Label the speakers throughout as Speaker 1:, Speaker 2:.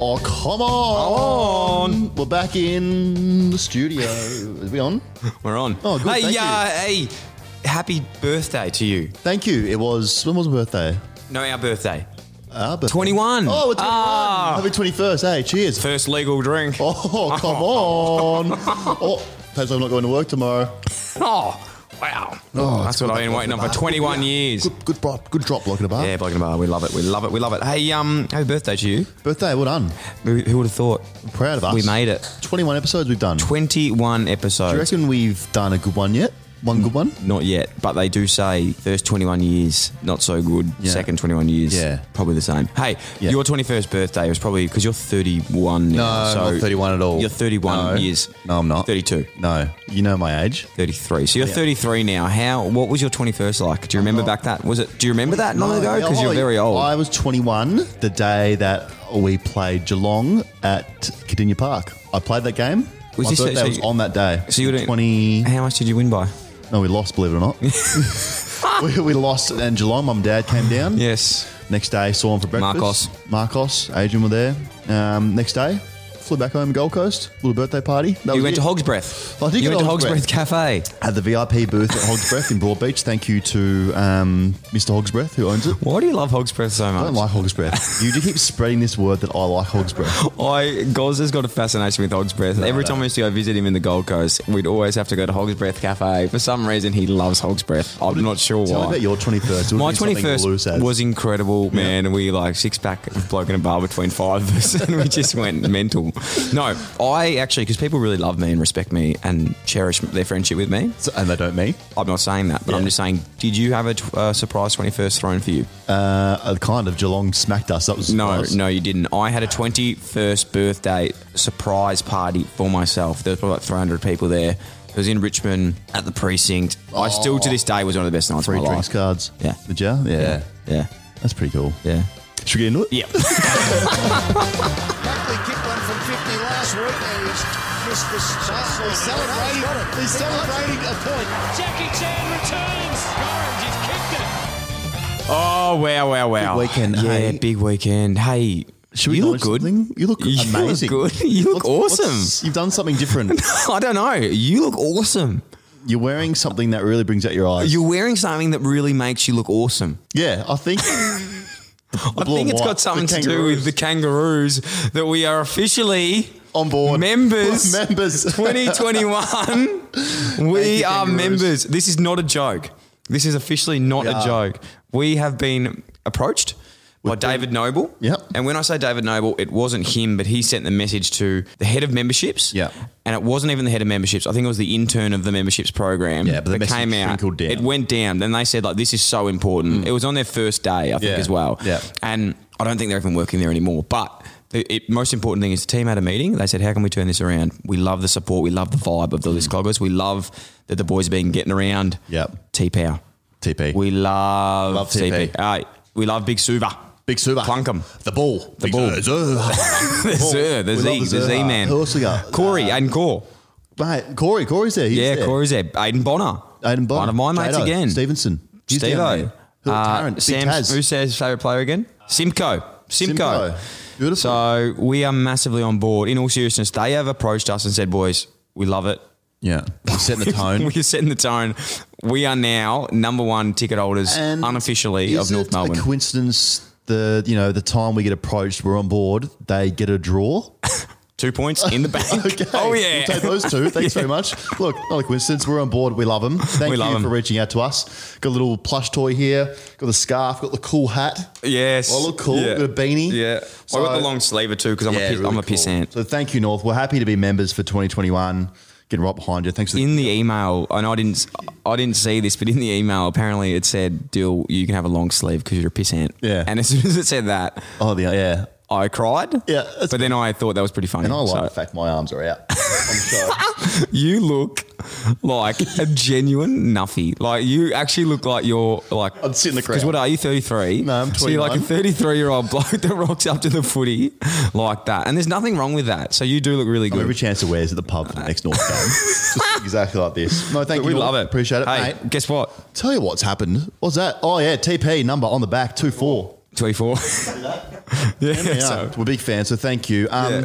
Speaker 1: Oh, come on. We're back in the studio. Are we on?
Speaker 2: We're on.
Speaker 1: Oh, good,
Speaker 2: Hey,
Speaker 1: thank you.
Speaker 2: uh, hey, happy birthday to you.
Speaker 1: Thank you. It was, when was my birthday?
Speaker 2: No, our birthday.
Speaker 1: Our birthday.
Speaker 2: 21.
Speaker 1: Oh, it's 21.
Speaker 2: Ah.
Speaker 1: Happy 21st. Hey, cheers.
Speaker 2: First legal drink. Oh,
Speaker 1: Oh, come on. Oh, depends I'm not going to work tomorrow.
Speaker 2: wow.
Speaker 1: Oh,
Speaker 2: That's what I've been waiting on for 21 years.
Speaker 1: Good, good, bro- good drop, block in a bar.
Speaker 2: Yeah, Block and Bar, we love it, we love it, we love it. Hey, um, happy birthday to you.
Speaker 1: Birthday, well done.
Speaker 2: Who, who would have thought?
Speaker 1: Proud of us.
Speaker 2: We made it.
Speaker 1: 21 episodes we've done.
Speaker 2: 21
Speaker 1: Do you
Speaker 2: episodes.
Speaker 1: reckon we've done a good one yet? One good one?
Speaker 2: Not yet, but they do say first 21 years, not so good.
Speaker 1: Yeah.
Speaker 2: Second 21 years,
Speaker 1: Yeah.
Speaker 2: probably the same. Hey,
Speaker 1: Yeah.
Speaker 2: your 21st birthday was probably because you're 31 now.
Speaker 1: No,
Speaker 2: so
Speaker 1: not 31 at all.
Speaker 2: You're 31
Speaker 1: No.
Speaker 2: years.
Speaker 1: No, I'm not.
Speaker 2: 32.
Speaker 1: No. You know my age.
Speaker 2: 33. So you're 33 now. How? What was your 21st like? Do you remember back that? Was it? Do you remember that long ago? Because you're
Speaker 1: Uh, I-
Speaker 2: very old.
Speaker 1: I was 21 the day that we played Geelong at Cadinia Park. I played that game.
Speaker 2: Was
Speaker 1: My
Speaker 2: this-
Speaker 1: birthday
Speaker 2: so
Speaker 1: was
Speaker 2: you-
Speaker 1: on that day.
Speaker 2: so you were doing-
Speaker 1: 20.
Speaker 2: How much did you win by?
Speaker 1: No, we lost, believe it or not. we, we lost, and Geelong, mum and dad came down.
Speaker 2: Yes.
Speaker 1: Next day, saw him for breakfast.
Speaker 2: Marcos.
Speaker 1: Marcos, Adrian were there. Um, next day, flew back home, Gold Coast, little birthday party. That
Speaker 2: You
Speaker 1: was
Speaker 2: went
Speaker 1: it.
Speaker 2: to Hog's Breath.
Speaker 1: I did go
Speaker 2: you went
Speaker 1: to
Speaker 2: to
Speaker 1: Hogs
Speaker 2: Hog's Breath
Speaker 1: Breath.
Speaker 2: Cafe.
Speaker 1: Had the VIP booth at Hogs Breath in Broadbeach. Thank you to um, Mr. Hogs Breath, who owns it.
Speaker 2: Why do you love Hog's Breath so
Speaker 1: I don't
Speaker 2: much?
Speaker 1: like Hogs Breath. You do keep spreading this word that I like Hogs Breath.
Speaker 2: I Goz has got a fascination with Hog's Breath. Every
Speaker 1: no.
Speaker 2: time we used to go visit him in the Gold Coast, we'd always have to go to Hog's Breath Cafe. For some reason, he loves Hog's Breath. I'm not sure
Speaker 1: Tell me
Speaker 2: why.
Speaker 1: about your 21st. It
Speaker 2: My
Speaker 1: would've been something loose
Speaker 2: 21st
Speaker 1: as.
Speaker 2: was incredible, man. We like six pack of bloke in a bar between five of us, and we just went mental. No, I actually because people really love me and respect me and cherish their friendship with me. uh,
Speaker 1: So- and they don't me.
Speaker 2: I'm not saying that, but I'm
Speaker 1: Yeah.
Speaker 2: just saying, did you have a tw- uh, surprise 21st thrown for you?
Speaker 1: Uh, uh, kind of Geelong smacked us. That was
Speaker 2: No,
Speaker 1: nice.
Speaker 2: no, you didn't. I had a 21st birthday surprise party for myself. There was probably like 300 people there. It was in Richmond at the precinct. I still to this day was one of the best nights
Speaker 1: Oh. Free
Speaker 2: of my
Speaker 1: drinks
Speaker 2: life.
Speaker 1: cards.
Speaker 2: Yeah.
Speaker 1: Did you? Yeah.
Speaker 2: Yeah, yeah,
Speaker 1: That's pretty cool.
Speaker 2: yeah.
Speaker 1: Should we get into it?
Speaker 2: Yeah.
Speaker 3: Buckley kicked one from 50 last week and he's missed the shot. He's celebrating. He's celebrating a point.
Speaker 4: Jackie Chan returns. Orange has kicked it.
Speaker 2: Oh wow, wow, wow!
Speaker 1: Big weekend,
Speaker 2: yeah,
Speaker 1: hey.
Speaker 2: big weekend. Hey,
Speaker 1: Should we
Speaker 2: you look
Speaker 1: acknowledge
Speaker 2: good?
Speaker 1: something? You look amazing.
Speaker 2: You look good. You look
Speaker 1: What's-
Speaker 2: awesome.
Speaker 1: what's- you've done something different.
Speaker 2: I don't know. You look awesome.
Speaker 1: You're wearing something that really brings out your eyes.
Speaker 2: You're wearing something that really makes you look awesome.
Speaker 1: yeah, I think.
Speaker 2: I think it's got something to do with the kangaroos that we are officially
Speaker 1: on board
Speaker 2: members.
Speaker 1: members.
Speaker 2: 2021. we
Speaker 1: you,
Speaker 2: are
Speaker 1: kangaroos.
Speaker 2: members. This is not a joke. This is officially not
Speaker 1: We
Speaker 2: a
Speaker 1: are.
Speaker 2: joke. We have been approached by
Speaker 1: We've been-
Speaker 2: David Noble.
Speaker 1: Yep.
Speaker 2: And when I say David Noble, it wasn't him, but he sent the message to the head of memberships.
Speaker 1: Yep.
Speaker 2: And it wasn't even the head of memberships. I think it was the intern of the memberships program.
Speaker 1: Yeah, but the
Speaker 2: that
Speaker 1: message
Speaker 2: came out.
Speaker 1: trickled down. Hmm.
Speaker 2: It went down. Then they said like this is so important. It was on their first day, I think,
Speaker 1: Yeah.
Speaker 2: as well.
Speaker 1: Yeah.
Speaker 2: And I don't think they're even working there anymore. But the it, most important thing is the team had a meeting. They said, "How can we turn this around? We love the support. We love the vibe of the list cloggers. We love that the boys have been getting around."
Speaker 1: Yep.
Speaker 2: T Power.
Speaker 1: TP.
Speaker 2: We love,
Speaker 1: Love
Speaker 2: TP.
Speaker 1: TP.
Speaker 2: Aye. we love Big Suva.
Speaker 1: Big Super.
Speaker 2: Plunk 'em.
Speaker 1: The ball. uh. The
Speaker 2: ball.
Speaker 1: the
Speaker 2: Zer, the Z, the Z man.
Speaker 1: Who else we got?
Speaker 2: Corey, Aiden Core.
Speaker 1: Mate, Corey. Corey's there. He's
Speaker 2: Yeah,
Speaker 1: there.
Speaker 2: Corey's there. Aiden Bonner.
Speaker 1: Aiden Bond.
Speaker 2: One of my mates
Speaker 1: Jado.
Speaker 2: again.
Speaker 1: Stevenson. He's down
Speaker 2: Stevo.
Speaker 1: there. Who- Tarrant.
Speaker 2: Uh,
Speaker 1: Big
Speaker 2: Sam,
Speaker 1: Taz.
Speaker 2: who's Sam's favourite player again? Simcoe. Simcoe.
Speaker 1: Simcoe. Beautiful.
Speaker 2: So we are massively on board. In all seriousness, they have approached us and said, boys, we love it.
Speaker 1: Yeah. He's setting the tone.
Speaker 2: We're setting the tone. We are now number one ticket holders
Speaker 1: And
Speaker 2: unofficially
Speaker 1: is
Speaker 2: of North
Speaker 1: it
Speaker 2: Melbourne.
Speaker 1: A coincidence the you know the time we get approached, we're on board. They get a draw.
Speaker 2: Two points in the bank. Oh, yeah.
Speaker 1: we'll take those two. Thanks very much. Look, not a coincidence. We're on board. We love them. Thank
Speaker 2: We
Speaker 1: you
Speaker 2: love 'em.
Speaker 1: for reaching out to us. Got a little plush toy here. Got the scarf. Got the cool hat.
Speaker 2: Yes.
Speaker 1: I look cool.
Speaker 2: Yeah.
Speaker 1: Got a beanie.
Speaker 2: Yeah.
Speaker 1: So-
Speaker 2: I got the long sleever too because I'm, a, piss,
Speaker 1: really
Speaker 2: I'm a
Speaker 1: cool.
Speaker 2: pissant.
Speaker 1: So thank you, North. We're happy to be members for 2021. Getting right behind you. Thanks. For
Speaker 2: in the email, and I didn't, I didn't see this, but in the email, apparently it said, "Dill, you can have a long sleeve because you're a pissant."
Speaker 1: Yeah.
Speaker 2: And as soon as it said that,
Speaker 1: oh, the, yeah.
Speaker 2: I cried.
Speaker 1: Yeah, that's-
Speaker 2: But then I thought that was pretty funny.
Speaker 1: And I like
Speaker 2: So,
Speaker 1: the fact my arms are out. I'm sure.
Speaker 2: you look like a genuine nuffy. Like you actually look like you're like.
Speaker 1: I'd sit in the crowd.
Speaker 2: Because what are you, 33?
Speaker 1: No, I'm
Speaker 2: So you're like a
Speaker 1: 21.
Speaker 2: 33 year old bloke that rocks up to the footy like that. And there's nothing wrong with that. So you do look really
Speaker 1: I mean,
Speaker 2: good.
Speaker 1: Every chance to wear is at the pub for the next North game. Just exactly like this. No, thank
Speaker 2: But we
Speaker 1: you. North.
Speaker 2: love it.
Speaker 1: Appreciate it,
Speaker 2: Hey,
Speaker 1: mate.
Speaker 2: guess what?
Speaker 1: Tell you what's happened. What's that? Oh, yeah, TP number on the back, 2 4.
Speaker 2: 24. yeah.
Speaker 1: Yeah,
Speaker 2: so-
Speaker 1: we're big fans, so thank you, um,
Speaker 2: Yeah.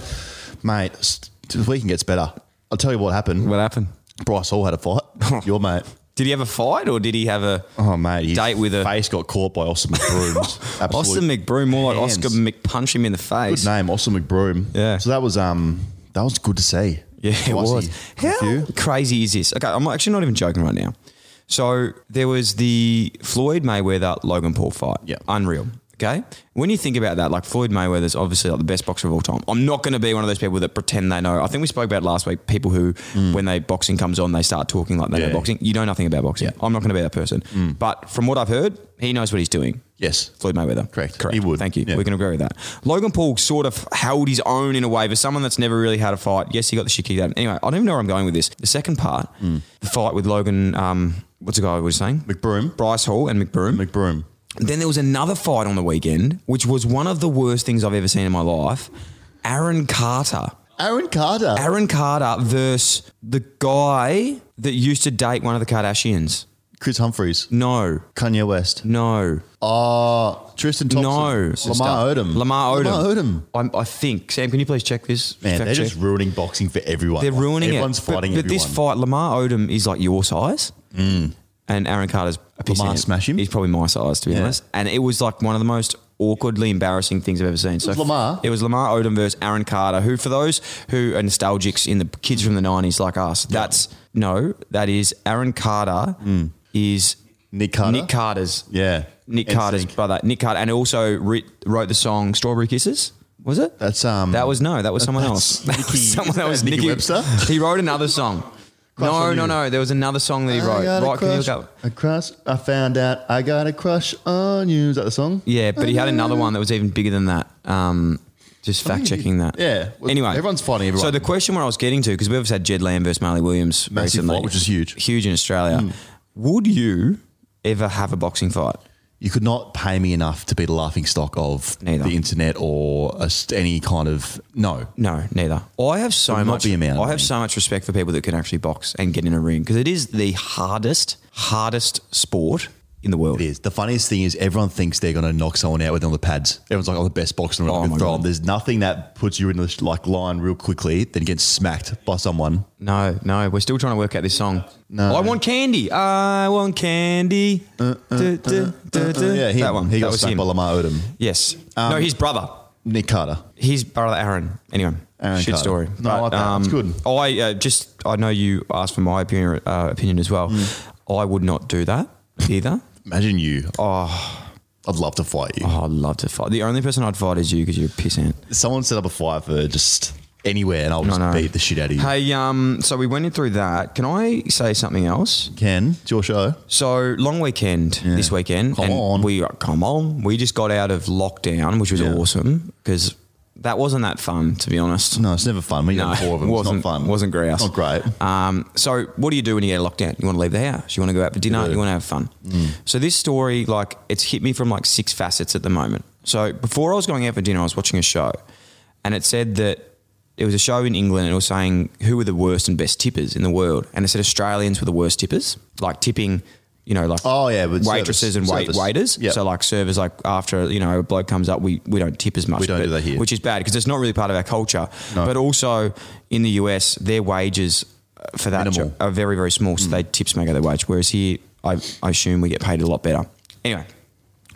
Speaker 1: mate. s- The weekend gets better. I'll tell you what happened.
Speaker 2: what happened?
Speaker 1: Bryce Hall had a fight. Your mate.
Speaker 2: Did he have a fight or did he have a
Speaker 1: Oh mate, his
Speaker 2: Date with a-
Speaker 1: face got caught by Austin McBroom. Absolute
Speaker 2: Austin McBroom, more like
Speaker 1: hands.
Speaker 2: Oscar McPunch him in the face?
Speaker 1: Good name, Austin McBroom.
Speaker 2: Yeah.
Speaker 1: So that was um that was good to see.
Speaker 2: Yeah, it was.
Speaker 1: Brycey. Thank
Speaker 2: How
Speaker 1: you.
Speaker 2: crazy is this? Okay, I'm actually not even joking right now. So there was the Floyd Mayweather Logan Paul fight.
Speaker 1: Yeah.
Speaker 2: Unreal. Okay. When you think about that, like Floyd Mayweather's obviously like the best boxer of all time. I'm not going to be one of those people that pretend they know. I think we spoke about last week people who, when they boxing comes on, they start talking like they
Speaker 1: Mm. Yeah.
Speaker 2: know boxing. You know nothing about boxing.
Speaker 1: Yeah. Mm.
Speaker 2: I'm not going to be that person. But from what I've heard, he knows what he's doing.
Speaker 1: Yes.
Speaker 2: Floyd Mayweather.
Speaker 1: Correct.
Speaker 2: Correct.
Speaker 1: He would.
Speaker 2: Thank you.
Speaker 1: Yeah.
Speaker 2: We can agree with that. Logan Paul sort of held his own in a way for someone that's never really had a fight. Yes, he got the shit kicked out. Anyway, I don't even know where I'm going with this. The second part,
Speaker 1: Mm.
Speaker 2: the fight with Logan, um, what's the guy we were saying?
Speaker 1: McBroom.
Speaker 2: Bryce Hall and McBroom.
Speaker 1: McBroom.
Speaker 2: then there was another fight on the weekend, which was one of the worst things I've ever seen in my life. Aaron Carter.
Speaker 1: Aaron Carter.
Speaker 2: Aaron Carter versus the guy that used to date one of the Kardashians.
Speaker 1: Chris Humphreys.
Speaker 2: No,
Speaker 1: Kanye West.
Speaker 2: no.
Speaker 1: Uh Tristan Thompson.
Speaker 2: Oh. No.
Speaker 1: Lamar Odom.
Speaker 2: Lamar Odom.
Speaker 1: Lamar Odom.
Speaker 2: I'm, I think. Sam, can you please check this?
Speaker 1: Man,
Speaker 2: Fact
Speaker 1: they're just
Speaker 2: check.
Speaker 1: ruining boxing for everyone.
Speaker 2: They're
Speaker 1: Like,
Speaker 2: ruining
Speaker 1: everyone's
Speaker 2: it. But-
Speaker 1: fighting
Speaker 2: but,
Speaker 1: everyone. Mm.
Speaker 2: this fight, Lamar Odom is like your size. And Aaron Carter's a piece
Speaker 1: Lamar
Speaker 2: of
Speaker 1: smash him?
Speaker 2: He's probably my size, to be
Speaker 1: Yeah.
Speaker 2: honest. And it was like one of the most awkwardly embarrassing things I've ever seen. So
Speaker 1: was Lamar.
Speaker 2: It was Lamar Odom versus Aaron Carter, who for those who are nostalgics in the kids from the nineties like us, that's no, that is Aaron Carter is
Speaker 1: Nick Mm. Carter?
Speaker 2: Nick Carter's
Speaker 1: Yeah.
Speaker 2: Nick
Speaker 1: NSYNC.
Speaker 2: Carter's brother, Nick Carter, and also writ wrote the song "Strawberry Kisses." Was it?
Speaker 1: That's, um,
Speaker 2: That was no. That was someone
Speaker 1: that's
Speaker 2: else. That was
Speaker 1: Nikki-
Speaker 2: someone that was
Speaker 1: Nikki
Speaker 2: Nikki,
Speaker 1: Webster?
Speaker 2: He wrote another song.
Speaker 1: Crush
Speaker 2: no,
Speaker 1: on
Speaker 2: no,
Speaker 1: You.
Speaker 2: no. There was another song that he
Speaker 1: I
Speaker 2: wrote.
Speaker 1: got a
Speaker 2: Right? Can you
Speaker 1: crush,
Speaker 2: look up?
Speaker 1: a crush. I found out I got a crush on you. Is that the song? Uh-huh.
Speaker 2: Yeah, but he had another one that was even bigger than that. Um, just
Speaker 1: I
Speaker 2: fact
Speaker 1: think he-
Speaker 2: checking that.
Speaker 1: yeah. Well,
Speaker 2: Anyway,
Speaker 1: everyone's fighting everyone.
Speaker 2: So the question where I was getting to, because we've had Jed Lamb versus Marley Williams
Speaker 1: Massive
Speaker 2: recently,
Speaker 1: fight, which is huge. Hmm.
Speaker 2: huge in Australia. Would you ever have a boxing fight?
Speaker 1: You could not pay me enough to be the laughing stock of
Speaker 2: Neither.
Speaker 1: the internet or a st- any kind of no.
Speaker 2: No, neither. I have so
Speaker 1: Would not
Speaker 2: much.
Speaker 1: be a man, I
Speaker 2: I
Speaker 1: think.
Speaker 2: have so much respect for people that can actually box and get in a ring because it is the hardest, hardest sport in the world.
Speaker 1: It is. The funniest thing is everyone thinks they're going to knock someone out with all the pads. Everyone's like, "I'm the best boxer in the world. I
Speaker 2: Oh
Speaker 1: can
Speaker 2: my
Speaker 1: throw
Speaker 2: God.
Speaker 1: 'em." There's nothing that puts you in the sh- like line real quickly then get smacked by someone.
Speaker 2: No, no, we're still trying to work out this song. No, I want candy. I want candy.
Speaker 1: Uh,
Speaker 2: Du- du- du- du.
Speaker 1: yeah, him.
Speaker 2: that one.
Speaker 1: He
Speaker 2: that
Speaker 1: got
Speaker 2: was
Speaker 1: smacked
Speaker 2: him.
Speaker 1: by Lamar Odom.
Speaker 2: Yes.
Speaker 1: Um,
Speaker 2: no, his brother.
Speaker 1: Nick Carter.
Speaker 2: His brother Aaron. Anyway,
Speaker 1: Aaron
Speaker 2: shit
Speaker 1: Carter.
Speaker 2: story.
Speaker 1: No, I like that. It's good.
Speaker 2: I uh, just I know you asked for my opinion uh, opinion as well.
Speaker 1: Mm.
Speaker 2: I would not do that either.
Speaker 1: Imagine you. Oh, I'd love to fight you.
Speaker 2: Oh, I'd love to fight. The only person I'd fight is you because you're a pissant.
Speaker 1: Someone set up a fire for just anywhere, and I'll just
Speaker 2: no.
Speaker 1: beat the shit out of you.
Speaker 2: Hey, um, so we went in through that. Can I say something else?
Speaker 1: Ken, it's your show.
Speaker 2: So long weekend this weekend.
Speaker 1: Come
Speaker 2: and
Speaker 1: on.
Speaker 2: we uh, come on. We just got out of lockdown, which was
Speaker 1: Yeah.
Speaker 2: awesome because that wasn't that fun to be honest.
Speaker 1: No, it's never fun. We
Speaker 2: No,
Speaker 1: got four of them.
Speaker 2: wasn't
Speaker 1: it's not fun.
Speaker 2: wasn't grouse.
Speaker 1: Not great.
Speaker 2: Um, so what do you do when you get a lockdown? You want to leave the house. You want to go out for dinner.
Speaker 1: do. Mm.
Speaker 2: You want to have fun. So this story, like, it's hit me from like six facets at the moment. So before I was going out for dinner, I was watching a show, and it said that it was a show in England, and it was saying who were the worst and best tippers in the world, and it said Australians were the worst tippers, like tipping. You know, like
Speaker 1: Oh, yeah, with
Speaker 2: waitresses
Speaker 1: service.
Speaker 2: and wait,
Speaker 1: Service.
Speaker 2: waiters.
Speaker 1: Yeah.
Speaker 2: So like servers, like after you know a bloke comes up, we, we don't tip as much.
Speaker 1: We don't
Speaker 2: but-
Speaker 1: do that here.
Speaker 2: which is bad because it's not really part of our culture.
Speaker 1: No.
Speaker 2: But also in the US, their wages uh, for that
Speaker 1: Minimal. Mm.
Speaker 2: job are very very small, so they tips make out their wage. Whereas here, I, I assume we get paid a lot better. Anyway,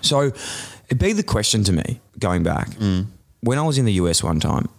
Speaker 2: so it begged the question to me going back
Speaker 1: Mm.
Speaker 2: when I was in the US one time.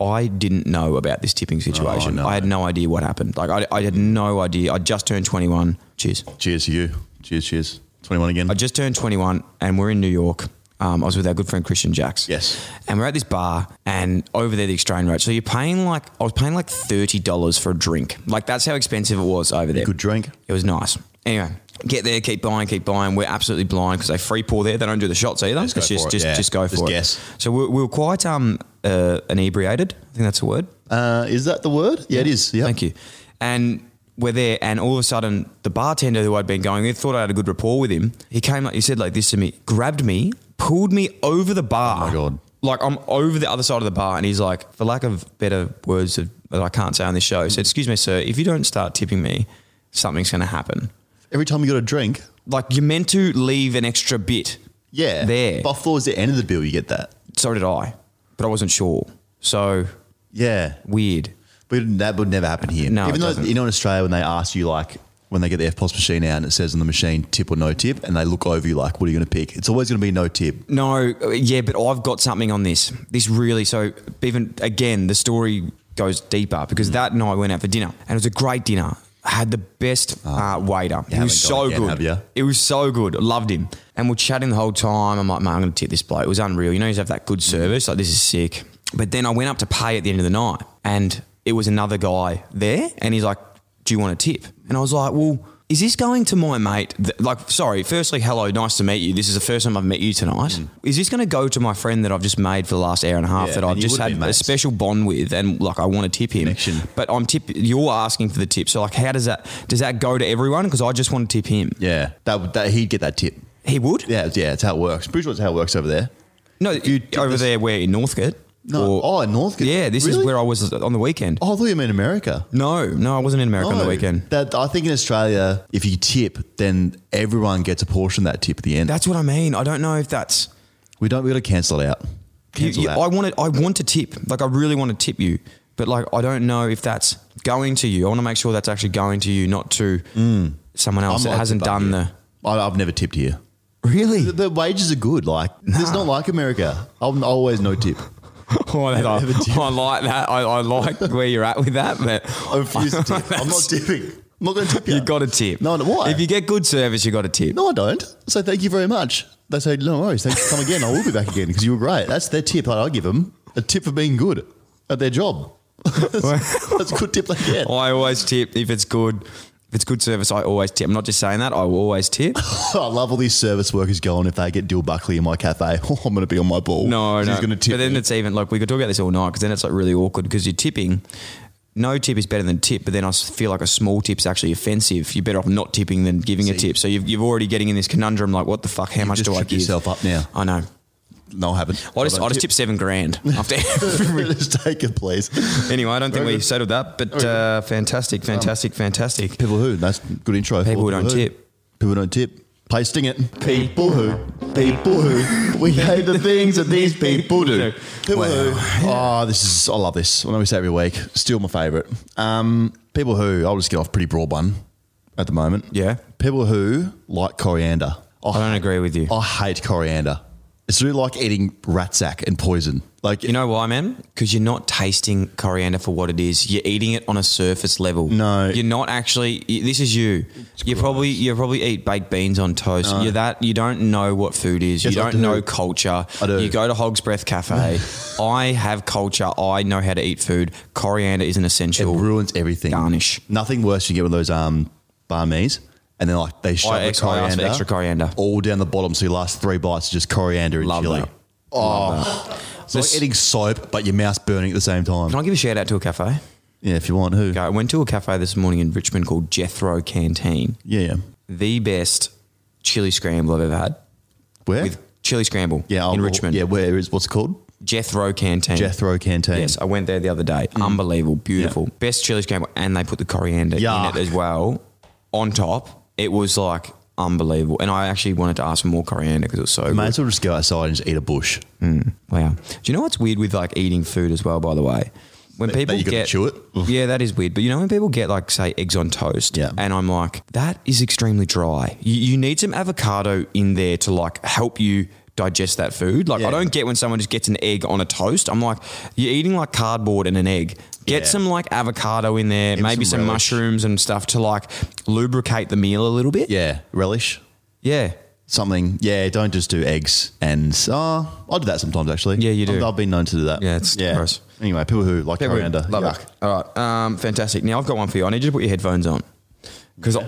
Speaker 2: I didn't know about this tipping situation.
Speaker 1: Oh, no.
Speaker 2: I had no idea what happened. Like I, I had no idea. I just turned twenty one. Cheers.
Speaker 1: Cheers to you. Cheers, cheers. 21 again.
Speaker 2: I just turned 21 and we're in New York. Um, I was with our good friend Christian Jacks.
Speaker 1: Yes.
Speaker 2: And we're at this bar and over there the exchange rate. So you're paying like I was paying like thirty dollars for a drink. Like that's how expensive it was over there.
Speaker 1: Good drink.
Speaker 2: It was nice. Anyway, get there, keep buying, keep buying. We're absolutely blind because they free pour there. They don't do the shots either.
Speaker 1: Just go
Speaker 2: it's
Speaker 1: for
Speaker 2: just
Speaker 1: it,
Speaker 2: just
Speaker 1: yeah.
Speaker 2: just go
Speaker 1: Just
Speaker 2: for
Speaker 1: guess.
Speaker 2: it. So we, we were quite um uh, inebriated. I think that's a word.
Speaker 1: Uh, is that the word? Yeah, it is. Yeah.
Speaker 2: Thank you. And we're there, and all of a sudden, the bartender who I'd been going with thought I had a good rapport with him. He came up, he said like this to me, grabbed me, pulled me over the bar.
Speaker 1: Oh my God.
Speaker 2: Like I'm over the other side of the bar, and he's like, for lack of better words of, that I can't say on this show, he said, "Excuse me, sir, if you don't start tipping me, something's going to happen."
Speaker 1: Every time you got a drink,
Speaker 2: Like you're meant to leave an extra bit.
Speaker 1: Yeah.
Speaker 2: there.
Speaker 1: But I thought it was the end of the bill you get that.
Speaker 2: So did I, but I wasn't sure. So
Speaker 1: Yeah.
Speaker 2: weird.
Speaker 1: But that would never happen here.
Speaker 2: No,
Speaker 1: Even
Speaker 2: it
Speaker 1: though,
Speaker 2: doesn't.
Speaker 1: you know, in Australia, when they ask you, like, when they get the FPOS machine out and it says on the machine tip or no tip, and they look over you like, what are you going to pick? It's always going to be no tip.
Speaker 2: No, uh, yeah, but I've got something on this. This really, so even again, the story goes deeper because
Speaker 1: Mm.
Speaker 2: that night I went out for dinner and it was a great dinner. I had the best uh, waiter.
Speaker 1: Ah.
Speaker 2: He
Speaker 1: haven't
Speaker 2: was
Speaker 1: gone
Speaker 2: so
Speaker 1: again,
Speaker 2: good.
Speaker 1: have ya?
Speaker 2: It was so good. Loved him. And we're chatting the whole time. I'm like, man, I'm going to tip this bloke. It was unreal. You know, you have that good service. Like, this is sick. But then I went up to pay at the end of the night and it was another guy there. And he's like, do you want a tip? And I was like, well, is this going to my mate? Th- like, sorry, firstly, hello, nice to meet you. This is the first time I've met you tonight. Is this going to go to my friend that I've just made for the last hour and a
Speaker 1: Mm.
Speaker 2: half
Speaker 1: Yeah,
Speaker 2: that
Speaker 1: and
Speaker 2: I've
Speaker 1: you
Speaker 2: just
Speaker 1: would've
Speaker 2: had
Speaker 1: been
Speaker 2: a
Speaker 1: mates.
Speaker 2: special bond with and like I want to tip him?
Speaker 1: Connection.
Speaker 2: But I'm tip, you're asking for the tip. So, like, how does that, does that go to everyone? Because I just want to tip him.
Speaker 1: Yeah. That, would- that He'd get that tip.
Speaker 2: He would?
Speaker 1: Yeah. it's- Yeah. It's how it works. Pretty sure it's how it works over there.
Speaker 2: No,
Speaker 1: you did
Speaker 2: over
Speaker 1: this-
Speaker 2: there where in Northgate.
Speaker 1: No.
Speaker 2: Or-
Speaker 1: oh, in Northgate.
Speaker 2: yeah, this
Speaker 1: Really?
Speaker 2: is where I was on the weekend.
Speaker 1: Oh, I thought you meant America.
Speaker 2: No, no, I wasn't in America on the
Speaker 1: No.
Speaker 2: weekend.
Speaker 1: That I think in Australia, if you tip, then everyone gets a portion of that tip at the end.
Speaker 2: That's what I mean. I don't know if that's.
Speaker 1: we don't. We got to cancel it out.
Speaker 2: You,
Speaker 1: Cancel
Speaker 2: you-
Speaker 1: that.
Speaker 2: I wanted. I want to tip. Like I really want to tip you, but like I don't know if that's going to you. I want to make sure that's actually going to you, not to someone
Speaker 1: Mm.
Speaker 2: else
Speaker 1: I'm not
Speaker 2: that
Speaker 1: a tipper
Speaker 2: hasn't done
Speaker 1: here. I, I've never tipped here.
Speaker 2: the.
Speaker 1: The,
Speaker 2: Really?
Speaker 1: the wages are good. Like it's not like America. I'm always no tip.
Speaker 2: Oh, that- I,
Speaker 1: never tipped.
Speaker 2: I like that. I, I like where you're at with that, but
Speaker 1: I refuse to tip. I'm not tipping. I'm not going to tip you.
Speaker 2: you got to tip.
Speaker 1: No, no, why?
Speaker 2: If you get good service, you got to tip.
Speaker 1: No, I don't. So thank you very much. They say no worries. Thanks for coming again. I will be back again because you were great. That's their tip. that I give them a tip for being good at their job. that's, that's a good tip they get.
Speaker 2: I always tip if it's good. If it's good service, I always tip. I'm not just saying that. I will always tip.
Speaker 1: I love all these service workers going. If they get Dill Buckley in my cafe, I'm going to be on my ball.
Speaker 2: No, no.
Speaker 1: he's going to tip.
Speaker 2: but then
Speaker 1: me.
Speaker 2: it's even like we could talk about this all night because then it's like really awkward because you're tipping. No tip is better than tip, but then I s- feel like a small tip's actually offensive. You're better off not tipping than giving a
Speaker 1: See.
Speaker 2: tip. So you've, you're already getting in this conundrum. Like, what the fuck? How much
Speaker 1: just
Speaker 2: do I
Speaker 1: tripped
Speaker 2: give?
Speaker 1: yourself up now.
Speaker 2: I know.
Speaker 1: no, I haven't.
Speaker 2: I just I,
Speaker 1: don't
Speaker 2: just tip seven grand after.
Speaker 1: just take it, please.
Speaker 2: anyway, I don't think
Speaker 1: Very
Speaker 2: we
Speaker 1: good. Um,
Speaker 2: settled that, but
Speaker 1: Very
Speaker 2: uh, fantastic, fantastic, fantastic.
Speaker 1: People who? That's a good intro. for
Speaker 2: People who don't tip.
Speaker 1: People who don't tip. Play sting it. People who. People who. We hate the things that these people do. People who. Oh, this is. I love this. I know we say it every week. Still my favourite. Um, people who. I'll just get off a pretty broad one at the moment.
Speaker 2: Yeah.
Speaker 1: People who like coriander.
Speaker 2: I don't agree with you.
Speaker 1: I hate coriander. It's really like eating rat sack and poison. Like
Speaker 2: You know why, man? Because you're not tasting coriander for what it is. You're eating it on a surface level.
Speaker 1: No.
Speaker 2: you're not actually. y- This is you. you probably you probably eat baked beans on toast. You're that. You don't know what food is.
Speaker 1: Yes,
Speaker 2: you
Speaker 1: I
Speaker 2: don't
Speaker 1: do.
Speaker 2: know culture.
Speaker 1: I do.
Speaker 2: You go to Hog's Breath Cafe. I have culture. I know how to eat food. Coriander is an
Speaker 1: it
Speaker 2: essential.
Speaker 1: ruins everything.
Speaker 2: Garnish.
Speaker 1: Nothing worse you get with those um barmies. And then like they shove
Speaker 2: I
Speaker 1: the
Speaker 2: ex- I asked for
Speaker 1: coriander,
Speaker 2: extra coriander.
Speaker 1: all down the bottom. So your last three bites is just coriander and
Speaker 2: Love
Speaker 1: chili.
Speaker 2: that.
Speaker 1: Oh, it's like
Speaker 2: This-
Speaker 1: eating soap, but your mouth's burning at the same time.
Speaker 2: Can I give a shout out to a cafe?
Speaker 1: yeah, if you want, who?
Speaker 2: Okay, I went to a cafe this morning in Richmond called Jethro Canteen.
Speaker 1: Yeah, yeah.
Speaker 2: The best chili scramble I've ever had
Speaker 1: Where?
Speaker 2: with chili scramble
Speaker 1: yeah, I'll-
Speaker 2: in Richmond.
Speaker 1: Yeah, where is what's it called?
Speaker 2: Jethro Canteen.
Speaker 1: Jethro Mm. Canteen.
Speaker 2: Yes, I went there the other day. Unbelievable, beautiful. Best chili scramble, and they put the coriander
Speaker 1: Yuck.
Speaker 2: in it as well on top. It was like unbelievable, and I actually wanted to ask for more coriander because it was so
Speaker 1: May
Speaker 2: good.
Speaker 1: as well just go outside and just eat a bush.
Speaker 2: Wow. Do you know what's weird with like eating food as well? By the way, when
Speaker 1: That- that
Speaker 2: people
Speaker 1: you gotta
Speaker 2: get
Speaker 1: chew it? Oof.
Speaker 2: yeah, that is weird. But you know when people get like say eggs on toast,
Speaker 1: Yeah.
Speaker 2: and I'm like, that is extremely dry. You, you need some avocado in there to like help you digest that food. Like
Speaker 1: Yeah.
Speaker 2: I don't get when someone just gets an egg on a toast. I'm like, you're eating like cardboard and an egg. Get
Speaker 1: Yeah.
Speaker 2: some like avocado in there, maybe
Speaker 1: some
Speaker 2: some
Speaker 1: relish.
Speaker 2: mushrooms and stuff to like lubricate the meal a little bit.
Speaker 1: Yeah, relish.
Speaker 2: Yeah.
Speaker 1: Something, yeah. Don't just do eggs and uh, I do that sometimes actually.
Speaker 2: Yeah, you do.
Speaker 1: I've, I've been known to do that.
Speaker 2: Yeah, it's gross.
Speaker 1: Anyway, people who like
Speaker 2: Pepper,
Speaker 1: coriander,
Speaker 2: Love
Speaker 1: yuck.
Speaker 2: it. All right. Um, fantastic. Now I've got one for you. I need you to put your headphones on because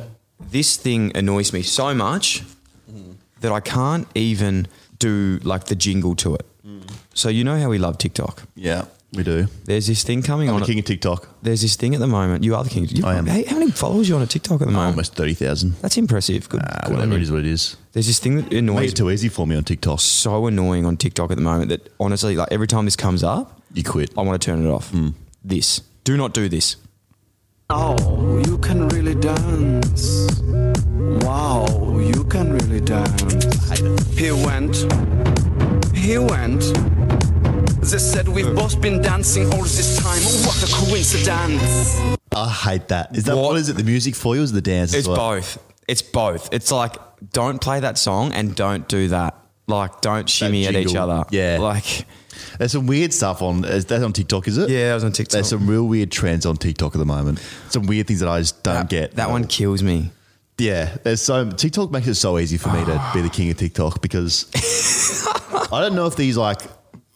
Speaker 2: this thing annoys me so much
Speaker 1: Mm-hmm.
Speaker 2: that I can't even do like the jingle to it.
Speaker 1: Mm.
Speaker 2: So you know how we love TikTok.
Speaker 1: Yeah, we do.
Speaker 2: There's this thing coming
Speaker 1: I'm
Speaker 2: on.
Speaker 1: the king of TikTok.
Speaker 2: There's this thing at the moment. You are the king. You,
Speaker 1: I am.
Speaker 2: How, how many followers you on a TikTok at the moment?
Speaker 1: Almost 30,000.
Speaker 2: That's impressive. Good.
Speaker 1: Ah,
Speaker 2: good on
Speaker 1: whatever
Speaker 2: you.
Speaker 1: it is, what it is.
Speaker 2: There's this thing that
Speaker 1: Made
Speaker 2: annoys
Speaker 1: it too easy for me on TikTok.
Speaker 2: so annoying on TikTok at the moment that honestly, like every time this comes up,
Speaker 1: You quit.
Speaker 2: I want to turn it off.
Speaker 1: Mm.
Speaker 2: This. Do not do this.
Speaker 5: Oh, you can really dance. Wow, you can really dance. He went, he went. They said we've both been dancing all this time. What a coincidence!
Speaker 1: I hate that. Is that
Speaker 2: What?
Speaker 1: what is it? The music for you or is it the dance? as
Speaker 2: It's
Speaker 1: well?
Speaker 2: both. It's both. It's like don't play that song and don't do that. Like don't shimmy at each
Speaker 1: jingle.
Speaker 2: other.
Speaker 1: Yeah.
Speaker 2: Like
Speaker 1: There's some weird stuff on. Is that on TikTok? Is it?
Speaker 2: yeah, I was on TikTok.
Speaker 1: There's some real weird trends on TikTok at the moment. Some weird things that I just don't
Speaker 2: that,
Speaker 1: get.
Speaker 2: That one kills me.
Speaker 1: Yeah, there's so TikTok makes it so easy for me to be the king of TikTok because I don't know if these like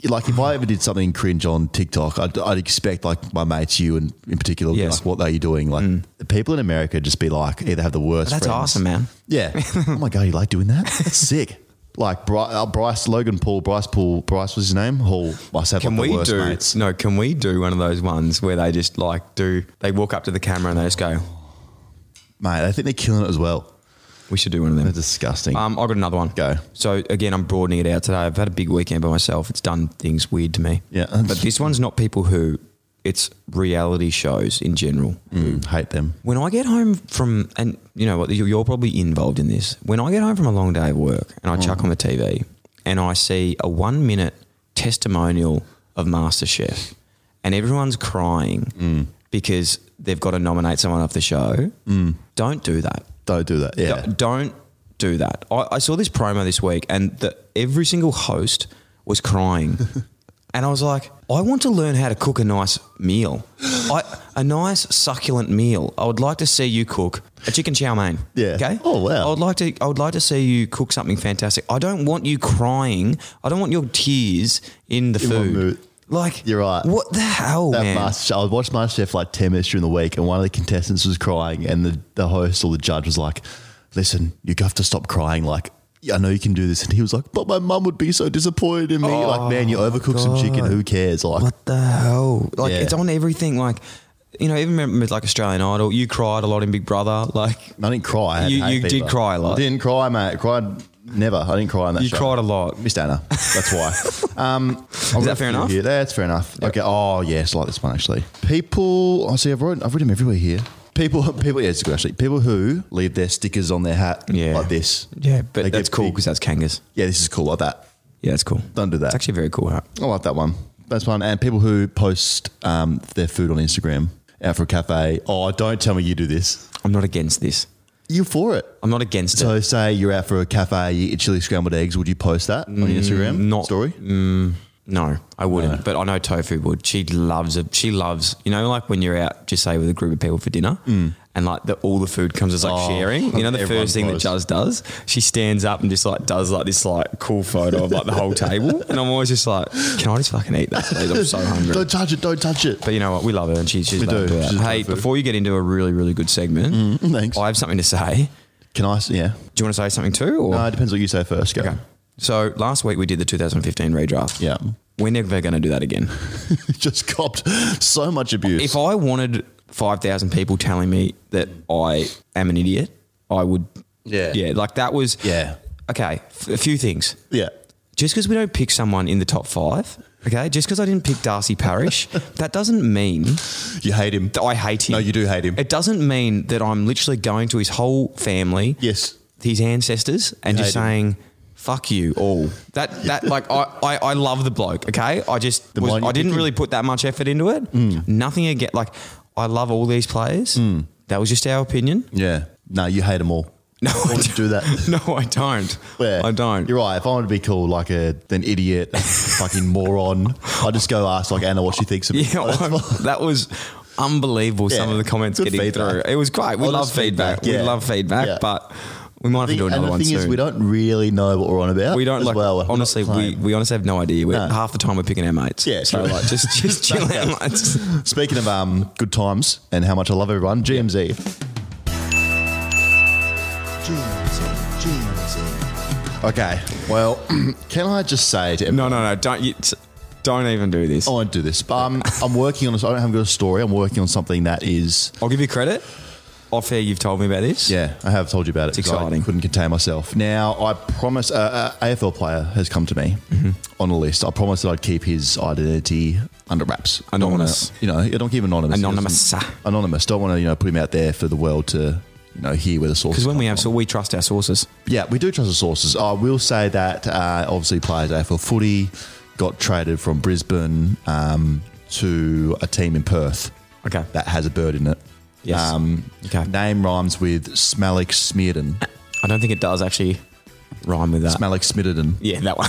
Speaker 1: like if I ever did something cringe on TikTok, I'd, I'd expect like my mates, you and in particular, would be
Speaker 2: Yes. Mm.
Speaker 1: like what are you doing? Like the people in America just be like either have the worst.
Speaker 2: That's
Speaker 1: friends.
Speaker 2: awesome, man.
Speaker 1: Yeah. oh my god, you like doing that? That's sick. Like Bri- uh, Bryce Logan Paul, Bryce Paul, Bryce was his name. Hall. I said
Speaker 2: Can
Speaker 1: like the
Speaker 2: we
Speaker 1: worst
Speaker 2: do
Speaker 1: mates.
Speaker 2: no? Can we do one of those ones where they just like do? They walk up to the camera and they just go,
Speaker 1: Mate, I think they're killing it as well.
Speaker 2: "We should do one of them."
Speaker 1: They're disgusting.
Speaker 2: Um, I got another one.
Speaker 1: Go.
Speaker 2: So again, I'm broadening it out today. I've had a big weekend by myself. It's done things weird to me.
Speaker 1: Yeah.
Speaker 2: But this one's not people who. It's reality shows in general.
Speaker 1: Mm, hate them.
Speaker 2: When I get home from, and you know what, you- you're probably involved in this. When I get home from a long day of work and I chuck on the TV and I see a one minute testimonial of MasterChef and everyone's crying because they've got to nominate someone off the show, don't do that.
Speaker 1: Don't do that. Yeah.
Speaker 2: D- Don't do that. I, I saw this promo this week, and the, every single host was crying. and I was like, I want to learn how to cook a nice meal, I, a nice succulent meal. I would like to see you cook a chicken chow mein.
Speaker 1: Yeah.
Speaker 2: Okay.
Speaker 1: Oh, wow.
Speaker 2: I would like to. I would like to see you cook something fantastic. I don't want you crying. I don't want your tears in the
Speaker 1: In one
Speaker 2: food.
Speaker 1: mood.
Speaker 2: Like
Speaker 1: You're right.
Speaker 2: What the hell,
Speaker 1: That
Speaker 2: man?
Speaker 1: Master, I watched MasterChef like 10 minutes during the week, and one of the contestants was crying, and the, the host or the judge was like, Listen, you have to stop crying. Like, "Yeah, I know you can do this. And he was like, But my mum would be so disappointed in me. like, man, you overcook some chicken. Who cares? Like,
Speaker 2: Oh, what the hell? Like
Speaker 1: Yeah.
Speaker 2: it's on everything. Like you know, even remember like Australian Idol, you cried a lot in Big Brother. Like
Speaker 1: I didn't cry. I had
Speaker 2: You-
Speaker 1: hay
Speaker 2: you did
Speaker 1: fever.
Speaker 2: cry a lot.
Speaker 1: I didn't cry, mate. I cried never. I didn't cry on that
Speaker 2: you
Speaker 1: show.
Speaker 2: cried a lot.
Speaker 1: Miss Anna. That's why. um, Is
Speaker 2: that fair enough?
Speaker 1: Here. That's fair enough. Okay. Oh yes, I like this one actually. People. I see. I've written. I've written them everywhere here. People. People. Yeah, it's good actually. People who leave their stickers on their hat.
Speaker 2: Yeah,
Speaker 1: Like this.
Speaker 2: Yeah, but
Speaker 1: They
Speaker 2: that's
Speaker 1: get
Speaker 2: cool
Speaker 1: big-
Speaker 2: because that's Kangas.
Speaker 1: Yeah, this is cool. Like that.
Speaker 2: Yeah, that's cool.
Speaker 1: Don't do that.
Speaker 2: It's actually a very cool hat.
Speaker 1: I like that one. That's one. And people who post um, their food on Instagram out for a cafe. Oh, don't tell me you do this.
Speaker 2: I'm not against this.
Speaker 1: You for it?
Speaker 2: I'm not against
Speaker 1: So
Speaker 2: it.
Speaker 1: say you're out for a cafe, you eat chili scrambled eggs. Would you post that on your Instagram
Speaker 2: Mm, not-
Speaker 1: story?
Speaker 2: No, I wouldn't. But I know Tofu would. She loves it. She loves, you know, like when you're out, just say with a group of people for dinner, and like the, all the food comes as like
Speaker 1: Mm. Oh,
Speaker 2: sharing. You know, the
Speaker 1: everyone
Speaker 2: first thing that
Speaker 1: posts.
Speaker 2: Juz does, she stands up and just like does like this like cool photo of like the whole table, and I'm always just like, can I just fucking eat that? Please? I'm so hungry.
Speaker 1: Don't touch it. Don't touch it.
Speaker 2: But you know what? We love her and she, she's
Speaker 1: We
Speaker 2: we
Speaker 1: do.
Speaker 2: do.
Speaker 1: She's
Speaker 2: Hey,
Speaker 1: tofu. Mm-hmm.
Speaker 2: before you get into a really, really good segment,
Speaker 1: Thanks.
Speaker 2: I have something to say.
Speaker 1: Can I? s- Yeah.
Speaker 2: Do you want to say something too? Or?
Speaker 1: Uh, it depends what you say first. Go.
Speaker 2: Okay. So last week we did the 2015 redraft.
Speaker 1: Yeah.
Speaker 2: We're never going to do that again.
Speaker 1: Just copped so much abuse.
Speaker 2: if I wanted 5,000 people telling me that I am an idiot, I would.
Speaker 1: Yeah.
Speaker 2: Yeah. Like that was.
Speaker 1: Yeah.
Speaker 2: Okay. f- a few things.
Speaker 1: yeah.
Speaker 2: Just because we don't pick someone in the top five, okay, just because I didn't pick Darcy Parish, that doesn't mean
Speaker 1: You hate him.
Speaker 2: that I hate him.
Speaker 1: No, you do hate him.
Speaker 2: It doesn't mean that I'm literally going to his whole family,
Speaker 1: Yes.
Speaker 2: his ancestors, and
Speaker 1: You
Speaker 2: just
Speaker 1: hate him.
Speaker 2: saying, "Fuck you all." That that like I, I I love the bloke. Okay, I just was,
Speaker 1: one
Speaker 2: I
Speaker 1: you're
Speaker 2: didn't
Speaker 1: picking.
Speaker 2: really put that much effort into it.
Speaker 1: Mm.
Speaker 2: Nothing again. Like I love all these players. That was just our opinion.
Speaker 1: Yeah. No, you hate them all.
Speaker 2: No,
Speaker 1: Why
Speaker 2: I
Speaker 1: would you do that?
Speaker 2: No, I don't.
Speaker 1: Yeah.
Speaker 2: I don't.
Speaker 1: You're right. If I wanted to be called like a an idiot, a fucking moron, I'd just go ask like Anna what she thinks of me.
Speaker 2: Yeah, I'm- that was unbelievable. Some
Speaker 1: Yeah.
Speaker 2: of the comments
Speaker 1: Good
Speaker 2: getting
Speaker 1: feedback.
Speaker 2: through. It was great. We
Speaker 1: Honest
Speaker 2: love feedback.
Speaker 1: feedback, yeah.
Speaker 2: We love feedback,
Speaker 1: Yeah.
Speaker 2: but we might have to do
Speaker 1: and
Speaker 2: another
Speaker 1: the
Speaker 2: one
Speaker 1: thing
Speaker 2: soon.
Speaker 1: is, we don't really know what we're on about.
Speaker 2: We don't
Speaker 1: as
Speaker 2: like
Speaker 1: well. We're not
Speaker 2: honestly. We,
Speaker 1: playing.
Speaker 2: we honestly have no idea. We're
Speaker 1: No.
Speaker 2: half the time we're picking our mates.
Speaker 1: Yeah,
Speaker 2: so
Speaker 1: true.
Speaker 2: like just just chill out. Like, just-
Speaker 1: Speaking of um, good times and how much I love everyone, GMZ. Okay. Well, can I just say to everyone?
Speaker 2: no, no, no. Don't you, t- don't even do this.
Speaker 1: I want to do this. But um, I'm working on this. I don't have a good story. I'm working on something that is.
Speaker 2: I'll give you credit. Off air, you've told me about this.
Speaker 1: Yeah, I have told you about it.
Speaker 2: It's
Speaker 1: 'cause I
Speaker 2: exciting.
Speaker 1: couldn't contain myself. Now, I promise. Uh, uh, AFL player has come to me
Speaker 2: Mm-hmm.
Speaker 1: on a list. I promised that I'd keep his identity under wraps. Don't wanna-
Speaker 2: Anonymous.
Speaker 1: you know, I don't keep him anonymous.
Speaker 2: Anonymous.
Speaker 1: Anonymous. Don't want to, you know, put him out there for the world to you know, hear where the source
Speaker 2: Because when
Speaker 1: come
Speaker 2: we have,
Speaker 1: from.
Speaker 2: so we trust our sources.
Speaker 1: Yeah, we do trust the sources. I will say that uh, obviously players AFL footy got traded from Brisbane um, to a team in Perth.
Speaker 2: Okay.
Speaker 1: That has a bird in it.
Speaker 2: Yes.
Speaker 1: Um,
Speaker 2: Okay.
Speaker 1: Name rhymes with Smalik Smearden.
Speaker 2: I don't think it does actually rhyme with that.
Speaker 1: Smalik Smitterden.
Speaker 2: yeah, that one.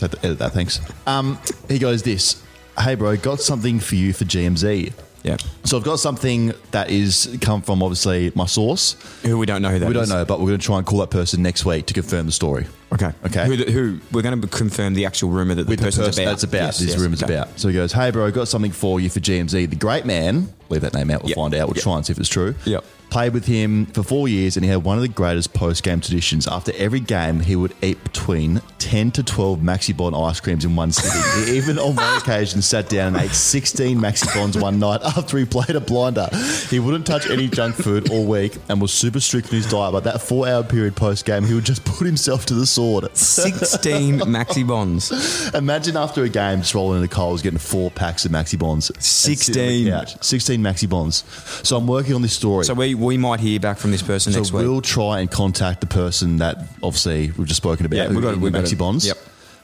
Speaker 1: Had to Edit that, thanks. Um, he goes this. Hey, bro, got something for you for GMZ.
Speaker 2: yeah.
Speaker 1: So I've got something that is come from obviously my source.
Speaker 2: Who we don't know who that
Speaker 1: We don't
Speaker 2: is.
Speaker 1: know, but we're going to try and call that person next week to confirm the story.
Speaker 2: Okay.
Speaker 1: Okay.
Speaker 2: Who, the- who we're going to confirm the actual rumor that the
Speaker 1: with the
Speaker 2: person's
Speaker 1: person
Speaker 2: about.
Speaker 1: that's about
Speaker 2: Yes,
Speaker 1: this
Speaker 2: yes,
Speaker 1: room is
Speaker 2: okay.
Speaker 1: about. So he goes, "Hey, bro, got something for you for GMZ. The great man, leave that name out. We'll
Speaker 2: Yep.
Speaker 1: find out. We'll
Speaker 2: Yep.
Speaker 1: try and see if it's true."
Speaker 2: Yep.
Speaker 1: Played with him for four years, and he had one of the greatest post-game traditions. After every game, he would eat between ten to twelve Maxi Bond ice creams in one sitting. he even on one occasion sat down and ate sixteen Maxi Bonds one night after he played a blinder. He wouldn't touch any junk food all week, and was super strict in his diet. But that four-hour period post-game, he would just put himself to the sword.
Speaker 2: 16 Maxi Bonds.
Speaker 1: Imagine after a game just rolling into Coles getting four packs of maxi bonds. and sitting on
Speaker 2: 16.
Speaker 1: the couch. 16 maxi bonds. So I'm working on this story.
Speaker 2: So we, we might hear back from this person
Speaker 1: So
Speaker 2: next week.
Speaker 1: we'll try and contact the person that obviously we've just spoken about.
Speaker 2: Yeah,
Speaker 1: who
Speaker 2: we've got-
Speaker 1: did
Speaker 2: we've
Speaker 1: the
Speaker 2: got
Speaker 1: maxi
Speaker 2: it.
Speaker 1: bonds.
Speaker 2: Yep.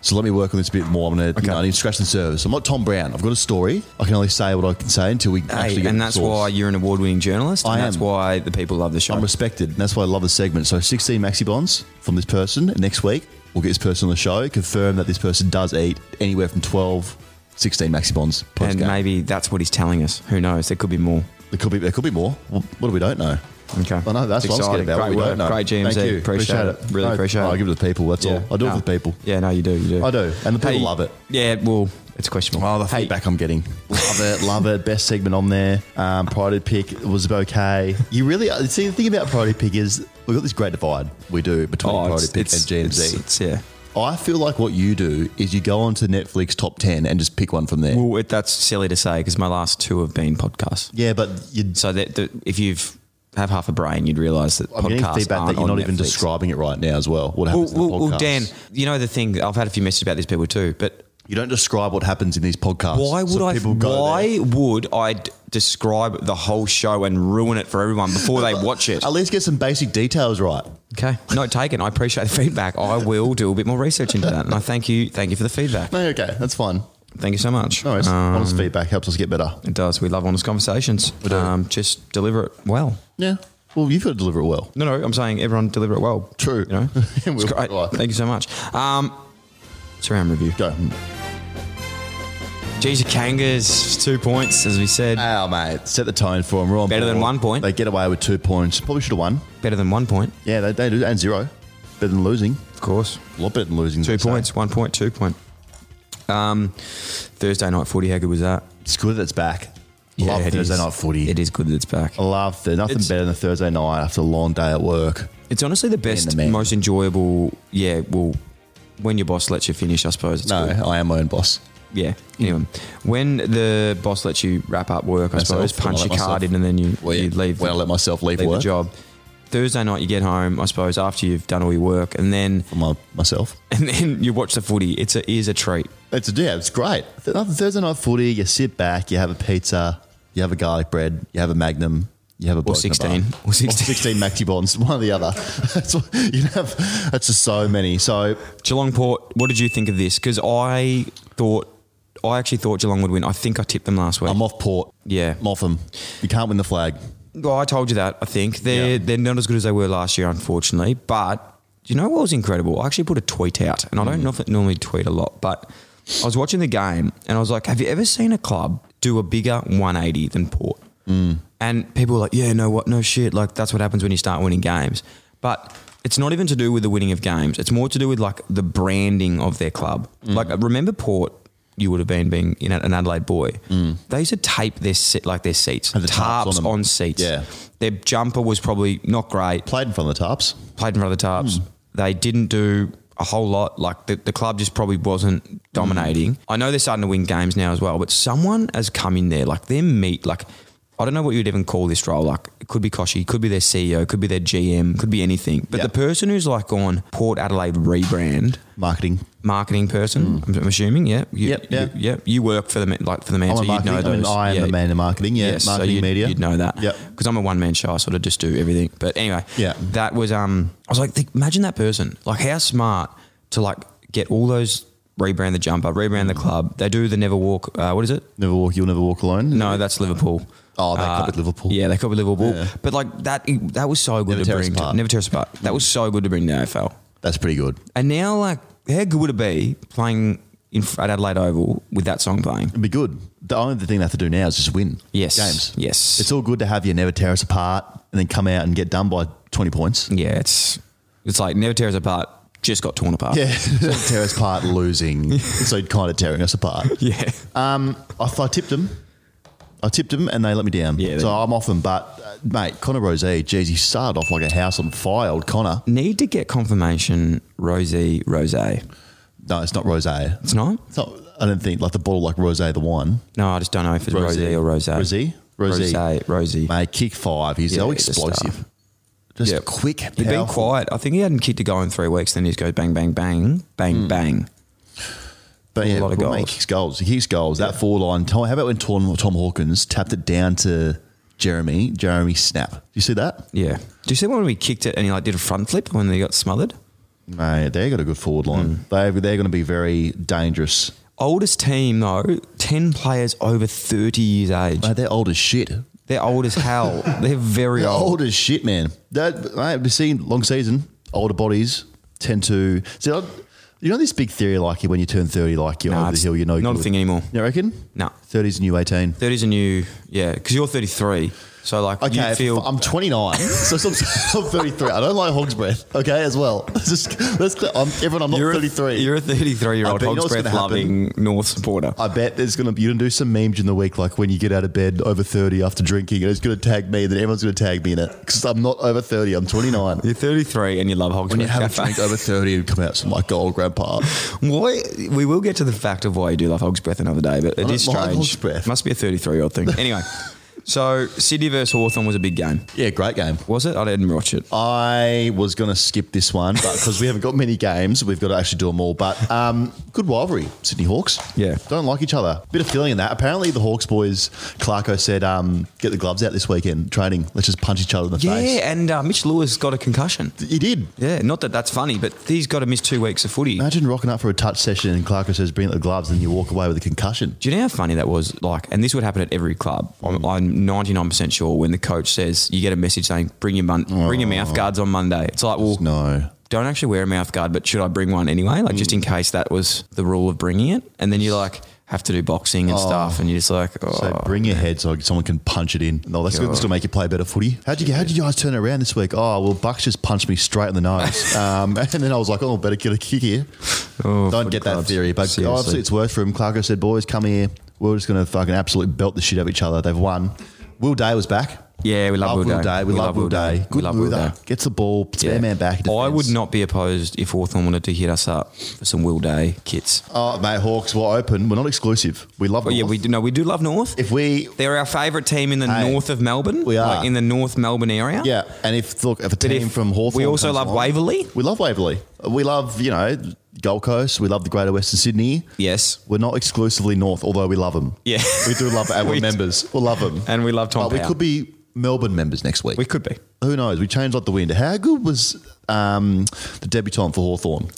Speaker 1: So let me work on this a bit more. I'm gonna,
Speaker 2: Okay.
Speaker 1: you know, I need to scratch the surface. I'm not Tom Brown. I've got a story. I can only say what I can say until we actually
Speaker 2: Hey,
Speaker 1: get
Speaker 2: and
Speaker 1: the
Speaker 2: that's
Speaker 1: source.
Speaker 2: why you're an award-winning journalist.
Speaker 1: I
Speaker 2: and That's
Speaker 1: am.
Speaker 2: why the people love the show.
Speaker 1: I'm respected. And that's why I love the segment. So 16 maxi bonds from this person. And next week, we'll get this person on the show, confirm that this person does eat anywhere from 12, 16 maxi bonds.
Speaker 2: and
Speaker 1: post-game.
Speaker 2: maybe that's what he's telling us. Who knows? There could be more.
Speaker 1: There could be there could be more. Well, what do we don't know?
Speaker 2: Okay.
Speaker 1: I know that's
Speaker 2: It's
Speaker 1: what I'm scared
Speaker 2: exciting.
Speaker 1: about. what
Speaker 2: Great
Speaker 1: we
Speaker 2: work.
Speaker 1: don't know.
Speaker 2: Great GMZ.
Speaker 1: Thank you.
Speaker 2: Appreciate it. Really
Speaker 1: No,
Speaker 2: appreciate
Speaker 1: I
Speaker 2: it.
Speaker 1: give it to the people. That's
Speaker 2: Yeah.
Speaker 1: all. I do it
Speaker 2: No.
Speaker 1: for the people.
Speaker 2: Yeah, no, you do. You do.
Speaker 1: I do, and the people love it.
Speaker 2: Yeah, well, it's questionable.
Speaker 1: Oh, the
Speaker 2: Hey,
Speaker 1: feedback I'm getting. Love it, love it. Best segment on there. Um, priority pick was okay. You really see the thing about priority pick is we've got this great divide we do between
Speaker 2: Oh,
Speaker 1: priority
Speaker 2: it's,
Speaker 1: pick
Speaker 2: it's,
Speaker 1: and
Speaker 2: it's-
Speaker 1: GMZ.
Speaker 2: it's- yeah.
Speaker 1: I feel like what you do is you go onto Netflix top ten and just pick one from there.
Speaker 2: Well, it, that's silly to say because my last two have been podcasts.
Speaker 1: yeah, but you.
Speaker 2: So that, that if you've have half a brain, you'd realise that
Speaker 1: I'm getting
Speaker 2: podcasts
Speaker 1: feedback that
Speaker 2: aren't
Speaker 1: you're
Speaker 2: on
Speaker 1: not even
Speaker 2: Netflix.
Speaker 1: describing it right now as well. What
Speaker 2: Well,
Speaker 1: happens in the
Speaker 2: well, well,
Speaker 1: podcast.
Speaker 2: Dan, you know the thing. I've had a few messages about these people too, but
Speaker 1: You don't describe what happens in these podcasts.
Speaker 2: why would
Speaker 1: so
Speaker 2: I?
Speaker 1: People go there.
Speaker 2: Why would I d- describe the whole show and ruin it for everyone before they watch it?
Speaker 1: At least get some basic details right.
Speaker 2: Okay, note taken. I appreciate the feedback. I will do a bit more research into that, and I thank you. Thank you for the feedback.
Speaker 1: No, okay, that's fine.
Speaker 2: Thank you so much.
Speaker 1: No worries.
Speaker 2: Um,
Speaker 1: Honest feedback helps us get better.
Speaker 2: It does. We love honest conversations.
Speaker 1: do.
Speaker 2: Um, just deliver it well.
Speaker 1: Yeah. Well, you've got to deliver it well.
Speaker 2: No, no, I'm saying everyone deliver it well.
Speaker 1: True.
Speaker 2: You know, It's
Speaker 1: We'll
Speaker 2: great.
Speaker 1: try.
Speaker 2: Thank you so much. Um, surround review.
Speaker 1: Go.
Speaker 2: Jeez, Kangas, two points, as we said.
Speaker 1: Ow, mate. Set the tone for them. We're on
Speaker 2: Better
Speaker 1: board.
Speaker 2: than one point.
Speaker 1: They get away with two points. Probably should have won.
Speaker 2: Better than one point,
Speaker 1: Yeah, they, they do. And zero. Better than losing.
Speaker 2: of course.
Speaker 1: A lot better than losing.
Speaker 2: Two
Speaker 1: I'd say.
Speaker 2: points, one point, two point. Um, Thursday night footy, how good was that?
Speaker 1: It's good that it's back. Love
Speaker 2: it
Speaker 1: Thursday
Speaker 2: is.
Speaker 1: night footy. Oh,
Speaker 2: It is good that it's back.
Speaker 1: I love that. Nothing
Speaker 2: It's-
Speaker 1: better than a Thursday night after a long day at work.
Speaker 2: It's honestly the best,
Speaker 1: the man.
Speaker 2: most enjoyable. Yeah, well, when your boss lets you finish, I suppose. It's
Speaker 1: No,
Speaker 2: good.
Speaker 1: I am my own boss.
Speaker 2: Yeah. Anyway, when the boss lets you wrap up work, I
Speaker 1: Myself,
Speaker 2: suppose, punch
Speaker 1: when I
Speaker 2: your
Speaker 1: let
Speaker 2: card
Speaker 1: myself-
Speaker 2: in and then you,
Speaker 1: Well, yeah,
Speaker 2: you leave.
Speaker 1: when I let myself leave
Speaker 2: the
Speaker 1: work.
Speaker 2: job. Thursday night, you get home, I suppose, after you've done all your work, and then
Speaker 1: My, myself.
Speaker 2: and then you watch the footy. It's a is a treat.
Speaker 1: It's yeah, it's great. Th- another Thursday night footy, you sit back, you have a pizza, you have a garlic bread, you have a magnum, you have a bloke in a
Speaker 2: 16.
Speaker 1: bar.
Speaker 2: Or 16.
Speaker 1: maxi bonds, one or the other. That's what, you have. That's just so many. So
Speaker 2: Geelong Port. What did you think of this? Because I thought. I actually thought Geelong would win. I think I tipped them last week.
Speaker 1: I'm off port.
Speaker 2: Yeah.
Speaker 1: I'm off them. You can't win the flag.
Speaker 2: Well, I told you that. I think they're
Speaker 1: Yeah.
Speaker 2: they're not as good as they were last year, unfortunately. But do you know what was incredible? I actually put a tweet out, and I don't nof- normally tweet a lot, but I was watching the game, and I was like, "Have you ever seen a club do a bigger 180 than Port?" Mm. And people were like, "Yeah, no, what, no shit. Like that's what happens when you start winning games." But it's not even to do with the winning of games. It's more to do with like the branding of their club. Like remember Port. You would have been being you know, an Adelaide boy. They used to tape their sit like their seats,
Speaker 1: Had the tarps
Speaker 2: tarps
Speaker 1: on
Speaker 2: on,
Speaker 1: them.
Speaker 2: seats.
Speaker 1: Yeah.
Speaker 2: Their jumper was probably not great.
Speaker 1: Played in front of the tops.
Speaker 2: Played in front of the tarps.
Speaker 1: Hmm.
Speaker 2: They didn't do a whole lot. Like the, the club just probably wasn't
Speaker 1: Hmm.
Speaker 2: dominating. I know they're starting to win games now as well, but someone has come in there. Like their meat, like I don't know what you'd even call this role. Like, it could be Koshy, could be their CEO, could be their GM, could be anything. But
Speaker 1: Yeah.
Speaker 2: the person who's like on Port Adelaide rebrand,
Speaker 1: Marketing.
Speaker 2: marketing person, I'm, I'm assuming, yeah, you,
Speaker 1: Hmm. Yep,
Speaker 2: you,
Speaker 1: yeah.
Speaker 2: yeah, you work for the ma- like for the man,
Speaker 1: I'm
Speaker 2: so
Speaker 1: a
Speaker 2: you'd
Speaker 1: marketing.
Speaker 2: know
Speaker 1: I mean,
Speaker 2: those.
Speaker 1: I am
Speaker 2: yeah.
Speaker 1: the man in marketing. Yeah,
Speaker 2: Yes, so
Speaker 1: marketing
Speaker 2: you'd-
Speaker 1: media.
Speaker 2: You'd know that.
Speaker 1: Yep.
Speaker 2: Because I'm a one man show. I sort of just do everything. But anyway,
Speaker 1: Yeah.
Speaker 2: that was um. I was like, think- imagine that person. Like how smart to like get all those rebrand the jumper, rebrand the club. They do the never walk. Uh, what is it?
Speaker 1: Never walk. You'll never walk alone.
Speaker 2: No, that's Liverpool. Uh,
Speaker 1: Oh, they copied Liverpool.
Speaker 2: Yeah, they copied Liverpool.
Speaker 1: Yeah.
Speaker 2: But like that, that was so good
Speaker 1: Never
Speaker 2: to
Speaker 1: tear us
Speaker 2: bring. To,
Speaker 1: apart.
Speaker 2: never tear us apart. That was so good to bring to AFL.
Speaker 1: that's pretty good.
Speaker 2: And now, like, how good would it be playing in at Adelaide Oval with that song playing?
Speaker 1: It'd be good. The only thing they have to do now is just win.
Speaker 2: Yes.
Speaker 1: Games.
Speaker 2: Yes.
Speaker 1: It's all good to have you never tear us apart and then come out and get done by 20 points.
Speaker 2: Yeah, it's it's like never tear us apart. Just got torn apart.
Speaker 1: Yeah. tear us apart losing. so kind of tearing us apart.
Speaker 2: Yeah.
Speaker 1: Um, I, I tipped them. I tipped them and they let me down.
Speaker 2: Yeah, they-
Speaker 1: so I'm off them. But, uh, mate, Connor Rose, geez, he started off like a house on fire, old Connor.
Speaker 2: Need to get confirmation, Rosie Rose. It's
Speaker 1: No, it's not Rose. It's
Speaker 2: not?
Speaker 1: not, I don't think, like the bottle like Rose, the wine.
Speaker 2: No, I just don't know if it's Rosie,
Speaker 1: Rosie.
Speaker 2: or Rose.
Speaker 1: Rosie? Rosie.
Speaker 2: Rose. Rosie.
Speaker 1: Mate, kick five. He's
Speaker 2: Yeah,
Speaker 1: so
Speaker 2: he's a star.
Speaker 1: explosive. Just quick,
Speaker 2: He'd been
Speaker 1: powerful.
Speaker 2: quiet. I think he hadn't kicked a goal in three weeks. Then he just goes bang, bang, bang, bang,
Speaker 1: Hmm.
Speaker 2: bang.
Speaker 1: But
Speaker 2: A
Speaker 1: yeah,
Speaker 2: lot of
Speaker 1: well, mate,
Speaker 2: goals.
Speaker 1: He kicks goals. He kicks goals. That four line. Tom, how about when Tom, Tom Hawkins tapped it down to Jeremy? Jeremy snap. Do you see that?
Speaker 2: Yeah. Do you see when we kicked it and he like did a front flip when they got smothered?
Speaker 1: Mate, they got a good forward line.
Speaker 2: Mm.
Speaker 1: They they're going to be very dangerous.
Speaker 2: Oldest team though, ten players over thirty years age.
Speaker 1: Mate, they're old as shit.
Speaker 2: They're old as hell. They're very
Speaker 1: They're
Speaker 2: old.
Speaker 1: old as shit, man. That I have seen long season. Older bodies tend to see. I, you know this big theory, like when you turn thirty, like you're
Speaker 2: Nah,
Speaker 1: over the
Speaker 2: it's
Speaker 1: hill, you're no
Speaker 2: not a
Speaker 1: good.
Speaker 2: thing anymore.
Speaker 1: You reckon?
Speaker 2: No.
Speaker 1: Thirties and you eighteen.
Speaker 2: Thirties and you, yeah, because you're thirty three. So like
Speaker 1: Okay,
Speaker 2: you
Speaker 1: if
Speaker 2: feel
Speaker 1: I'm 29, so some- I'm 33. I don't like hog's breath. Okay, as well. It's Just let's. clear- I'm, everyone, I'm not
Speaker 2: You're
Speaker 1: 33.
Speaker 2: A, you're a 33 year
Speaker 1: I
Speaker 2: old
Speaker 1: bet you know
Speaker 2: hogs
Speaker 1: what's
Speaker 2: breath
Speaker 1: gonna happen.
Speaker 2: loving North supporter.
Speaker 1: I bet there's gonna be you're gonna do some memes in the week, like when you get out of bed over 30 after drinking, and it's gonna tag me, and then everyone's gonna tag me in it because I'm not over 30. I'm 29.
Speaker 2: You're 33 and you love hogs
Speaker 1: When you
Speaker 2: breath.
Speaker 1: have a
Speaker 2: Cafe.
Speaker 1: drink over 30 and come out, so like, old grandpa.
Speaker 2: Why? We will get to the fact of why you do love hogs breath another day, but it
Speaker 1: don't
Speaker 2: is
Speaker 1: mind
Speaker 2: strange.
Speaker 1: Hogs Breath.
Speaker 2: Must be a 33 year old thing. anyway, so Sydney versus Hawthorn was a big game.
Speaker 1: Yeah, great game.
Speaker 2: Was it? I didn't watch it.
Speaker 1: I was going to skip this one, but because we haven't got many games, we've got to actually do them all. But um, good rivalry, Sydney Hawks.
Speaker 2: Yeah.
Speaker 1: don't like each other. Bit of feeling in that. Apparently, the Hawks boys, Clarko said, um, "Get the gloves out this weekend training. Let's just punch each other in the
Speaker 2: Yeah,
Speaker 1: face."
Speaker 2: and uh, Mitch Lewis got a concussion.
Speaker 1: He did.
Speaker 2: Yeah, not that that's funny, but he's got to miss two weeks of footy.
Speaker 1: Imagine rocking up for a touch session and Clarko says, "Bring out the gloves," and you walk away with a concussion.
Speaker 2: Do you know how funny that was? Like, and this would happen at every club. I'm, I'm 99% sure when the coach says you get a message saying bring your mon- bring your
Speaker 1: Oh.
Speaker 2: mouth guards on Monday. It's like, well,
Speaker 1: No.
Speaker 2: don't actually wear a mouth guard, but should I bring one anyway? Like, just in
Speaker 1: Mm.
Speaker 2: case that was the rule of bringing it. And then you like have to do boxing and stuff, and you're just like, oh,
Speaker 1: So bring your head so someone can punch it in. No, that's going to make you play better footy. How'd you, how'd you guys turn it around this week? Oh, well, Bucks just punched me straight in the nose. um, and then I was like, oh, better get a kick here.
Speaker 2: Oh,
Speaker 1: Don't
Speaker 2: footy
Speaker 1: get that
Speaker 2: clubs.
Speaker 1: theory, but
Speaker 2: Seriously.
Speaker 1: obviously it's worth for him. Clarko said, boys, come here. We're just going to fucking absolutely belt the shit out of each other. They've won. Will Day was back.
Speaker 2: Yeah, we love Will Day.
Speaker 1: We, love Will Day.
Speaker 2: We
Speaker 1: Good
Speaker 2: love Will
Speaker 1: mover.
Speaker 2: Day.
Speaker 1: Gets the ball, puts their man back.
Speaker 2: I
Speaker 1: defends.
Speaker 2: would not be opposed if Hawthorn wanted to hit us up for some Will Day kits.
Speaker 1: Oh, mate, Hawks, we're open. We're not exclusive. We love
Speaker 2: But Oh, yeah,
Speaker 1: North.
Speaker 2: we do, no, we do love North.
Speaker 1: If we,
Speaker 2: They're our favourite team in the
Speaker 1: Hey,
Speaker 2: north of Melbourne.
Speaker 1: we are.
Speaker 2: like in the North Melbourne area.
Speaker 1: yeah, and if, look, if a
Speaker 2: But
Speaker 1: team
Speaker 2: if-
Speaker 1: from Hawthorn.
Speaker 2: We also
Speaker 1: comes
Speaker 2: love
Speaker 1: along-
Speaker 2: Waverley.
Speaker 1: We love Waverley. We love, you know, Gold Coast. We love the Greater Western Sydney.
Speaker 2: Yes.
Speaker 1: We're not exclusively North, although we love them.
Speaker 2: Yeah.
Speaker 1: We do love our
Speaker 2: We-
Speaker 1: members. We love them.
Speaker 2: And we love Tom
Speaker 1: But we
Speaker 2: Power.
Speaker 1: could be Melbourne members next week.
Speaker 2: We could be.
Speaker 1: Who knows? We changed like the wind. How good was um, the debutant for Hawthorn?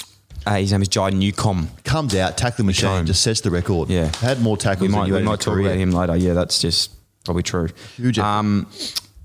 Speaker 2: Uh, his name is Jai Newcomb.
Speaker 1: Comes out, tackling machine,
Speaker 2: Cone.
Speaker 1: just sets the record.
Speaker 2: Yeah.
Speaker 1: Had more
Speaker 2: We
Speaker 1: tackles
Speaker 2: might,
Speaker 1: than you
Speaker 2: we
Speaker 1: had in
Speaker 2: might
Speaker 1: your
Speaker 2: talk
Speaker 1: career.
Speaker 2: about him later. Yeah, that's just probably true.
Speaker 1: Huge effort.
Speaker 2: Um,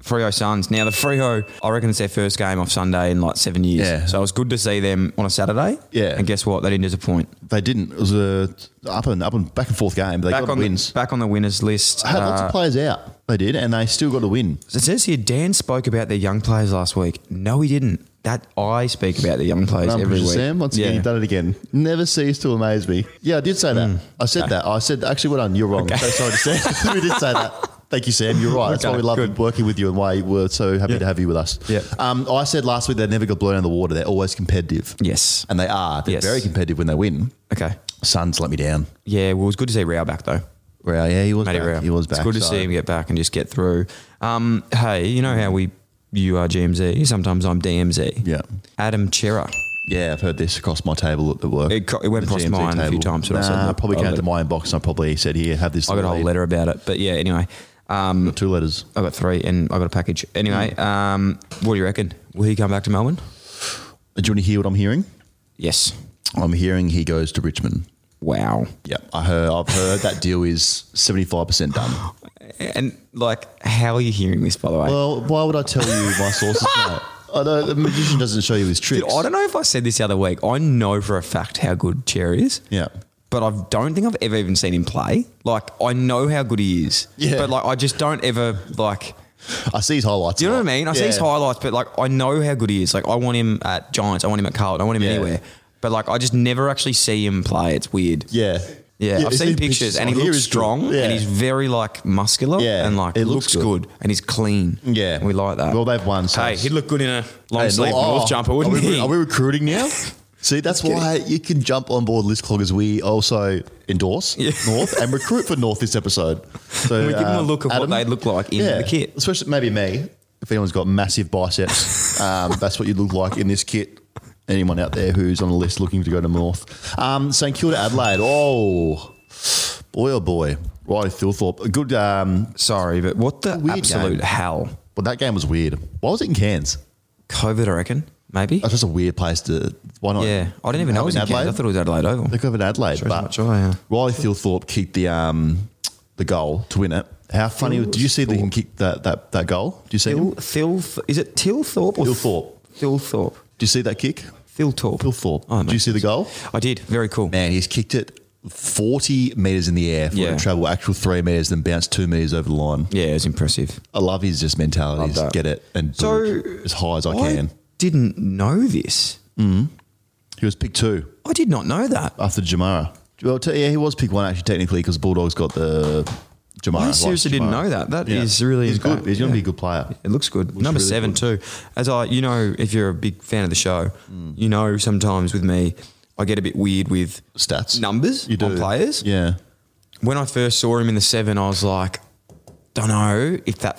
Speaker 2: Frio Suns. Now, the Frio, I reckon it's their first game off Sunday in like seven years.
Speaker 1: Yeah.
Speaker 2: So it was good to see them on a Saturday.
Speaker 1: Yeah.
Speaker 2: And guess what? They didn't disappoint.
Speaker 1: They didn't. It was a up and up and back and forth game. They
Speaker 2: Back
Speaker 1: got
Speaker 2: on,
Speaker 1: wins.
Speaker 2: The, back on the winners list.
Speaker 1: had lots
Speaker 2: uh,
Speaker 1: of players out. They did, and they still got a win.
Speaker 2: it says here Dan spoke about their young players last week. No, he didn't. That I speak about the young players
Speaker 1: Um,
Speaker 2: every
Speaker 1: Producer
Speaker 2: week.
Speaker 1: Sam, once again,
Speaker 2: Yeah.
Speaker 1: you've done it again. Never cease to amaze me. Yeah, I did say that.
Speaker 2: Mm.
Speaker 1: I said that. I said, actually, well done. You're wrong. So sorry to say. we did say that. Thank you, Sam. You're right. That's why
Speaker 2: Okay,
Speaker 1: we love
Speaker 2: good.
Speaker 1: working with you and why we're so happy to have you with us.
Speaker 2: Yeah.
Speaker 1: Um, I said last week they never got blown out of the water. They're always competitive.
Speaker 2: Yes.
Speaker 1: And they are. They're
Speaker 2: Yes.
Speaker 1: very competitive when they win.
Speaker 2: Okay.
Speaker 1: Suns let me down.
Speaker 2: Yeah, well, it was good to see Rao back though.
Speaker 1: Rao, yeah, he was
Speaker 2: Matty
Speaker 1: back.
Speaker 2: Rao.
Speaker 1: He was
Speaker 2: It's
Speaker 1: back.
Speaker 2: good to
Speaker 1: so-
Speaker 2: see him get back and just get through. Um, hey, you know how we you are GMZ. Sometimes I'm DMZ.
Speaker 1: Yeah.
Speaker 2: Adam Chera.
Speaker 1: Yeah, I've heard this across my table at the work.
Speaker 2: It co- it went
Speaker 1: The
Speaker 2: across
Speaker 1: GMT
Speaker 2: mine a few
Speaker 1: table.
Speaker 2: times, but I
Speaker 1: Nah,
Speaker 2: said,
Speaker 1: I
Speaker 2: look,
Speaker 1: probably
Speaker 2: I'll
Speaker 1: came to
Speaker 2: let-
Speaker 1: my inbox and I probably said, here, have this.
Speaker 2: I got a whole
Speaker 1: lead.
Speaker 2: letter about it. But yeah, anyway, um,
Speaker 1: Two letters.
Speaker 2: I got three and I got a package. Anyway,
Speaker 1: Mm.
Speaker 2: um, what do you reckon? Will he come back to Melbourne?
Speaker 1: Do you want to hear what I'm hearing?
Speaker 2: Yes.
Speaker 1: I'm hearing he goes to Richmond.
Speaker 2: Wow.
Speaker 1: Yeah, I heard, I've heard that deal is 75% done.
Speaker 2: And like, how are you hearing this? By the way,
Speaker 1: Well, why would I tell you my sources? mate? I know the magician doesn't show you his tricks.
Speaker 2: Dude, I don't know if I said this the other week. I know for a fact how good Cherry is.
Speaker 1: Yeah.
Speaker 2: But I don't think I've ever even seen him play. Like I know how good he is.
Speaker 1: Yeah.
Speaker 2: But like I just don't ever like.
Speaker 1: I see his highlights.
Speaker 2: Do you
Speaker 1: a
Speaker 2: know what I
Speaker 1: lot.
Speaker 2: mean? I
Speaker 1: Yeah.
Speaker 2: see his highlights, but like I know how good he is. Like I want him at Giants. I want him at Carlton. I want him
Speaker 1: Yeah.
Speaker 2: anywhere. But like I just never actually see him play. It's weird.
Speaker 1: Yeah.
Speaker 2: Yeah, I've
Speaker 1: it's
Speaker 2: seen
Speaker 1: in
Speaker 2: pictures, and he
Speaker 1: I hear
Speaker 2: looks
Speaker 1: he's good.
Speaker 2: strong
Speaker 1: Yeah.
Speaker 2: and he's very like muscular
Speaker 1: Yeah,
Speaker 2: and like
Speaker 1: it looks
Speaker 2: looks, good.
Speaker 1: good.
Speaker 2: and he's clean.
Speaker 1: Yeah.
Speaker 2: we like that.
Speaker 1: Well, they've won, so
Speaker 2: Hey,
Speaker 1: it's-
Speaker 2: he'd look good in a long
Speaker 1: Hey,
Speaker 2: sleeve
Speaker 1: no- oh,
Speaker 2: North jumper, wouldn't
Speaker 1: are we,
Speaker 2: he?
Speaker 1: Are we recruiting now? See, that's why you can jump on board List Cloggers. We also endorse North and recruit for North this episode. So um,
Speaker 2: We give them a look of what
Speaker 1: Adam-
Speaker 2: they'd look like in the kit.
Speaker 1: Especially maybe me. If anyone's got massive biceps, um, that's what you look like in this kit. Anyone out there who's on the list looking to go to North. Um, St Kilda Adelaide. Oh, boy, oh boy. Right, Thilthorpe. A good. Um,
Speaker 2: Sorry, but what the
Speaker 1: Weird
Speaker 2: absolute
Speaker 1: game.
Speaker 2: hell?
Speaker 1: but that game was weird. Why was it in Cairns?
Speaker 2: COVID, I reckon. Maybe.
Speaker 1: That's just a weird place to. Why not?
Speaker 2: Yeah, I didn't even know it was in
Speaker 1: Have it
Speaker 2: Cairns. I thought it was Adelaide Oval.
Speaker 1: They could have an Adelaide,
Speaker 2: Shows
Speaker 1: but
Speaker 2: my joy, yeah.
Speaker 1: Riley Thilthorpe kicked the um the goal to win it. How funny! Did you see that him kick that that, that goal? Did you see
Speaker 2: Phil,
Speaker 1: him?
Speaker 2: Phil, is it Tilthorpe or
Speaker 1: Thilthorpe?
Speaker 2: Philthorpe?
Speaker 1: Did you see that kick?
Speaker 2: Philthorpe.
Speaker 1: Thilthorpe.
Speaker 2: Oh,
Speaker 1: Did you see the goal?
Speaker 2: I did. Very cool.
Speaker 1: Man, he's kicked it forty meters in the air for
Speaker 2: Yeah.
Speaker 1: it to travel actual three meters, then bounce two meters over the line.
Speaker 2: Yeah, it was impressive.
Speaker 1: I love his just mentality.
Speaker 2: Love that.
Speaker 1: Just get it and do
Speaker 2: So-
Speaker 1: it as high as I, can.
Speaker 2: didn't know this.
Speaker 1: He was pick two
Speaker 2: I did not know that.
Speaker 1: after Jamara. Well, t- yeah, he was pick one actually technically because Bulldogs got the Jamara.
Speaker 2: I seriously
Speaker 1: Lawrence
Speaker 2: didn't
Speaker 1: Jamara.
Speaker 2: know that. That is
Speaker 1: Yeah.
Speaker 2: really
Speaker 1: he's good. He's going to be
Speaker 2: yeah.
Speaker 1: a good player.
Speaker 2: It looks good.
Speaker 1: Looks
Speaker 2: Number
Speaker 1: really
Speaker 2: seven too. As I, you know, if you're a big fan of the show,
Speaker 1: Mm.
Speaker 2: you know sometimes with me, I get a bit weird with
Speaker 1: Stats.
Speaker 2: numbers
Speaker 1: You do.
Speaker 2: on players.
Speaker 1: Yeah.
Speaker 2: When I first saw him in the seven, I was like, don't know if that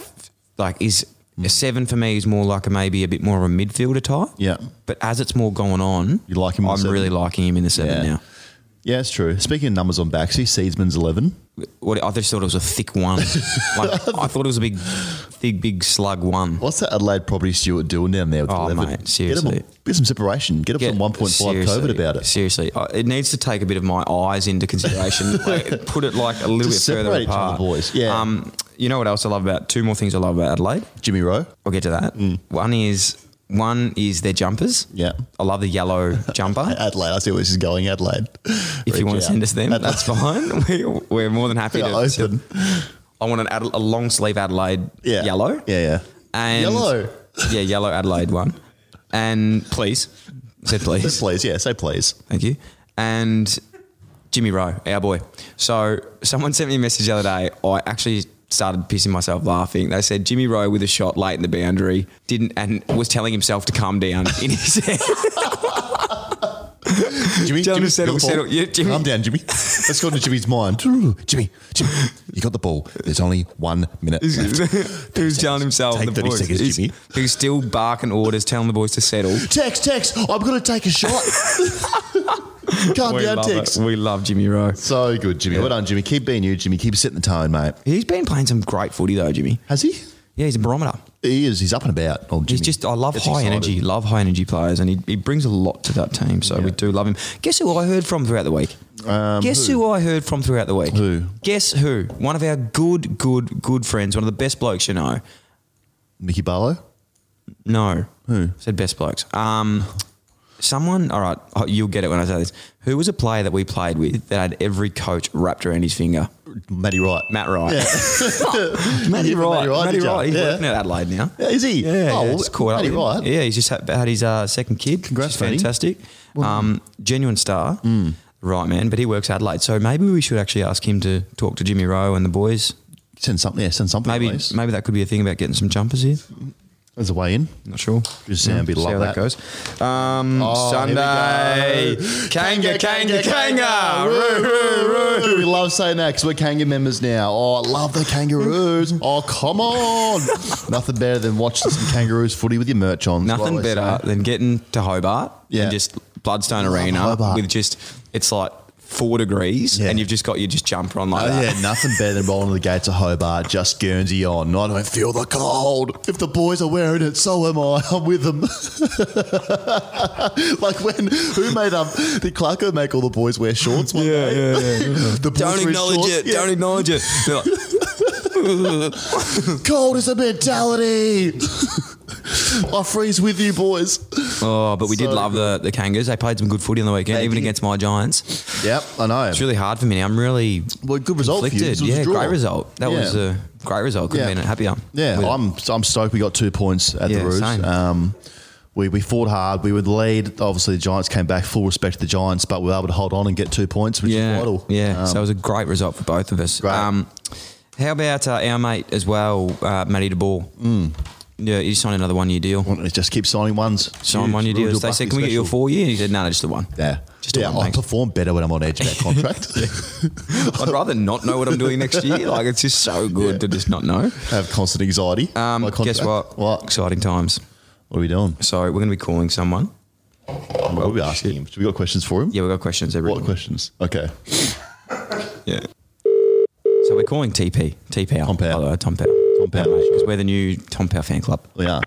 Speaker 2: like is a seven for me is more like a maybe a bit more of a midfielder type.
Speaker 1: Yeah.
Speaker 2: But as it's more going on,
Speaker 1: You like him in the
Speaker 2: I'm
Speaker 1: seven?
Speaker 2: really liking him in the seven
Speaker 1: Yeah.
Speaker 2: now.
Speaker 1: Yeah, it's true. Speaking of numbers on Baxi, Seedsman's 11.
Speaker 2: What I just thought it was a thick one. like, I thought it was a big, big, big slug one.
Speaker 1: What's that Adelaide property Stewart doing down there with
Speaker 2: Oh,
Speaker 1: 11?
Speaker 2: mate,
Speaker 1: Get,
Speaker 2: seriously.
Speaker 1: him, get some separation. Get up
Speaker 2: Get-
Speaker 1: some 1.5
Speaker 2: seriously,
Speaker 1: COVID about it.
Speaker 2: Seriously, I- it needs to take a bit of my eyes into consideration. like, put it like a little
Speaker 1: Just
Speaker 2: bit further
Speaker 1: separate each other,
Speaker 2: apart,
Speaker 1: boys. Yeah.
Speaker 2: Um, you know what else I love about? Two more things I love about Adelaide.
Speaker 1: Jimmy Rowe.
Speaker 2: I'll get to that. One is one is their jumpers.
Speaker 1: Mm. Yeah.
Speaker 2: I love the yellow jumper.
Speaker 1: Adelaide. I see where this is going, Adelaide.
Speaker 2: if you want to send us them, that's fine. We, we're more than happy
Speaker 1: Yeah,
Speaker 2: to.
Speaker 1: open.
Speaker 2: I want an Adela- a long sleeve Adelaide
Speaker 1: Yeah.
Speaker 2: yellow.
Speaker 1: Yeah, yeah.
Speaker 2: And
Speaker 1: Yellow.
Speaker 2: Yeah, yellow Adelaide one. And please, say
Speaker 1: Just
Speaker 2: please.
Speaker 1: please. Yeah, say please.
Speaker 2: Thank you. And Jimmy Rowe, our boy. So someone sent me a message the other day. I actually started pissing myself laughing. They said Jimmy Rowe with a shot late in the boundary didn't and was telling himself to calm down in his head.
Speaker 1: Jimmy,
Speaker 2: Tell
Speaker 1: Jimmy,
Speaker 2: him to settle,
Speaker 1: you got the
Speaker 2: settle.
Speaker 1: ball.
Speaker 2: Yeah, Jimmy.
Speaker 1: Calm down, Jimmy. Let's go into Jimmy's mind. Jimmy, Jimmy, you got the ball. There's only one minute left.
Speaker 2: he was telling himself
Speaker 1: Take
Speaker 2: the
Speaker 1: 30
Speaker 2: boys.
Speaker 1: seconds,
Speaker 2: he's,
Speaker 1: Jimmy.
Speaker 2: he's still barking orders, telling the boys to settle.
Speaker 1: Text, text. I'm going to take a shot. Calm
Speaker 2: We
Speaker 1: down,
Speaker 2: love, it.
Speaker 1: text.
Speaker 2: we love Jimmy Rowe.
Speaker 1: So good, Jimmy. Well done, Jimmy. Keep being you, Jimmy. Keep setting the tone, mate.
Speaker 2: He's been playing some great footy though, Jimmy.
Speaker 1: Has he?
Speaker 2: Yeah, he's a barometer.
Speaker 1: He is. He's up and about. Oh, Jimmy.
Speaker 2: He's just, I love
Speaker 1: Gets
Speaker 2: high
Speaker 1: excited.
Speaker 2: energy, love high energy players, and he, he brings a lot to that team. So we do love him. Guess who I heard from throughout the week?
Speaker 1: Um,
Speaker 2: Guess who? I heard from throughout the week?
Speaker 1: Who?
Speaker 2: Guess who? One of our good, good, good friends, one of the best blokes you know.
Speaker 1: Mickey Barlow.
Speaker 2: No. Who? Said best blokes. Um, someone, all right, oh, you'll get it when I say this. Who was a player that we played with that had every coach wrapped around his finger?
Speaker 1: Matty Wright.
Speaker 2: Matt Wright.
Speaker 1: Matty
Speaker 2: Right, Matty
Speaker 1: did ya?
Speaker 2: Wright. He's
Speaker 1: Yeah.
Speaker 2: working at Adelaide now.
Speaker 1: Yeah, is he?
Speaker 2: Yeah,
Speaker 1: Oh,
Speaker 2: yeah,
Speaker 1: well,
Speaker 2: just caught up
Speaker 1: Matty
Speaker 2: with him.
Speaker 1: Wright.
Speaker 2: Yeah, he's just had, had his uh, second kid.
Speaker 1: Congrats,
Speaker 2: which is
Speaker 1: Matty. Mm.
Speaker 2: fantastic. Um, genuine star, right man. But he works at Adelaide, so maybe we should actually ask him to talk to Jimmy Rowe and the boys.
Speaker 1: Send something. Yeah, send something.
Speaker 2: Maybe
Speaker 1: please.
Speaker 2: maybe that could be a thing about getting some jumpers here.
Speaker 1: As a way in,
Speaker 2: Not sure.
Speaker 1: Just sound a bit
Speaker 2: See
Speaker 1: like
Speaker 2: how that,
Speaker 1: that.
Speaker 2: goes. Um,
Speaker 1: Oh,
Speaker 2: Sunday.
Speaker 1: here we go.
Speaker 2: Kanga, Kanga, Kanga.
Speaker 1: Roo,
Speaker 2: Roo, roo, roo.
Speaker 1: roo. We love saying that because we're Kanga members now. Oh, I love the kangaroos. oh, come on. Nothing better than watching some kangaroos footy with your merch on. That's what
Speaker 2: Nothing
Speaker 1: I say.
Speaker 2: better than getting to Hobart
Speaker 1: Yeah.
Speaker 2: and just Bloodstone
Speaker 1: Love
Speaker 2: Arena
Speaker 1: Hobart.
Speaker 2: with just, it's like four degrees
Speaker 1: Yeah.
Speaker 2: and you've just got your just jumper on like
Speaker 1: Oh,
Speaker 2: that.
Speaker 1: yeah, nothing better than rolling to the gates of Hobart, just Guernsey on. I don't feel the cold. If the boys are wearing it, so am I. I'm with them. like when, who made up, did Clarko make all the boys wear shorts one
Speaker 2: Yeah,
Speaker 1: day?
Speaker 2: yeah, yeah.
Speaker 1: the boys
Speaker 2: Don't
Speaker 1: were in
Speaker 2: acknowledge
Speaker 1: shorts.
Speaker 2: it.
Speaker 1: Yeah.
Speaker 2: Don't acknowledge it. They're like,
Speaker 1: Cold is a mentality. I freeze with you, boys.
Speaker 2: oh, but we did
Speaker 1: So
Speaker 2: love the, the Kangas. They played some good footy on the weekend,
Speaker 1: They
Speaker 2: even
Speaker 1: did.
Speaker 2: against my Giants.
Speaker 1: Yep, I know.
Speaker 2: It's really hard for me. now. I'm really
Speaker 1: well, good result for you.
Speaker 2: conflicted.
Speaker 1: It was a
Speaker 2: Yeah,
Speaker 1: draw.
Speaker 2: great result. That
Speaker 1: Yeah.
Speaker 2: was a great result. Couldn't
Speaker 1: Yeah.
Speaker 2: have been happier.
Speaker 1: Yeah,
Speaker 2: with it.
Speaker 1: I'm I'm stoked. We got two points at
Speaker 2: Yeah,
Speaker 1: the Roos.
Speaker 2: same.
Speaker 1: Um, we we fought hard. We would lead. Obviously, the Giants came back. Full respect to the Giants, but we were able to hold on and get two points, which
Speaker 2: yeah,
Speaker 1: is vital.
Speaker 2: Yeah,
Speaker 1: Um,
Speaker 2: so it was a great result for both of us.
Speaker 1: Great.
Speaker 2: Um, how about uh, our mate as well, uh, Matty De Boer?
Speaker 1: Mm.
Speaker 2: Yeah, he signed another one-year deal.
Speaker 1: it Um, just keep signing ones.
Speaker 2: Signed one-year deal. They said, "Can we get you a four-year?" He said, "No, no, just the one."
Speaker 1: Yeah,
Speaker 2: Just a
Speaker 1: yeah.
Speaker 2: one,
Speaker 1: I
Speaker 2: thanks.
Speaker 1: perform better when I'm on edge of that contract.
Speaker 2: I'd rather not know what I'm doing next year. Like it's just so good to just not know.
Speaker 1: I have constant anxiety.
Speaker 2: Um,
Speaker 1: My contract.
Speaker 2: guess what?
Speaker 1: What?
Speaker 2: Exciting times.
Speaker 1: What are we doing?
Speaker 2: So we're going to be calling someone.
Speaker 1: What are we asking him? Do we got questions for him?
Speaker 2: Yeah, we've got questions every
Speaker 1: What questions? Okay.
Speaker 2: Yeah. So we're calling TP, T Power.
Speaker 1: Tom Power.
Speaker 2: by the way, Tom Power.
Speaker 1: Tom Power,
Speaker 2: Because
Speaker 1: sure.
Speaker 2: we're the new Tom Power fan club.
Speaker 1: We are.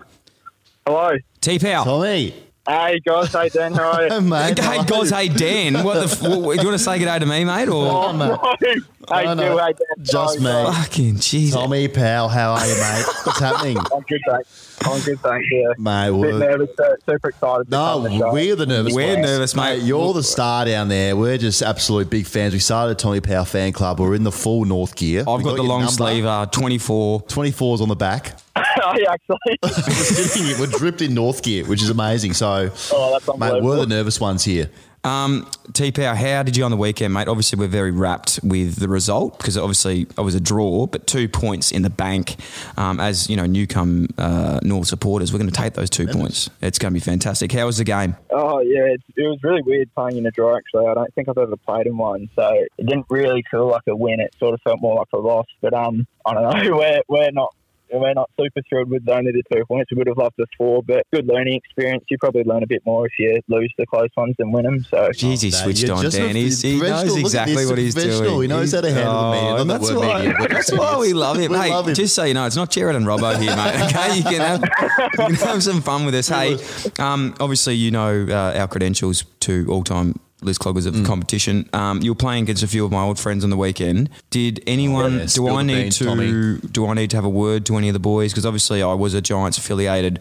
Speaker 6: Hello.
Speaker 2: T Power.
Speaker 1: Tommy.
Speaker 6: Hey guys, hey Dan, how are
Speaker 1: Hey,
Speaker 6: you?
Speaker 1: mate.
Speaker 2: Hey,
Speaker 1: Hello.
Speaker 2: guys, hey, Dan. What the? F- what, what- do you want to say good day to me, mate? Or
Speaker 1: mate.
Speaker 6: Oh, hey,
Speaker 1: I
Speaker 6: Gil,
Speaker 1: know.
Speaker 6: hey Dan.
Speaker 1: Just
Speaker 6: Sorry,
Speaker 1: me.
Speaker 6: guys.
Speaker 2: fucking jeez.
Speaker 1: Tommy, pal, how are you, mate? What's happening?
Speaker 6: I'm good, thanks. I'm good, thanks. Yeah.
Speaker 1: Mate,
Speaker 6: Bit
Speaker 1: we're-
Speaker 6: nervous, so, super excited. to come on the
Speaker 1: No,
Speaker 6: show.
Speaker 1: we're the nervous.
Speaker 2: We're
Speaker 1: ones.
Speaker 2: nervous, mate.
Speaker 1: You're the star down there. We're just absolute big fans. We started at Tommy Power Fan Club. We're in the full North gear.
Speaker 2: I've got, the long sleeve, uh, 24.
Speaker 1: 24s on the back.
Speaker 6: Hey, Oh, actually.
Speaker 1: We're sitting here- We're dripped in North gear, which is amazing. So,
Speaker 6: Oh, that's
Speaker 1: mate, we're the
Speaker 6: unbelievable.
Speaker 1: nervous ones here.
Speaker 2: Um, T Power, how did you on the weekend, mate? Obviously, we're very wrapped with the result because obviously it was a draw, but two points in the bank. Um, as you know, Newcomb uh, North supporters, we're going to take those two points. It's going to be fantastic. How was the game?
Speaker 6: Oh yeah, it, it was really weird playing in a draw. Actually, I don't think I've ever played in one, so it didn't really feel like a win. It sort of felt more like a loss. But um, I don't know. We're we're not. We're not super thrilled with only the two points. We would have loved us four, but good learning experience. You probably learn a bit more if you lose the close ones than win them. So
Speaker 2: Jeez, he
Speaker 1: Mate,
Speaker 2: switched
Speaker 1: you're
Speaker 2: on,
Speaker 1: Oh, just a
Speaker 2: Dan. He's, he
Speaker 1: professional.
Speaker 2: knows
Speaker 1: Look at
Speaker 2: exactly
Speaker 1: this
Speaker 2: what he's
Speaker 1: professional.
Speaker 2: doing. Oh,
Speaker 1: He knows how to handle the media, not that
Speaker 2: that's
Speaker 1: we're
Speaker 2: why,
Speaker 1: media, but
Speaker 2: That's
Speaker 1: that's
Speaker 2: why
Speaker 1: what
Speaker 2: we
Speaker 1: he is.
Speaker 2: love it,
Speaker 1: We
Speaker 2: mate.
Speaker 1: love him.
Speaker 2: Just so you know, it's not Jared and Robbo here, mate. Okay, you can have, you can have some fun with us. Hey, um, obviously, you know uh, our credentials to all-time Liz Cloggers
Speaker 1: Mm.
Speaker 2: of the competition. Um, you were playing against a few of my old friends on the weekend. Did anyone?
Speaker 1: Yeah,
Speaker 2: do
Speaker 1: spill
Speaker 2: I
Speaker 1: the
Speaker 2: need
Speaker 1: beans,
Speaker 2: to?
Speaker 1: Tommy.
Speaker 2: Do I need to have a word to any of the boys? Because obviously, I was a Giants affiliated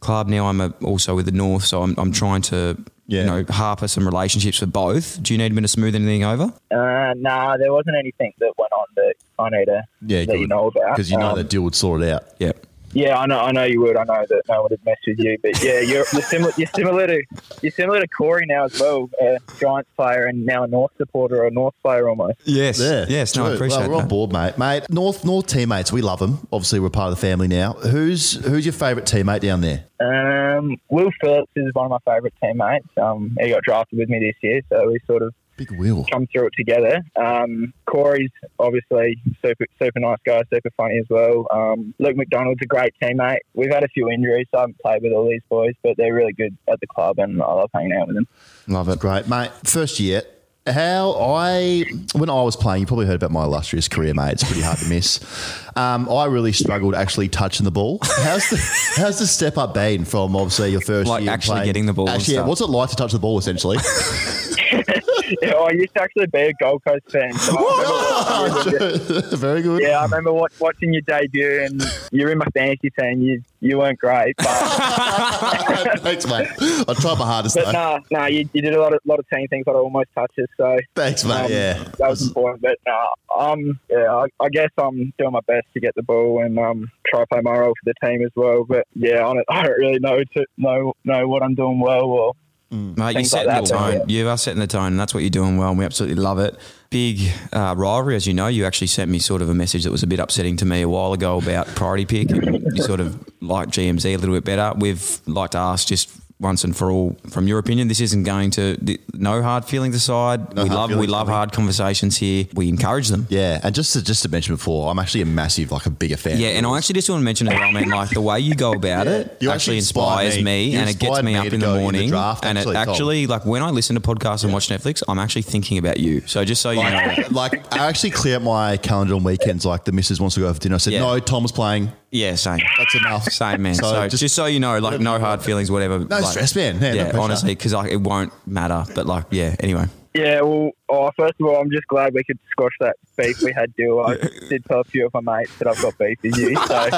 Speaker 2: club. Now I'm a, also with the North, so I'm, I'm trying to
Speaker 1: Yeah.
Speaker 2: you know harper some relationships for both. Do you need me to smooth anything over?
Speaker 6: Uh, nah, there wasn't anything that went on that I need to
Speaker 1: Yeah,
Speaker 6: that you know about
Speaker 1: Because you know
Speaker 6: Um,
Speaker 1: that deal would sort it out.
Speaker 2: Yeah.
Speaker 6: Yeah, I know, I know you would. I know that no one would mess with you, but yeah, you're, you're similar. You're similar to you're similar to Corey now as well, a Giants player and now a North supporter or a North player almost.
Speaker 2: Yes.
Speaker 1: Yeah,
Speaker 2: yes. No, I
Speaker 1: true.
Speaker 2: appreciate
Speaker 1: well, We're on
Speaker 2: that.
Speaker 1: board, mate. Mate, North North teammates, we love them. Obviously, we're part of the family now. Who's who's your favourite teammate down there?
Speaker 6: Um, Will Phillips is one of my favourite teammates. Um, he got drafted with me this year, so we sort of
Speaker 1: Big Will.
Speaker 6: come through it together. Um, Corey's obviously super super nice guy, super funny as well. Um, Luke McDonald's a great teammate. We've had a few injuries, so I haven't played with all these boys, but they're really good at the club, and I love hanging out with them.
Speaker 1: Love it. Great, mate. First year. How I when I was playing, you probably heard about my illustrious career, mate. It's pretty hard to miss. Um, I really struggled actually touching the ball. How's the how's the step up been from obviously your first
Speaker 2: Like
Speaker 1: year
Speaker 2: actually
Speaker 1: playing-
Speaker 2: getting the ball and
Speaker 1: Actually, yeah,
Speaker 2: stuff.
Speaker 1: what's it like to touch the ball essentially?
Speaker 6: Yeah, I used to actually be a Gold Coast fan. So I remember-
Speaker 1: Very good.
Speaker 6: Yeah, I remember wa- watching your debut, and you're in my fantasy team. You you weren't great, but,
Speaker 1: Thanks, mate. I tried my hardest.
Speaker 6: but
Speaker 1: Though.
Speaker 2: uh,
Speaker 6: no, no, you, you did a lot of lot of team things, a lot of almost touches. So
Speaker 1: Thanks, mate.
Speaker 6: um,
Speaker 1: yeah,
Speaker 6: that was important. But no, um, yeah, I, I guess I'm doing my best to get the ball and um try to play my role for the team as well. But yeah, I don't, I don't really know to know know what I'm doing well or
Speaker 2: Mate, you
Speaker 6: Things
Speaker 2: set the
Speaker 6: like that,
Speaker 2: tone.
Speaker 6: yeah.
Speaker 2: You are setting the tone, and that's what you're doing well, and we absolutely love it. Big uh, rivalry, as you know. You actually sent me sort of a message that was a bit upsetting to me a while ago about priority pick. you sort of like GMZ a little bit better. We've like to ask just once and for all, from your opinion, this isn't going to th- no hard feelings aside. we
Speaker 1: hard
Speaker 2: love we
Speaker 1: feelings,
Speaker 2: love
Speaker 1: I mean.
Speaker 2: hard conversations here. We encourage them.
Speaker 1: Yeah, and just to, just to mention before, I'm actually a massive, like a bigger fan.
Speaker 2: Yeah, and I actually just want to mention as well, man, like the way you go about it
Speaker 1: You
Speaker 2: actually,
Speaker 1: actually inspire me.
Speaker 2: inspires me,
Speaker 1: You
Speaker 2: and it gets
Speaker 1: inspired
Speaker 2: me,
Speaker 1: me
Speaker 2: up
Speaker 1: to
Speaker 2: in the
Speaker 1: go in the
Speaker 2: morning.
Speaker 1: draft,
Speaker 2: and
Speaker 1: actually,
Speaker 2: it
Speaker 1: Tom.
Speaker 2: actually, like when I listen to podcasts and watch Netflix, I'm actually thinking about you. So just so you know.
Speaker 1: Like, like, I actually clear up my calendar on weekends. Like the missus wants to go out for dinner. I said,
Speaker 2: Yeah.
Speaker 1: no, Tom's playing.
Speaker 2: Yeah, same.
Speaker 1: That's enough.
Speaker 2: Same, man. So, just, so you know, like no hard feelings, whatever. No
Speaker 1: stress, man. Yeah, no
Speaker 2: Yeah,
Speaker 1: pressure.
Speaker 2: honestly, because like, it won't matter. But like, yeah, anyway.
Speaker 6: Yeah, well, oh, first of all, I'm just glad we could squash that beef we had due. I did tell a few of my mates that I've got beef with you, so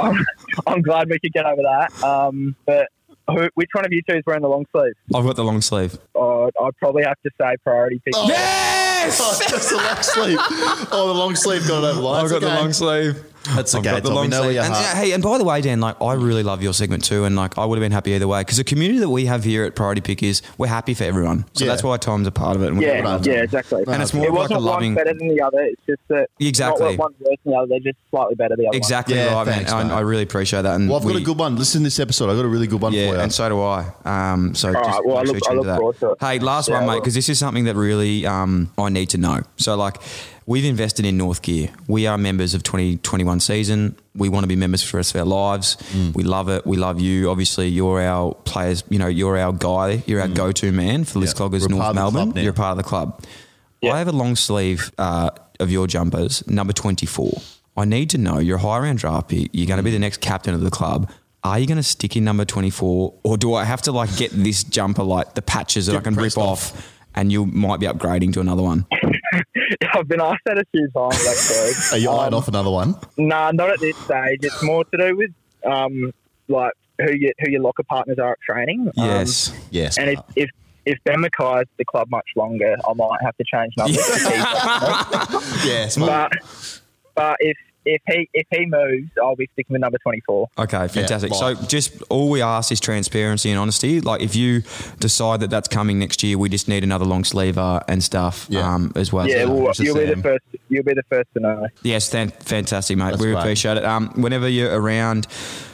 Speaker 6: I'm, I'm glad we could get over that. Um, but who, which one of you two is wearing the long sleeve?
Speaker 2: I've got the long sleeve.
Speaker 6: Oh, I'd probably have to say priority pick.
Speaker 2: Yes!
Speaker 1: Oh, just the long sleeve. Oh, the long sleeve got it over. the line.
Speaker 2: I've
Speaker 1: It's
Speaker 2: got the
Speaker 1: okay.
Speaker 2: long sleeve.
Speaker 1: That's okay, Tom. We know where your
Speaker 2: And,
Speaker 1: heart-
Speaker 2: uh, hey, and by the way, Dan, like I really love your segment too, and like I would have been happy either way because the community that we have here at Priority Pick is we're happy for everyone, so
Speaker 1: Yeah.
Speaker 2: that's why Tom's a part of it. And we-
Speaker 6: Yeah,
Speaker 1: Right.
Speaker 6: yeah, exactly.
Speaker 1: And
Speaker 2: it's more
Speaker 6: it
Speaker 2: of like
Speaker 6: wasn't
Speaker 2: a loving-
Speaker 6: one better than the other. It's just that
Speaker 2: Exactly.
Speaker 6: not one's worse than the other. They're just slightly better. The other
Speaker 2: exactly
Speaker 1: Yeah,
Speaker 2: right,
Speaker 1: thanks,
Speaker 2: man.
Speaker 1: mate.
Speaker 2: I, I really appreciate that. And
Speaker 1: Well, I've got
Speaker 2: we-
Speaker 1: a good one. Listen to this episode. I've got a really good one
Speaker 2: Yeah,
Speaker 1: for you.
Speaker 2: and so do I. Um, so just
Speaker 6: right, well, I
Speaker 2: make sure
Speaker 6: look-
Speaker 2: you
Speaker 6: I
Speaker 2: tune
Speaker 6: look
Speaker 2: to that.
Speaker 6: forward to it.
Speaker 2: Hey, last
Speaker 6: Yeah,
Speaker 2: one,
Speaker 6: I
Speaker 2: mate,
Speaker 6: will.
Speaker 2: because this is something that really um, I need to know. So, like, we've invested in North Gear. We are members of 2021 season. We want to be members for the rest of our lives.
Speaker 1: Mm.
Speaker 2: We love it. We love you. Obviously, you're our players. You know, you're our guy. You're our go-to man for List
Speaker 1: Mm. Yeah.
Speaker 2: Cloggers
Speaker 1: We're part
Speaker 2: North
Speaker 1: of the club
Speaker 2: Melbourne.
Speaker 1: now.
Speaker 2: You're a part of the club. I have a long sleeve uh, of your jumpers, number 24. I need to know you're a high round draft pick. You're going to be the next captain of the club. Are you going to stick in number 24 or do I have to like get this jumper, like the patches that I can rip
Speaker 1: pressed
Speaker 2: off, and you might be upgrading to another one?
Speaker 6: one. I've been asked that a few times, actually.
Speaker 1: Are you eyeing
Speaker 6: Um,
Speaker 1: off another one?
Speaker 6: Nah, not at this stage. It's more to do with um, like who you, who your locker partners are at training. Um,
Speaker 2: yes.
Speaker 1: Yes.
Speaker 6: and if if if Ben Mackay's the club much longer, I might have to change numbers.
Speaker 1: yes.
Speaker 6: but but if if he if he moves, I'll be sticking with number twenty four.
Speaker 2: Okay, fantastic. so
Speaker 1: right.
Speaker 2: just all we ask is transparency and honesty. Like if you decide that that's coming next year, we just need another long sleever and stuff
Speaker 1: Yeah.
Speaker 2: um, as well.
Speaker 6: Yeah,
Speaker 2: So-
Speaker 6: well,
Speaker 1: just
Speaker 6: you'll be the
Speaker 1: Sam.
Speaker 6: first. You'll be the first to know.
Speaker 2: Yes, fan- fantastic, mate.
Speaker 1: That's
Speaker 2: we
Speaker 1: great.
Speaker 2: appreciate it. Um, whenever you're around,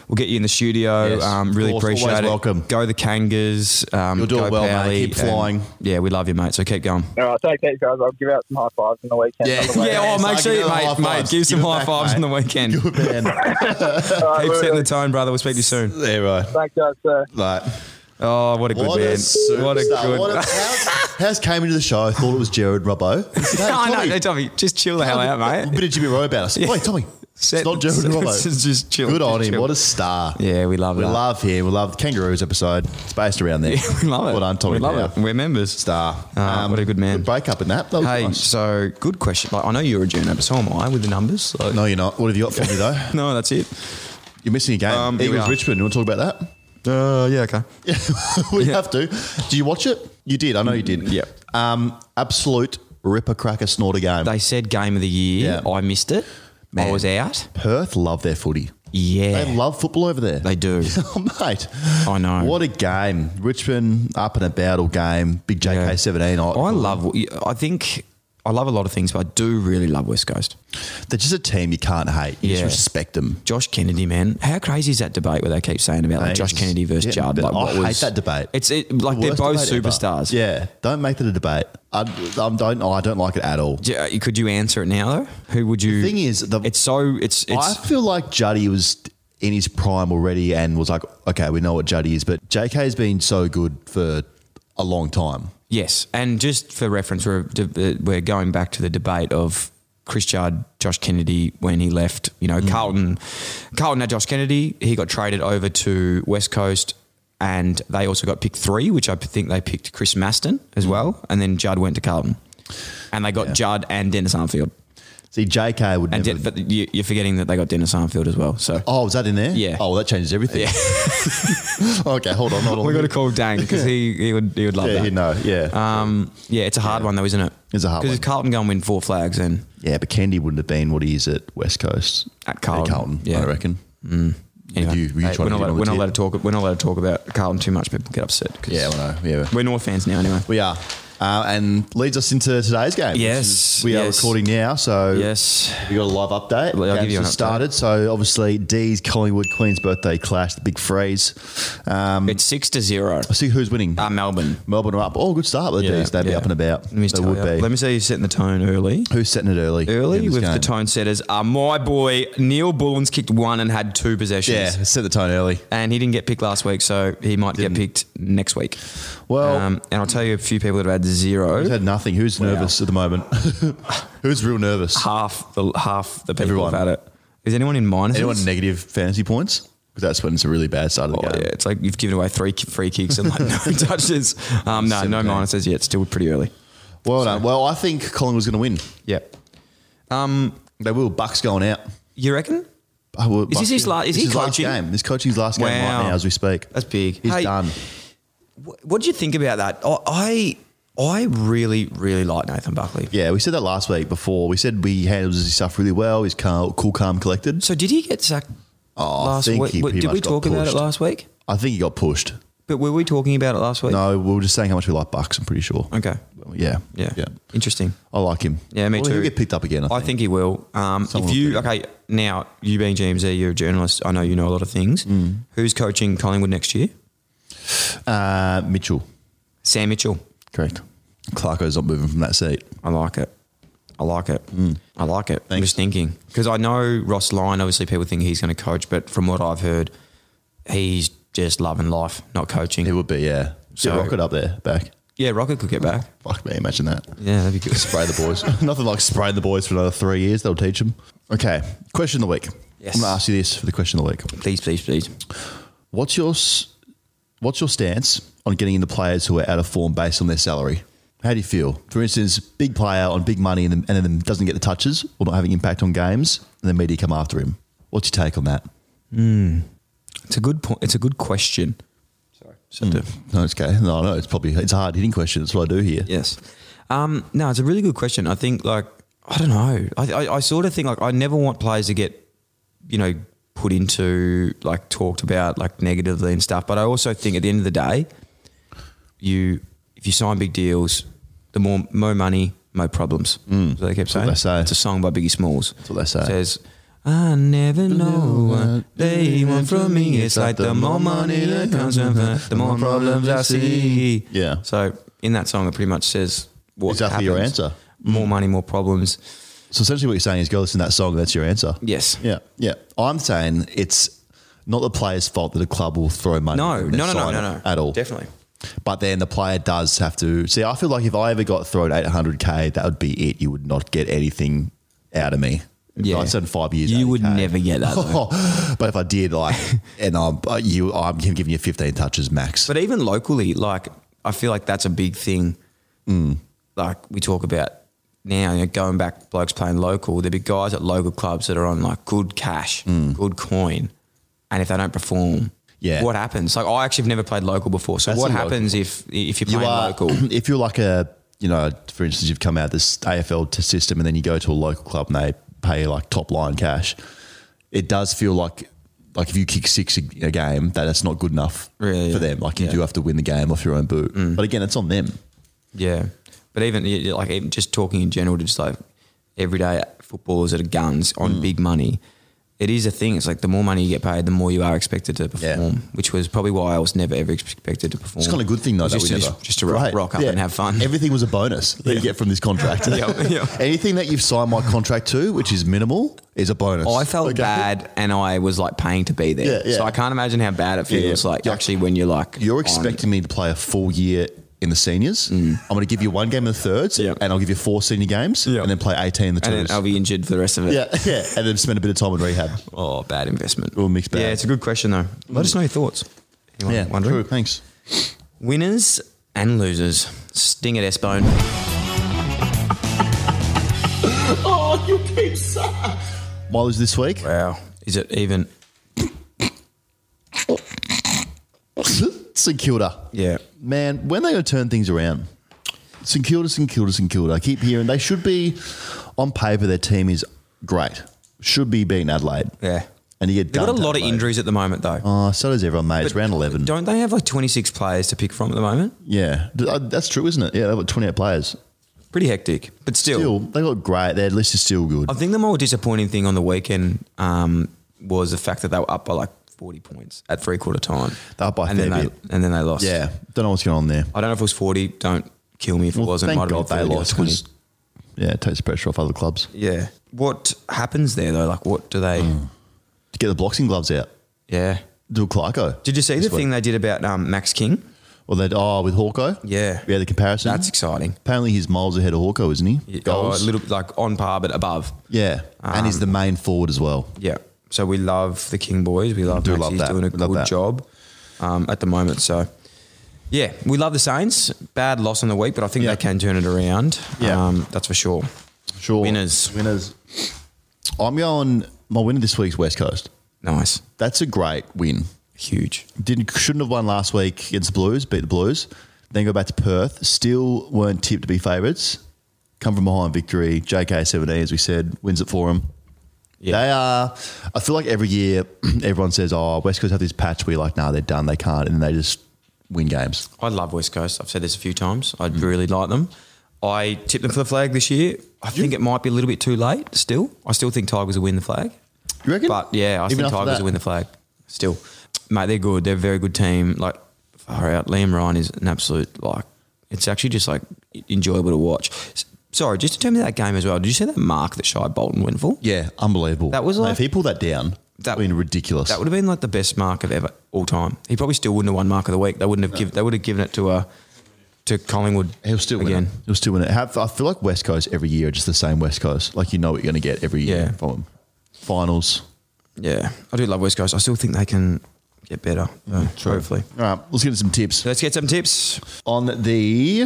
Speaker 2: we'll get you in the studio.
Speaker 1: Yes,
Speaker 2: um, really
Speaker 1: of course,
Speaker 2: appreciate
Speaker 1: always
Speaker 2: it.
Speaker 1: welcome.
Speaker 2: Go the Kangas. Um,
Speaker 1: You're doing
Speaker 2: go
Speaker 1: well, mate.
Speaker 2: Powley,
Speaker 1: Keep
Speaker 2: and-
Speaker 1: flying.
Speaker 2: yeah, we love you, mate. So keep going.
Speaker 6: All right, take that, guys. I'll give out some high fives on the weekend.
Speaker 1: Yeah,
Speaker 6: On the
Speaker 1: yeah,
Speaker 6: way.
Speaker 1: Yes,
Speaker 2: Yeah, oh,
Speaker 1: I'll
Speaker 2: make
Speaker 1: give
Speaker 2: sure
Speaker 1: you
Speaker 2: you,
Speaker 1: the high
Speaker 2: mate, mate,
Speaker 1: fives.
Speaker 2: give some
Speaker 1: Give it
Speaker 2: high
Speaker 1: back,
Speaker 2: fives on
Speaker 1: mate.
Speaker 2: the weekend.
Speaker 1: You're a man.
Speaker 6: All right,
Speaker 2: Keep
Speaker 6: well,
Speaker 2: setting the tone, brother. We'll speak to you soon.
Speaker 1: yeah, right.
Speaker 6: Thanks, guys. Uh,
Speaker 1: Like,
Speaker 2: Oh, what a good
Speaker 1: what a
Speaker 2: man.
Speaker 1: superstar.
Speaker 2: What a good.
Speaker 1: What a, how's, how's came into the show? I thought it was Jared Robbo. He said, "Hey,
Speaker 2: no, no,
Speaker 1: Tommy,
Speaker 2: no, Tommy, just chill the hell out,
Speaker 1: A
Speaker 2: mate.
Speaker 1: bit of Jimmy Rowe about us. Wait, Tommy,
Speaker 2: Set-
Speaker 1: it's not Jared Robbo.
Speaker 2: just chill.
Speaker 1: Good
Speaker 2: just
Speaker 1: on him.
Speaker 2: chill.
Speaker 1: What a star.
Speaker 2: yeah, we love
Speaker 1: We
Speaker 2: that.
Speaker 1: love him. We love the Kangaroos episode. It's based around there.
Speaker 2: we love it.
Speaker 1: Well done, Tommy.
Speaker 2: We love
Speaker 1: Dow.
Speaker 2: it. We're members.
Speaker 1: Star. Um,
Speaker 2: Ah, what a good man.
Speaker 1: Good breakup in that. That was
Speaker 2: Hey,
Speaker 1: nice.
Speaker 2: so good question. Like, I know you're a journo, but so am I with the numbers. So.
Speaker 1: No, you're not. What have you got for me, though?
Speaker 2: No, that's it.
Speaker 1: You're missing a game.
Speaker 2: Um, here we
Speaker 1: Eagles
Speaker 2: are.
Speaker 1: Richmond. You want to talk about that?
Speaker 2: Uh, yeah, okay.
Speaker 1: we
Speaker 2: Yeah.
Speaker 1: have to. Do you watch it? You did. I know you did.
Speaker 2: Yeah.
Speaker 1: Um, absolute ripper cracker snorter game.
Speaker 2: They said game of the year.
Speaker 1: Yeah.
Speaker 2: I missed it. I
Speaker 1: Man.
Speaker 2: was out.
Speaker 1: Perth love their footy.
Speaker 2: Yeah.
Speaker 1: They love football over there.
Speaker 2: They do.
Speaker 1: oh, mate.
Speaker 2: I know.
Speaker 1: What a game. Richmond up and about all game. Big JK17.
Speaker 2: I love, I think, I love a lot of things, but I do really love West Coast.
Speaker 1: They're just a team you can't hate. You
Speaker 2: Yeah.
Speaker 1: just respect them.
Speaker 2: Josh Kennedy, man. How crazy is that debate where they keep saying about like
Speaker 1: Mate,
Speaker 2: Josh
Speaker 1: it's-
Speaker 2: Kennedy versus
Speaker 1: yeah,
Speaker 2: Judd?
Speaker 1: but
Speaker 2: Like,
Speaker 1: I
Speaker 2: what
Speaker 1: hate
Speaker 2: was-
Speaker 1: that debate.
Speaker 2: It's it, like they're
Speaker 1: Worst
Speaker 2: both
Speaker 1: debate ever.
Speaker 2: superstars.
Speaker 1: Yeah. Don't make that a debate. I, I don't. I don't like it at all.
Speaker 2: Do you- Could you answer it now though? Who would you?
Speaker 1: Thing is, the-
Speaker 2: it's so it's
Speaker 1: I
Speaker 2: it's
Speaker 1: feel like Juddy was in his prime already and was like, okay, we know what Juddy is, but JK's been so good for a long time.
Speaker 2: Yes, and just for reference, we're uh, we're going back to the debate of Chris Judd, Josh Kennedy when he left. You
Speaker 1: Mm.
Speaker 2: know, Carlton, Carlton had Josh Kennedy. He got traded over to West Coast, and they also got pick three, which I think they picked Chris Maston
Speaker 1: Mm.
Speaker 2: as well, and then Judd went to Carlton, and they got Judd and Dennis Armfield.
Speaker 1: See, JK would
Speaker 2: And
Speaker 1: never.
Speaker 2: Den- but you, you're forgetting that they got Dennis Armfield as well. So
Speaker 1: oh, is that in there?
Speaker 2: Yeah.
Speaker 1: Oh, that changes everything. okay, hold on, hold on.
Speaker 2: we got to call Dan because he, he would he would love
Speaker 1: Yeah,
Speaker 2: that.
Speaker 1: you know, yeah,
Speaker 2: Um, yeah, it's a hard one though, isn't it?
Speaker 1: It's a hard
Speaker 2: because
Speaker 1: one.
Speaker 2: if Carlton go and win four flags, then
Speaker 1: yeah. But Candy wouldn't have been what he is at West Coast
Speaker 2: At Carlton,
Speaker 1: Carlton,
Speaker 2: yeah.
Speaker 1: I reckon.
Speaker 2: Anyway,
Speaker 1: you- were you trying
Speaker 2: hey,
Speaker 1: to get
Speaker 2: we're not
Speaker 1: on
Speaker 2: allowed-
Speaker 1: the
Speaker 2: we're not
Speaker 1: tip?
Speaker 2: allowed to talk. We're not allowed to talk about Carlton too much. People get upset. 'cause
Speaker 1: Yeah, well, no, yeah.
Speaker 2: we're North fans now. Anyway,
Speaker 1: We are. Uh, and leads us into today's game. which
Speaker 2: Yes,
Speaker 1: is- we
Speaker 2: yes.
Speaker 1: are recording now, so
Speaker 2: yes,
Speaker 1: we got a live update.
Speaker 2: I'll
Speaker 1: Games
Speaker 2: give you an
Speaker 1: just
Speaker 2: update.
Speaker 1: started. So obviously, D's Collingwood Queen's birthday clash, the big freeze. Um,
Speaker 2: it's six to zero.
Speaker 1: see who's winning.
Speaker 2: Uh, Melbourne.
Speaker 1: Melbourne are up. Oh, good start with the D's. They'd be
Speaker 2: yeah.
Speaker 1: up and about.
Speaker 2: Let me,
Speaker 1: they
Speaker 2: tell
Speaker 1: would
Speaker 2: you.
Speaker 1: be.
Speaker 2: Let me say you're setting the tone early.
Speaker 1: Who's setting it early?
Speaker 2: Early
Speaker 1: in this
Speaker 2: with the
Speaker 1: game?
Speaker 2: tone setters are my boy Neil Bullens kicked one and had two
Speaker 1: Yeah,
Speaker 2: possessions.
Speaker 1: set the tone early.
Speaker 2: And he didn't get picked last week, so he might get picked next week. Um,
Speaker 1: Well-
Speaker 2: and I'll tell you a few people that have had zero.
Speaker 1: Who's had nothing? Who's nervous at the moment? Who's real nervous?
Speaker 2: half the half the people
Speaker 1: Everyone.
Speaker 2: have had it. Is anyone in minus?
Speaker 1: Anyone negative fantasy points? Because that's when it's a really bad start of the
Speaker 2: Oh,
Speaker 1: game.
Speaker 2: yeah, it's like you've given away three ki- free kicks and like no touches. Um, no, no
Speaker 1: Seventeen.
Speaker 2: minuses yet. Still pretty early.
Speaker 1: Well done. Well, I think Collingwood's going to win.
Speaker 2: Yeah.
Speaker 1: They will. Bucks going out. Ah,
Speaker 2: You reckon?
Speaker 1: I will-
Speaker 2: Is this his la- is
Speaker 1: this
Speaker 2: he
Speaker 1: last
Speaker 2: coaching?
Speaker 1: game? This coaching's last game
Speaker 2: Wow.
Speaker 1: right now as we speak.
Speaker 2: That's big.
Speaker 1: He's
Speaker 2: Hey,
Speaker 1: done.
Speaker 2: Wh- What do you think about that? Oh, I I, I really really like Nathan Buckley.
Speaker 1: Yeah, we said that last week before. We said we handles his stuff really well. He's calm, cool, calm, collected.
Speaker 2: So did he get sacked
Speaker 1: Oh, I
Speaker 2: last
Speaker 1: think
Speaker 2: week?
Speaker 1: he
Speaker 2: Wait,
Speaker 1: pretty
Speaker 2: Did we
Speaker 1: much got
Speaker 2: talk about it
Speaker 1: pushed.
Speaker 2: last week?
Speaker 1: I think he got pushed.
Speaker 2: But were we talking about it last week?
Speaker 1: No, we were just saying how much we like Bucks. I'm pretty sure.
Speaker 2: Okay.
Speaker 1: Yeah.
Speaker 2: Yeah.
Speaker 1: Yeah.
Speaker 2: Interesting.
Speaker 1: I like him.
Speaker 2: Yeah, me
Speaker 1: Well,
Speaker 2: too.
Speaker 1: He'll get picked up again. I
Speaker 2: I
Speaker 1: think.
Speaker 2: think he will. Um, if
Speaker 1: Someone
Speaker 2: you
Speaker 1: will
Speaker 2: okay now, you being GMZ, you're a journalist. I know you know a lot of things.
Speaker 1: Mm.
Speaker 2: Who's coaching Collingwood next year?
Speaker 1: Uh, Mitchell.
Speaker 2: Sam Mitchell.
Speaker 1: Correct. Clarko's not moving from that seat.
Speaker 2: I like it. I like it. I like it. I'm
Speaker 1: Thanks.
Speaker 2: just thinking because I know Ross Lyon. Obviously, people think he's going to coach, but from what I've heard, he's just loving life, not coaching.
Speaker 1: It would be, yeah. So
Speaker 2: So-
Speaker 1: rocket up there, back.
Speaker 2: Yeah, Rocket could get back.
Speaker 1: Fuck me, imagine that.
Speaker 2: Yeah, that'd be good.
Speaker 1: Spray the boys. Nothing like spraying the boys for another three years. They'll teach them. Okay, question of the week.
Speaker 2: Yes.
Speaker 1: I'm going to ask you this for the question of the week.
Speaker 2: please, please, please.
Speaker 1: What's your s- What's your stance on getting in the players who are out of form based on their salary? How do you feel? For instance, big player on big money and then, and then doesn't get the touches or not having impact on games, and the media come after him. What's your take on that?
Speaker 2: It's a good point. It's a good question. Mm. Sorry.
Speaker 1: No, it's okay. No, no, it's probably it's a hard hitting question. That's what I do here.
Speaker 2: Yes. Um, no, it's a really good question. I think like I don't know. I, I, I sort of think like I never want players to get, you know, put into like talked about like negatively and stuff. But I also think at the end of the day, you if you sign big deals, the more more money, more problems. Mm. So they kept saying.
Speaker 1: what they say.
Speaker 2: It's a song by Biggie Smalls. That's
Speaker 1: what they say.
Speaker 2: says. I never know what they want from me. It's like the more money that comes from it, the more problems I see.
Speaker 1: Yeah.
Speaker 2: So in that song, it pretty much says what
Speaker 1: Exactly your
Speaker 2: happens.
Speaker 1: answer.
Speaker 2: More money, more problems.
Speaker 1: So essentially, what you're saying is go listen to that song. That's your answer.
Speaker 2: Yes.
Speaker 1: Yeah. Yeah. I'm saying it's not the player's fault that a club will throw money.
Speaker 2: No,
Speaker 1: at
Speaker 2: no,
Speaker 1: their
Speaker 2: no, no,
Speaker 1: signing
Speaker 2: no, no.
Speaker 1: At all.
Speaker 2: Definitely.
Speaker 1: But then the player does have to see. I feel like if I ever got thrown 800k, that would be it. You would not get anything out of me.
Speaker 2: Yeah.
Speaker 1: I said five years.
Speaker 2: You would
Speaker 1: 80K.
Speaker 2: never get that. though.
Speaker 1: but if I did, like, and I'm uh, you, I'm giving you 15 touches max.
Speaker 2: But even locally, like I feel like that's a big thing.
Speaker 1: Mm.
Speaker 2: Like we talk about now, you know, going back, blokes playing local. There be guys at local clubs that are on like good cash, good coin, and if they don't
Speaker 1: Mm.
Speaker 2: perform,
Speaker 1: Yeah.
Speaker 2: what happens? Like I actually have never played local before. So
Speaker 1: That's
Speaker 2: what
Speaker 1: a local.
Speaker 2: happens if if you're
Speaker 1: you
Speaker 2: playing
Speaker 1: are
Speaker 2: local?
Speaker 1: if you're like a you know for instance you've come out of this AFL t- system and then you go to a local club and they pay like top line cash it does feel like like if you kick six a a game that it's not good enough
Speaker 2: Really,
Speaker 1: for
Speaker 2: yeah.
Speaker 1: them like you
Speaker 2: Yeah.
Speaker 1: do
Speaker 2: Mm.
Speaker 1: have to win the game off your own boot but again it's on them
Speaker 2: Yeah, but even you- you- like even just talking in general, to just like everyday footballers that are guns on
Speaker 1: Mm.
Speaker 2: big money, it is a thing. It's like the more money you get paid, the more you are expected to perform, which was probably why I was never ever expected to perform.
Speaker 1: it's kind of a good thing though
Speaker 2: It's
Speaker 1: that
Speaker 2: just,
Speaker 1: we
Speaker 2: to,
Speaker 1: never
Speaker 2: just, just to rock,
Speaker 1: Right.
Speaker 2: rock up
Speaker 1: Yeah.
Speaker 2: and have fun.
Speaker 1: everything was a bonus that you get from this contract
Speaker 2: Yeah, yeah.
Speaker 1: anything that you've signed my contract to which is minimal is a bonus
Speaker 2: I felt
Speaker 1: Okay?
Speaker 2: bad, and I was like paying to be there.
Speaker 1: Yeah, yeah.
Speaker 2: So I can't imagine how bad it
Speaker 1: Yeah, yeah.
Speaker 2: feels like
Speaker 1: Yeah.
Speaker 2: actually when you're like
Speaker 1: You're
Speaker 2: on- Mm.
Speaker 1: expecting me to play a full year in the seniors. I'm going to give you one game in the thirds,
Speaker 2: Yeah.
Speaker 1: and I'll give you four senior games,
Speaker 2: Yeah.
Speaker 1: and then play 18 in the
Speaker 2: and then
Speaker 1: twos.
Speaker 2: I'll be injured for the rest of it.
Speaker 1: yeah, yeah, and then spend a bit of time in rehab.
Speaker 2: Oh, bad investment.
Speaker 1: Well, mixed bag.
Speaker 2: Yeah, it's a good question though. Let us know your thoughts. Anyone
Speaker 1: Yeah,
Speaker 2: wondering?
Speaker 1: true. Thanks.
Speaker 2: Winners and losers. Sting at S Bone.
Speaker 1: My loser this week.
Speaker 2: Wow. Is it even?
Speaker 1: St Kilda.
Speaker 2: Yeah.
Speaker 1: Man, when they going to turn things around? St Kilda, St Kilda, St Kilda. I keep hearing they should be, on paper, their team is great. Should be beating Adelaide.
Speaker 2: Yeah.
Speaker 1: and you get
Speaker 2: They've got a
Speaker 1: dunked
Speaker 2: lot
Speaker 1: up,
Speaker 2: of
Speaker 1: mate.
Speaker 2: injuries at the moment, though.
Speaker 1: Oh, so does everyone, mate. It's
Speaker 2: But
Speaker 1: round eleven.
Speaker 2: Don't they have like 26 players to pick from at the moment?
Speaker 1: Yeah, Th- uh, that's true, isn't it? Yeah, they've got twenty-eight players.
Speaker 2: Pretty hectic. But still,
Speaker 1: Still, they got great. Their list is still good.
Speaker 2: I think the more disappointing thing on the weekend um, was the fact that they were up by like 40 points at three quarter time.
Speaker 1: They're up by a
Speaker 2: and then
Speaker 1: fair
Speaker 2: they,
Speaker 1: bit.
Speaker 2: And then they lost.
Speaker 1: yeah, don't know what's going on there.
Speaker 2: I don't know if it was 40. Don't kill me if it
Speaker 1: Well,
Speaker 2: wasn't.
Speaker 1: thank
Speaker 2: Might
Speaker 1: God
Speaker 2: have been
Speaker 1: they
Speaker 2: 30 or
Speaker 1: lost
Speaker 2: 20.
Speaker 1: because yeah, it takes pressure off other clubs.
Speaker 2: Yeah. What happens there though? Like, what do they?
Speaker 1: Mm. Get the boxing gloves out.
Speaker 2: Yeah.
Speaker 1: Do a Clarko.
Speaker 2: Did you see
Speaker 1: This
Speaker 2: the
Speaker 1: week.
Speaker 2: thing they did about um, Max King?
Speaker 1: Well, they oh with Hawkeye.
Speaker 2: Yeah.
Speaker 1: yeah, the comparison.
Speaker 2: That's exciting.
Speaker 1: Apparently, he's miles ahead of Hawkeye, isn't he?
Speaker 2: Yeah,
Speaker 1: Goals.
Speaker 2: oh, a little Um, bit like on par, but above.
Speaker 1: yeah, and he's the main forward as well.
Speaker 2: Yeah. So we love the King boys. We love
Speaker 1: Do
Speaker 2: Max.
Speaker 1: love
Speaker 2: He's
Speaker 1: that.
Speaker 2: doing a
Speaker 1: We love
Speaker 2: good
Speaker 1: that.
Speaker 2: job um, at the moment. So yeah, we love the Saints. Bad loss on the week, but I think
Speaker 1: Yeah.
Speaker 2: they can turn it around.
Speaker 1: Yeah.
Speaker 2: Um, that's for sure.
Speaker 1: Sure,
Speaker 2: Winners.
Speaker 1: winners. I'm going. My winner this week's West Coast.
Speaker 2: Nice.
Speaker 1: That's a great win.
Speaker 2: Huge.
Speaker 1: Didn't shouldn't have won last week against the Blues. Beat the Blues. Then go back to Perth. Still weren't tipped to be favourites. Come from behind victory. JK seventeen, as we said, wins it for them.
Speaker 2: Yeah.
Speaker 1: They are. I feel like every year everyone says, "Oh, West Coast have this patch." We're like, "Nah, they're done. They can't," and they just win games.
Speaker 2: I love West Coast. I've said this a few times. I really like them. I tipped them for the flag this year. I think it might be a little bit too late still. I still think Tigers will win the flag.
Speaker 1: You reckon?
Speaker 2: But yeah, I
Speaker 1: Even
Speaker 2: think
Speaker 1: after
Speaker 2: Tigers
Speaker 1: that?
Speaker 2: will win the flag still. Mate, they're good. They're a very good team. Like, far out. Liam Ryan is an absolute, like, it's actually just, like, enjoyable to watch. S- Sorry, just in terms of that game as well, did you see that mark that Shy Bolton went for?
Speaker 1: Yeah, unbelievable.
Speaker 2: That was
Speaker 1: Mate,
Speaker 2: like-
Speaker 1: if he pulled that down, that
Speaker 2: That-
Speaker 1: would been ridiculous.
Speaker 2: That would have been, like, the best mark of ever, all time. He probably still wouldn't have won mark of the week. They wouldn't have, give, they would have given it to, uh, to Collingwood
Speaker 1: He'll still win
Speaker 2: again.
Speaker 1: It. He'll still win it. Have, I feel like West Coast every year are just the same West Coast. Like you know what you're going to get every year
Speaker 2: Yeah.
Speaker 1: from them. Finals.
Speaker 2: Yeah, I do love West Coast. I still think they can get better.
Speaker 1: Mm-hmm.
Speaker 2: So hopefully.
Speaker 1: All right, let's get into some tips
Speaker 2: Let's get some tips.
Speaker 1: on the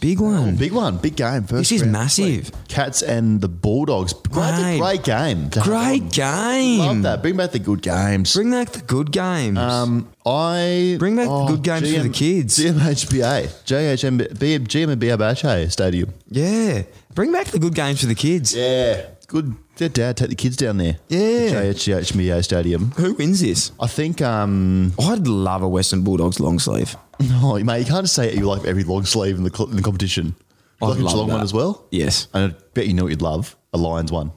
Speaker 2: Big one.
Speaker 1: big one, big game. First
Speaker 2: This is
Speaker 1: round.
Speaker 2: massive.
Speaker 1: Cats and the Bulldogs. Great,
Speaker 2: Mate.
Speaker 1: great game.
Speaker 2: Great game.
Speaker 1: Love that. Bring back the good games.
Speaker 2: Bring back the good games.
Speaker 1: um, I oh,
Speaker 2: Bring back the good games for the kids.
Speaker 1: GMHBA, JHM, B- GMBH Stadium.
Speaker 2: yeah. Bring back the good games for the kids.
Speaker 1: Yeah, good. Their dad take the kids down there.
Speaker 2: Yeah.
Speaker 1: the JHHBA Stadium.
Speaker 2: Who wins this?
Speaker 1: I think um,
Speaker 2: I'd love a Western Bulldogs long sleeve.
Speaker 1: No, mate, you can't just say you like every long sleeve in the, cl- in the competition.
Speaker 2: I'd
Speaker 1: Like a
Speaker 2: love
Speaker 1: Geelong one
Speaker 2: that.
Speaker 1: as well.
Speaker 2: Yes.
Speaker 1: And I bet you know what you'd love a Lions one.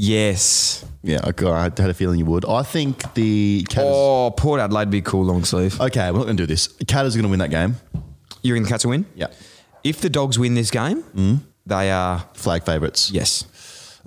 Speaker 2: Yes.
Speaker 1: Yeah, I, got- I had a feeling you would. I think the Cat.
Speaker 2: Oh, Port Adelaide'd be cool long sleeve.
Speaker 1: Okay, we're not going to do this. Cat is going to win that game.
Speaker 2: You reckon the Cats will win?
Speaker 1: Yeah, Mm.
Speaker 2: If the Dogs win this game, they are
Speaker 1: flag favourites.
Speaker 2: yes.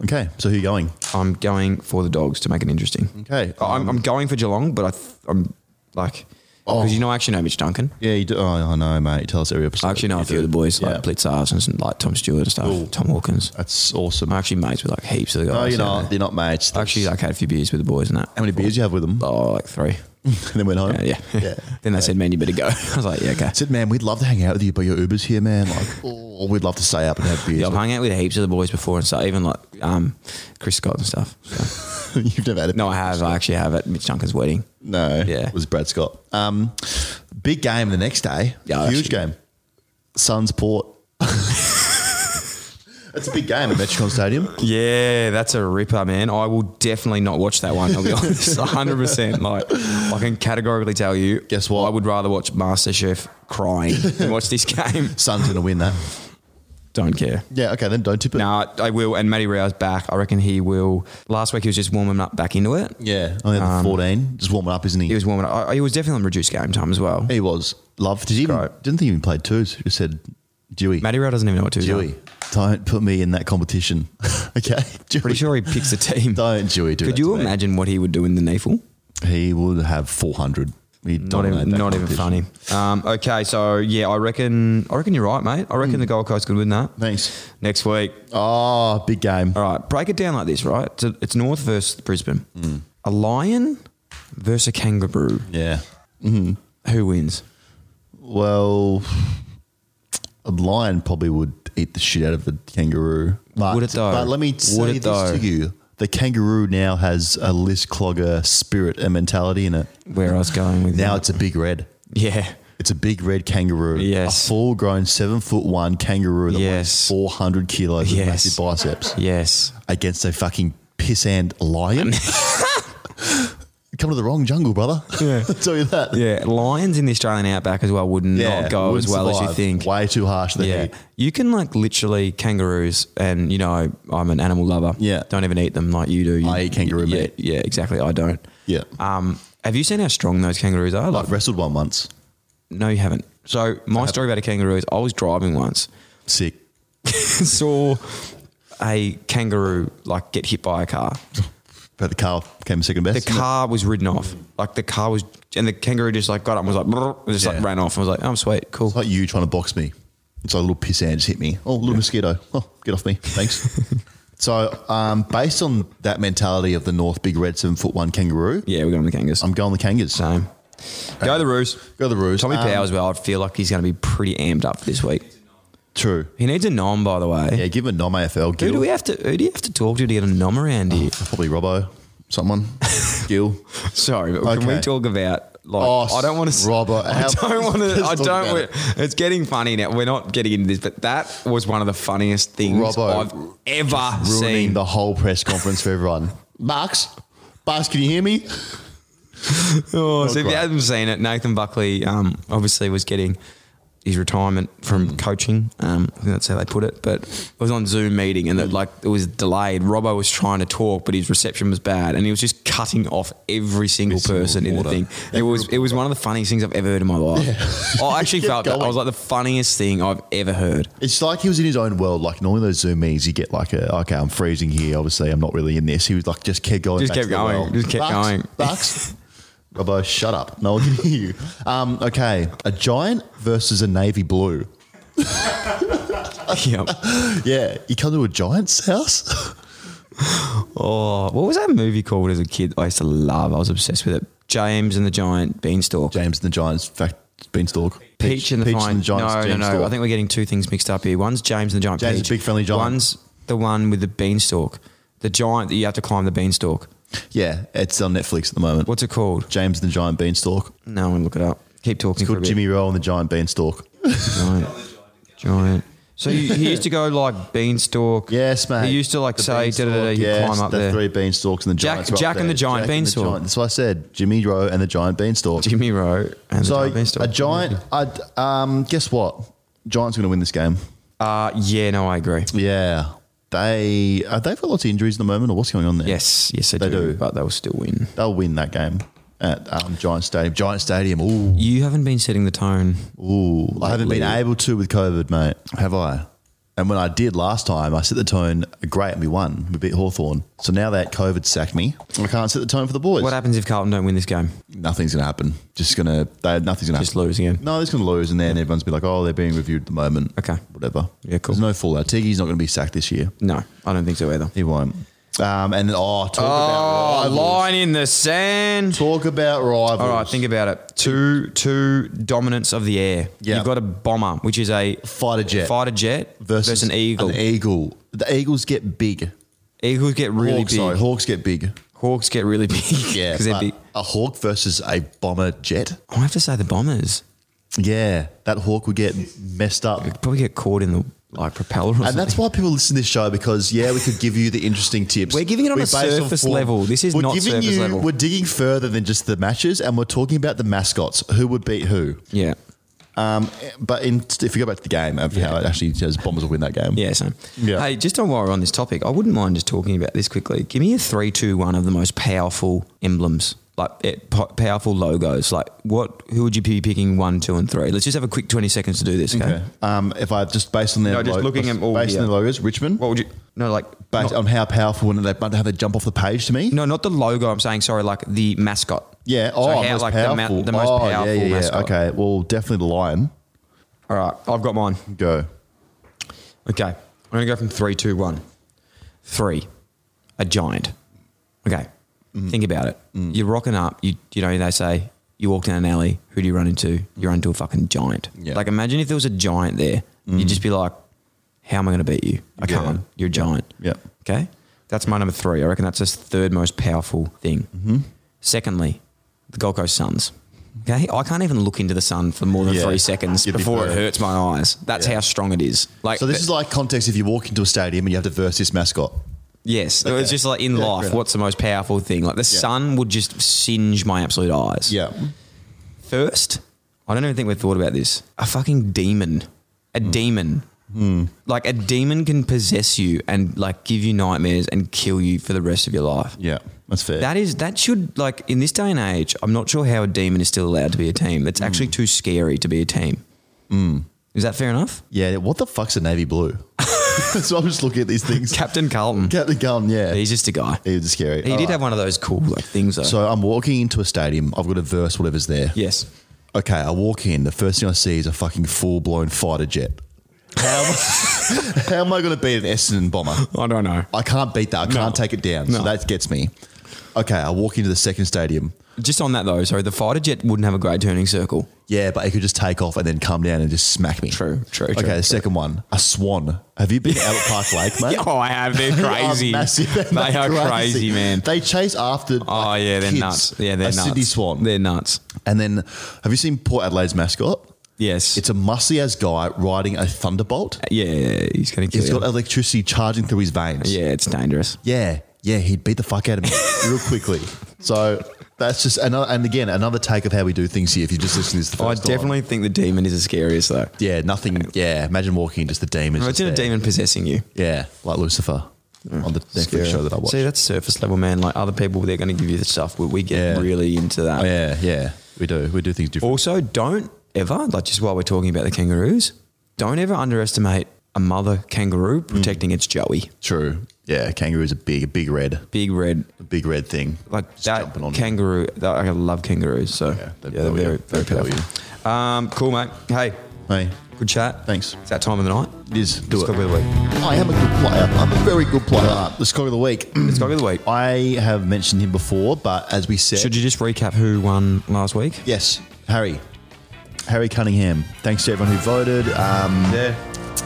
Speaker 1: Okay, so who are you going?
Speaker 2: I'm going for the dogs to make it interesting.
Speaker 1: Okay,
Speaker 2: I- I'm, I'm going for Geelong, but I th- I'm like
Speaker 1: Oh.
Speaker 2: because you know I actually know Mitch Duncan.
Speaker 1: Yeah, you do. Oh, I know, mate. You tell us every episode.
Speaker 2: I actually know
Speaker 1: You
Speaker 2: a few
Speaker 1: do.
Speaker 2: of the boys
Speaker 1: Yeah.
Speaker 2: like Blitz Blitz Arsons and like Tom Stewart and stuff. Tom Hawkins.
Speaker 1: That's awesome.
Speaker 2: I'm actually mates with like heaps of the guys.
Speaker 1: No, you're
Speaker 2: out
Speaker 1: not.
Speaker 2: there.
Speaker 1: You're not, mate.
Speaker 2: I actually like had a few beers with the boys and that.
Speaker 1: how many beers you have with them?
Speaker 2: Oh, like three.
Speaker 1: and then went home.
Speaker 2: Yeah, yeah.
Speaker 1: yeah.
Speaker 2: then they said, "Man, you better go." I was like, "Yeah, okay."
Speaker 1: Said, man, we'd love to hang out with you, but your Uber's here, man. Like, oh, we'd love to stay up and have beers.
Speaker 2: Yeah, I've hung out with heaps of the boys before and stuff, even like um, Chris Scott and stuff. So.
Speaker 1: You've never had it.
Speaker 2: No, I have. I actually have at Mitch Duncan's wedding.
Speaker 1: No.
Speaker 2: Yeah.
Speaker 1: It was Brad Scott. Um, big game the next day.
Speaker 2: Yeah,
Speaker 1: Huge
Speaker 2: actually-
Speaker 1: game. Suns Port. That's a big game at Metricon Stadium.
Speaker 2: Yeah, that's a ripper, man. I will definitely not watch that one. I'll be honest, hundred percent. Like, I can categorically tell you.
Speaker 1: Guess what?
Speaker 2: I would rather watch MasterChef crying than watch this game.
Speaker 1: Suns going to win that.
Speaker 2: Don't care.
Speaker 1: Yeah, okay, then don't tip it.
Speaker 2: No, I will. And Matty Rao's back. I reckon he will. Last week he was just warming up back into it.
Speaker 1: Yeah, only had the 14. Just warming up, isn't he?
Speaker 2: um, He was warming up. I- He was definitely on reduced game time as well.
Speaker 1: He was. Love. Did you even,
Speaker 2: Great.
Speaker 1: didn't think he even played twos. You said Dewey.
Speaker 2: Matty Rao doesn't even know what to do.
Speaker 1: Dewey. Don't put me in that competition. okay. Dewey.
Speaker 2: Pretty sure he picks a team.
Speaker 1: Don't Dewey do that
Speaker 2: Could
Speaker 1: to
Speaker 2: you
Speaker 1: me.
Speaker 2: imagine what he would do in the NEFL?
Speaker 1: He would have 400. He
Speaker 2: Not even, not even funny. Um, okay, so yeah, I reckon. I reckon you're right, mate. I
Speaker 1: Hmm.
Speaker 2: reckon the Gold Coast could win that
Speaker 1: Thanks.
Speaker 2: next week.
Speaker 1: Oh, big game.
Speaker 2: All right, break it down like this, right? It's, it's North versus Brisbane.
Speaker 1: Hmm.
Speaker 2: A lion versus a kangaroo.
Speaker 1: Yeah.
Speaker 2: Who wins?
Speaker 1: Well, a lion probably would eat the shit out of a kangaroo. But,
Speaker 2: Would it though?
Speaker 1: But let me
Speaker 2: Would
Speaker 1: say
Speaker 2: it
Speaker 1: this
Speaker 2: though?
Speaker 1: to you. The kangaroo now has a list clogger spirit and mentality in it.
Speaker 2: Where I was going with
Speaker 1: Now
Speaker 2: that.
Speaker 1: it's a big red.
Speaker 2: yeah,
Speaker 1: It's a big red kangaroo.
Speaker 2: Yes.
Speaker 1: A full grown seven foot one kangaroo that
Speaker 2: Yes.
Speaker 1: weighs 400 kilos with
Speaker 2: Yes.
Speaker 1: massive biceps
Speaker 2: yes.
Speaker 1: against a fucking pissant lion. Come to the wrong jungle, brother. Yeah. I'll tell you that.
Speaker 2: Yeah, lions in the Australian outback as well would not go
Speaker 1: wouldn't
Speaker 2: as well as
Speaker 1: survive.
Speaker 2: you think.
Speaker 1: Way too harsh. The
Speaker 2: Yeah,
Speaker 1: heat.
Speaker 2: you can like literally kangaroos, and you know I'm an animal lover.
Speaker 1: Yeah.
Speaker 2: don't even eat them like you do. You-
Speaker 1: I eat kangaroo
Speaker 2: yeah,
Speaker 1: meat.
Speaker 2: Yeah, exactly. I don't.
Speaker 1: Yeah.
Speaker 2: Um, have you seen how strong those kangaroos are? Like,
Speaker 1: I've wrestled one once.
Speaker 2: no, you haven't. So my story about a kangaroo is I was driving once,
Speaker 1: Sick.
Speaker 2: saw a kangaroo like get hit by a car.
Speaker 1: But the car came second
Speaker 2: The
Speaker 1: best.
Speaker 2: car was ridden off. Like the car was, and the kangaroo just like got up and was like, "Brr," and just like
Speaker 1: Yeah.
Speaker 2: ran off. I was like, oh, sweet, cool.
Speaker 1: It's like you trying to box me. It's like a little piss ant just hit me. Oh, little mosquito. Oh, get off me. Thanks. so, um, based on that mentality of the North Big Red seven foot one kangaroo,
Speaker 2: Yeah, we're going the kangaroos.
Speaker 1: I'm going the Kangas.
Speaker 2: Same. Go the Roos.
Speaker 1: Go the Roos.
Speaker 2: Tommy
Speaker 1: Um,
Speaker 2: Powers, well, I feel like he's going to be pretty amped up this week.
Speaker 1: True.
Speaker 2: He needs a nom, by the way.
Speaker 1: Yeah, give him a nom AFL.
Speaker 2: Who
Speaker 1: Gil.
Speaker 2: do we have to? Who do you have to talk to to get a nom around here?
Speaker 1: Probably Robbo. Someone. Gil.
Speaker 2: Sorry, but can
Speaker 1: Okay.
Speaker 2: we talk about? Like,
Speaker 1: Oh,
Speaker 2: I don't want to.
Speaker 1: Robbo,
Speaker 2: I
Speaker 1: how-
Speaker 2: don't want to.
Speaker 1: let's
Speaker 2: I
Speaker 1: talk
Speaker 2: don't.
Speaker 1: about
Speaker 2: wa-
Speaker 1: it.
Speaker 2: It's getting funny now. We're not getting into this, but that was one of the funniest things
Speaker 1: Robbo
Speaker 2: I've ever
Speaker 1: Ruining
Speaker 2: seen.
Speaker 1: the whole press conference for everyone. Marks. Marks, can you hear me?
Speaker 2: Oh, so if you
Speaker 1: great.
Speaker 2: haven't seen it, Nathan Buckley um, obviously was getting his retirement from coaching. Um, I think that's how they put it. But it was on Zoom meeting and it, like it was delayed. Robbo was trying to talk, but his reception was bad, and he was just cutting off every single
Speaker 1: single
Speaker 2: person in the
Speaker 1: reporter.
Speaker 2: thing. It was it was one of the funniest things I've ever heard in my life. I actually
Speaker 1: Kept
Speaker 2: felt that I
Speaker 1: going.
Speaker 2: was like the funniest thing I've ever heard.
Speaker 1: It's like he was in his own world. Like normally those Zoom meetings, you get like a okay, I'm freezing here. Obviously, I'm not really in this. He was like just kept going.
Speaker 2: Just
Speaker 1: back
Speaker 2: kept
Speaker 1: to the
Speaker 2: going,
Speaker 1: well.
Speaker 2: just kept
Speaker 1: Bucks,
Speaker 2: going.
Speaker 1: Bucks. Robbo, shut up. No one can hear you. Um, okay, a giant versus a navy blue.
Speaker 2: Yep.
Speaker 1: Yeah, you come to a giant's house.
Speaker 2: Oh, what was that movie called as a kid? I used to love. I was obsessed with it. James and the Giant Beanstalk.
Speaker 1: James and the Giants. in Fact, beanstalk.
Speaker 2: Peach and the Fine.
Speaker 1: Giants.
Speaker 2: no, no, no. I think we're getting two things mixed up here. One's James and the Giant
Speaker 1: James
Speaker 2: Peach.
Speaker 1: the Big Friendly Giant.
Speaker 2: One's the one with the beanstalk. The giant that you have to climb the beanstalk.
Speaker 1: yeah, it's on Netflix at the moment.
Speaker 2: What's it called?
Speaker 1: James and the Giant Beanstalk.
Speaker 2: No, I'm gonna look it up. Keep talking for a
Speaker 1: Called
Speaker 2: bit.
Speaker 1: Jimmy Roll and the Giant Beanstalk.
Speaker 2: Giant. giant. So you, he used to go like beanstalk.
Speaker 1: Yes, mate.
Speaker 2: He used to like
Speaker 1: The
Speaker 2: say da
Speaker 1: beanstalk,
Speaker 2: da da. You
Speaker 1: yes,
Speaker 2: climb up
Speaker 1: the
Speaker 2: there.
Speaker 1: three beanstalks and the
Speaker 2: Jack-
Speaker 1: giants. were up
Speaker 2: Jack and the
Speaker 1: there.
Speaker 2: giant
Speaker 1: and the
Speaker 2: beanstalk.
Speaker 1: giant- That's what I said. Jimmy Rowe and the giant beanstalk.
Speaker 2: Jimmy Rowe and
Speaker 1: so
Speaker 2: the giant beanstalk.
Speaker 1: a giant. I'd, um, guess what? Giants are going to win this game.
Speaker 2: Uh, yeah, no, I agree.
Speaker 1: Yeah, they uh, they've got lots of injuries at the moment. Or what's going on there?
Speaker 2: Yes, yes, I
Speaker 1: They
Speaker 2: do.
Speaker 1: do.
Speaker 2: But they'll still win.
Speaker 1: they'll win that game at um, Giant Stadium. Giant Stadium. Ooh,
Speaker 2: You haven't been setting the tone.
Speaker 1: ooh. I haven't been
Speaker 2: Lately.
Speaker 1: able to with COVID, mate. Have I? And when I did last time, I set the tone great and we won. We beat Hawthorn. So now that COVID sacked me, I can't set the tone for the boys.
Speaker 2: What happens if Carlton don't win this game?
Speaker 1: nothing's gonna happen. Just gonna they, nothing's gonna
Speaker 2: Just
Speaker 1: happen.
Speaker 2: lose again.
Speaker 1: No, they're just gonna lose, and then everyone's be like, oh, they're being reviewed at the moment.
Speaker 2: Okay.
Speaker 1: whatever.
Speaker 2: Yeah, cool.
Speaker 1: There's no fallout. Tiggy's not gonna be sacked this year.
Speaker 2: No, I don't think so either.
Speaker 1: He won't. Um, and then oh, talk about
Speaker 2: Oh,
Speaker 1: rivals.
Speaker 2: line in the sand.
Speaker 1: Talk about rivals.
Speaker 2: All right, think about it. Two, two dominance of the air.
Speaker 1: Yeah.
Speaker 2: You've got a bomber, which is a
Speaker 1: Fighter jet
Speaker 2: fighter jet versus,
Speaker 1: versus
Speaker 2: an eagle.
Speaker 1: An eagle. The Eagles get big.
Speaker 2: Eagles get really
Speaker 1: Hawks,
Speaker 2: big.
Speaker 1: sorry, Hawks get big.
Speaker 2: Hawks get really big.
Speaker 1: Yeah,
Speaker 2: because they're
Speaker 1: but
Speaker 2: big.
Speaker 1: a hawk versus a bomber jet.
Speaker 2: I have to say the bombers
Speaker 1: Yeah, that hawk would get messed up.
Speaker 2: probably get caught in the like propeller. Or something.
Speaker 1: And that's why people listen to this show because yeah, we could give you the interesting tips.
Speaker 2: We're giving it on
Speaker 1: We're
Speaker 2: a
Speaker 1: based on
Speaker 2: surface
Speaker 1: form.
Speaker 2: level. This is
Speaker 1: we're
Speaker 2: not
Speaker 1: giving
Speaker 2: surface
Speaker 1: you,
Speaker 2: level.
Speaker 1: We're digging further than just the matches, and we're talking about the mascots who would beat who.
Speaker 2: yeah,
Speaker 1: Um, but in, if we go back to the game of how it actually says Bombers will win that game.
Speaker 2: yeah. So
Speaker 1: Yeah.
Speaker 2: hey, just on while we're on this topic, I wouldn't mind just talking about this quickly. Give me a three, two, one of the most powerful emblems. Like it, po- powerful logos. Like what? Who would you be picking? One, two, and three. Let's just have a quick twenty seconds to do this. Okay.
Speaker 1: Okay. Um, if I just based on their
Speaker 2: No, just looking at all
Speaker 1: based
Speaker 2: here.
Speaker 1: on the logos, Richmond.
Speaker 2: What would you? No, like
Speaker 1: based on how powerful and they but how they jump off the page to me.
Speaker 2: No, not the logo. I'm saying sorry, like the mascot.
Speaker 1: Yeah.
Speaker 2: So
Speaker 1: Oh,
Speaker 2: how,
Speaker 1: most
Speaker 2: like, the ma-
Speaker 1: powerful.
Speaker 2: the most
Speaker 1: oh,
Speaker 2: powerful
Speaker 1: Yeah, yeah, yeah.
Speaker 2: mascot.
Speaker 1: Okay. Well, definitely the lion.
Speaker 2: All right, I've got mine.
Speaker 1: Go.
Speaker 2: Okay, I'm gonna go from three, two, one. Three, a giant. Okay,
Speaker 1: Mm.
Speaker 2: think about it. You're rocking up. You you know they say you walk down an alley. Who do you run into? You run into a fucking giant.
Speaker 1: Yeah. Mm.
Speaker 2: Like imagine if there was a giant there. You'd just be like, how am I gonna beat you? I
Speaker 1: Yeah.
Speaker 2: can't. You're a giant.
Speaker 1: Yeah.
Speaker 2: Okay, that's my number three. I reckon that's his third most powerful thing. Mm-hmm. Secondly, the Gold Coast Suns. Okay, I can't even look into the sun for more than
Speaker 1: Yeah.
Speaker 2: three seconds
Speaker 1: You'd be
Speaker 2: before it
Speaker 1: burned.
Speaker 2: hurts my eyes. That's
Speaker 1: Yeah.
Speaker 2: how strong it is. Like
Speaker 1: So this is like context if you walk into a stadium and you have to verse this mascot.
Speaker 2: Yes, it was
Speaker 1: Okay.
Speaker 2: just like in
Speaker 1: Yeah,
Speaker 2: life,
Speaker 1: fair
Speaker 2: what's the most powerful thing? Like the
Speaker 1: Yeah.
Speaker 2: sun would just singe my absolute eyes.
Speaker 1: Yeah.
Speaker 2: First, I don't even think we've thought about this. A fucking demon, a
Speaker 1: Hmm.
Speaker 2: demon, like a demon can possess you and like give you nightmares and kill you for the rest of your life.
Speaker 1: Yeah. That's fair.
Speaker 2: That is that should like in this day and age, I'm not sure how a demon is still allowed to be a team. It's actually
Speaker 1: Hmm.
Speaker 2: too scary to be a team. Is that fair enough?
Speaker 1: yeah. What the fuck's a navy blue? so I'm just looking at these things.
Speaker 2: Captain Carlton.
Speaker 1: Captain Gun, yeah.
Speaker 2: He's just a guy.
Speaker 1: He was scary.
Speaker 2: He
Speaker 1: All
Speaker 2: did
Speaker 1: right.
Speaker 2: have one of those cool like things though.
Speaker 1: So I'm walking into a stadium. I've got to verse whatever's there.
Speaker 2: yes.
Speaker 1: Okay, I walk in. The first thing I see is a fucking full blown fighter jet. How am, how am I going to beat an Essendon bomber?
Speaker 2: I don't know.
Speaker 1: I can't beat that. I can't take it down. So
Speaker 2: No.
Speaker 1: that gets me. Okay, I walk into the second stadium.
Speaker 2: Just on that though, sorry, the fighter jet wouldn't have a great turning circle.
Speaker 1: Yeah, but it could just take off and then come down and just smack me.
Speaker 2: True, true,
Speaker 1: Okay,
Speaker 2: true,
Speaker 1: the
Speaker 2: true.
Speaker 1: second one, a swan. Have you been to Albert Park Lake, mate?
Speaker 2: Oh, I have. They're
Speaker 1: They are
Speaker 2: crazy.
Speaker 1: massive.
Speaker 2: They are crazy, man.
Speaker 1: They chase after.
Speaker 2: Oh
Speaker 1: like,
Speaker 2: yeah, they're
Speaker 1: kids.
Speaker 2: nuts. Yeah, they're
Speaker 1: a
Speaker 2: nuts.
Speaker 1: Sydney swan.
Speaker 2: They're nuts.
Speaker 1: and then, have you seen Port Adelaide's mascot?
Speaker 2: Yes.
Speaker 1: It's a muscly as guy riding a thunderbolt.
Speaker 2: yeah, yeah, he's gonna kill
Speaker 1: He's
Speaker 2: you.
Speaker 1: got electricity charging through his veins.
Speaker 2: yeah, it's dangerous.
Speaker 1: Yeah. Yeah. He'd beat the fuck out of me real quickly. So that's just another, and again, another take of how we do things here. If you just listen to this, the
Speaker 2: I
Speaker 1: first time.
Speaker 2: Oh, definitely think the demon is the scariest though.
Speaker 1: Yeah. Nothing. Yeah. Imagine walking just the demon.
Speaker 2: Imagine a demon possessing you.
Speaker 1: Yeah. Like Lucifer on the Netflix
Speaker 2: Yeah.
Speaker 1: show that I watched.
Speaker 2: See, that's surface level, man. Like other people, they're going to give you the stuff. We, we get
Speaker 1: Yeah.
Speaker 2: really into that.
Speaker 1: oh, yeah. Yeah. We do. We do things different.
Speaker 2: Also, don't ever, like just while we're talking about the kangaroos, don't ever underestimate a mother kangaroo protecting its joey.
Speaker 1: True. Yeah. Kangaroo's a big, a big red,
Speaker 2: Big red,
Speaker 1: a big red thing.
Speaker 2: like
Speaker 1: Just
Speaker 2: that
Speaker 1: jumping on.
Speaker 2: kangaroo. that- I love kangaroos. So, yeah,
Speaker 1: Yeah,
Speaker 2: they're,
Speaker 1: they blow you.
Speaker 2: very,
Speaker 1: They
Speaker 2: very
Speaker 1: blow
Speaker 2: powerful. Um, cool, mate. Hey,
Speaker 1: hey,
Speaker 2: good chat.
Speaker 1: Thanks.
Speaker 2: It's that time of the night.
Speaker 1: it is. Do
Speaker 2: Let's go
Speaker 1: it.
Speaker 2: with the week.
Speaker 1: I am a good player. I'm a very good player. The score of the week.
Speaker 2: Let's go with the week.
Speaker 1: I have mentioned him before, but as we said,
Speaker 2: Should you just recap who won last week?
Speaker 1: Yes, Harry. Harry Cunningham. Thanks to everyone who voted. Um,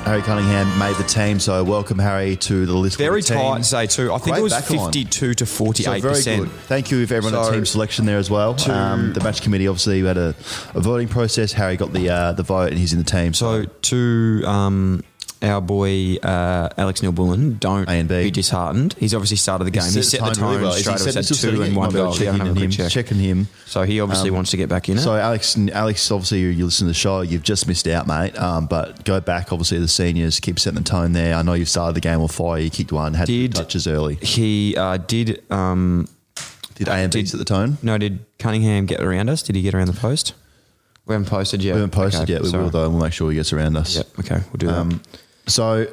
Speaker 1: Harry Cunningham made the team, so welcome Harry to the list.
Speaker 2: Very
Speaker 1: for the team.
Speaker 2: tight, say too. I think
Speaker 1: Great
Speaker 2: it was
Speaker 1: back line.
Speaker 2: fifty-two to
Speaker 1: So
Speaker 2: forty-eight
Speaker 1: very
Speaker 2: percent.
Speaker 1: good. Thank you, for everyone
Speaker 2: So-
Speaker 1: at team selection there as well. Um, the match committee obviously we had a, a voting process. Harry got the uh, the vote, and he's in the team.
Speaker 2: So to um, our boy uh, Alex Neil Bullen, don't
Speaker 1: A and B.
Speaker 2: be disheartened. He's obviously started the game. He, set the tone
Speaker 1: really well. Is
Speaker 2: straight
Speaker 1: he
Speaker 2: away.
Speaker 1: set-
Speaker 2: Said
Speaker 1: still
Speaker 2: two
Speaker 1: setting
Speaker 2: and
Speaker 1: it?
Speaker 2: one
Speaker 1: Might be
Speaker 2: goal. Yeah,
Speaker 1: Checking
Speaker 2: I'm having a
Speaker 1: him,
Speaker 2: quick check.
Speaker 1: checking him.
Speaker 2: So he obviously wants to get back in it.
Speaker 1: So Alex, Alex, obviously you, you listen to the show. You've just missed out, mate. Um, but go back. Obviously, the seniors keep setting the tone there. I know you started the game on fire. You kicked one, had
Speaker 2: Did-
Speaker 1: touches early.
Speaker 2: he uh, did. Um,
Speaker 1: Did AMB
Speaker 2: did-
Speaker 1: set the tone?
Speaker 2: no, did Cunningham get around us? Did he get around the post? We haven't posted yet.
Speaker 1: We haven't posted
Speaker 2: Okay,
Speaker 1: yet. We
Speaker 2: sorry.
Speaker 1: will though. and We'll make sure he gets around us.
Speaker 2: Yep. Okay, we'll do
Speaker 1: Um,
Speaker 2: that.
Speaker 1: so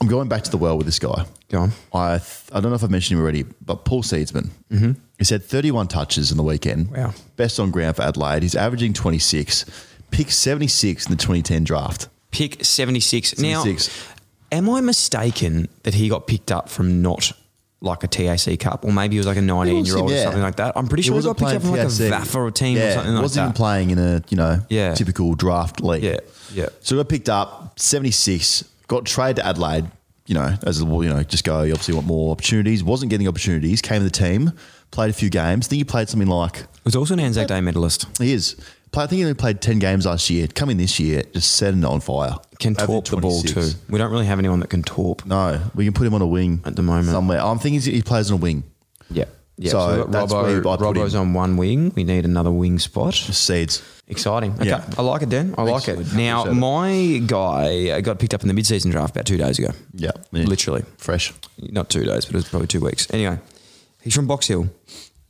Speaker 1: I'm going back to the well with this guy.
Speaker 2: Go on.
Speaker 1: I th- I don't know if I've mentioned him already, but Paul Seedsman. Mm-hmm. He's had 31 touches in the weekend.
Speaker 2: Wow.
Speaker 1: Best on ground for Adelaide. He's averaging 26. Picked 76 in the 2010 draft.
Speaker 2: Pick seventy-six. Now,
Speaker 1: 76.
Speaker 2: am I mistaken that he got picked up from not? Like a TAC Cup, or maybe he was like a 19 year old or
Speaker 1: Yeah.
Speaker 2: something like that. I'm pretty sure he, got
Speaker 1: wasn't
Speaker 2: picked up from
Speaker 1: playing
Speaker 2: like a
Speaker 1: TAC.
Speaker 2: VAF or a team
Speaker 1: Yeah,
Speaker 2: or something like
Speaker 1: wasn't
Speaker 2: that.
Speaker 1: even playing in a you know
Speaker 2: Yeah.
Speaker 1: typical draft league.
Speaker 2: Yeah, yeah.
Speaker 1: So he got picked up seventy six. Got traded to Adelaide. You know, as well, you know, just go. You obviously want more opportunities. Wasn't getting opportunities. Came to the team, played a few games. Then he played something like
Speaker 2: was also an Anzac Day medalist.
Speaker 1: he is. Play, I think he only played ten games last year. Come in this year, just setting it on fire.
Speaker 2: Can
Speaker 1: Averaging
Speaker 2: torp the ball
Speaker 1: 26.
Speaker 2: too. We don't really have anyone that can torp.
Speaker 1: No, we can put him on a wing
Speaker 2: At the moment.
Speaker 1: somewhere. I'm thinking he plays on a wing.
Speaker 2: Yeah. Yeah,
Speaker 1: So
Speaker 2: so, we've got
Speaker 1: that's where
Speaker 2: Robbo,
Speaker 1: I put
Speaker 2: Robbo's
Speaker 1: him.
Speaker 2: on one wing. We need another wing spot.
Speaker 1: Seeds.
Speaker 2: Exciting. Okay.
Speaker 1: Yeah.
Speaker 2: I like it, Dan. I
Speaker 1: Thanks,
Speaker 2: like it.
Speaker 1: dude.
Speaker 2: Now,
Speaker 1: Appreciate it.
Speaker 2: my guy uh, got picked up in the mid-season draft about two days ago.
Speaker 1: Yeah,
Speaker 2: Literally.
Speaker 1: fresh.
Speaker 2: Not two days, but it was probably two weeks. Anyway, he's from Box Hill.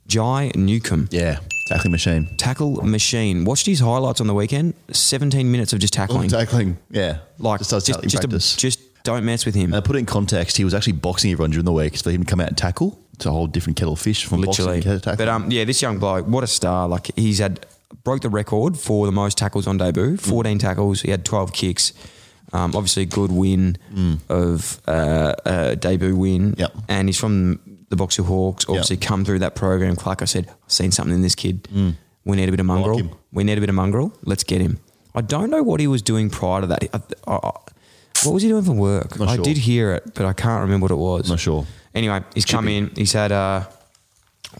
Speaker 2: Jai Newcomb.
Speaker 1: Yeah, tackling machine.
Speaker 2: Tackle machine. Watched his highlights on the weekend. 17 minutes of just tackling.
Speaker 1: tackling. Yeah.
Speaker 2: Like,
Speaker 1: just does
Speaker 2: just,
Speaker 1: tackling
Speaker 2: just, a-
Speaker 1: practice.
Speaker 2: just don't mess with him.
Speaker 1: and I put it in context, he was actually boxing everyone during the week, so he didn't come out and tackle. It's a whole different kettle of fish from
Speaker 2: literally.
Speaker 1: boxing to tackle.
Speaker 2: But um, yeah, this young bloke, what a star! Like he's had broke the record for the most tackles on
Speaker 1: Mm.
Speaker 2: debut, fourteen tackles. He had twelve kicks. Um, obviously, a good win of uh, a debut win.
Speaker 1: Mm. Yep.
Speaker 2: And he's from the Box Hill Hawks. Obviously, come through that program. Like I said, I've seen something in this kid. We need a bit of mongrel.
Speaker 1: Mm. him.
Speaker 2: we need a bit of mongrel. Let's get him. I don't know what he was doing prior to that. I, I, I- what was he doing for work?
Speaker 1: Not
Speaker 2: I
Speaker 1: sure.
Speaker 2: did hear it, but I can't remember what it was.
Speaker 1: Not sure.
Speaker 2: Anyway, he's come in. He's had uh,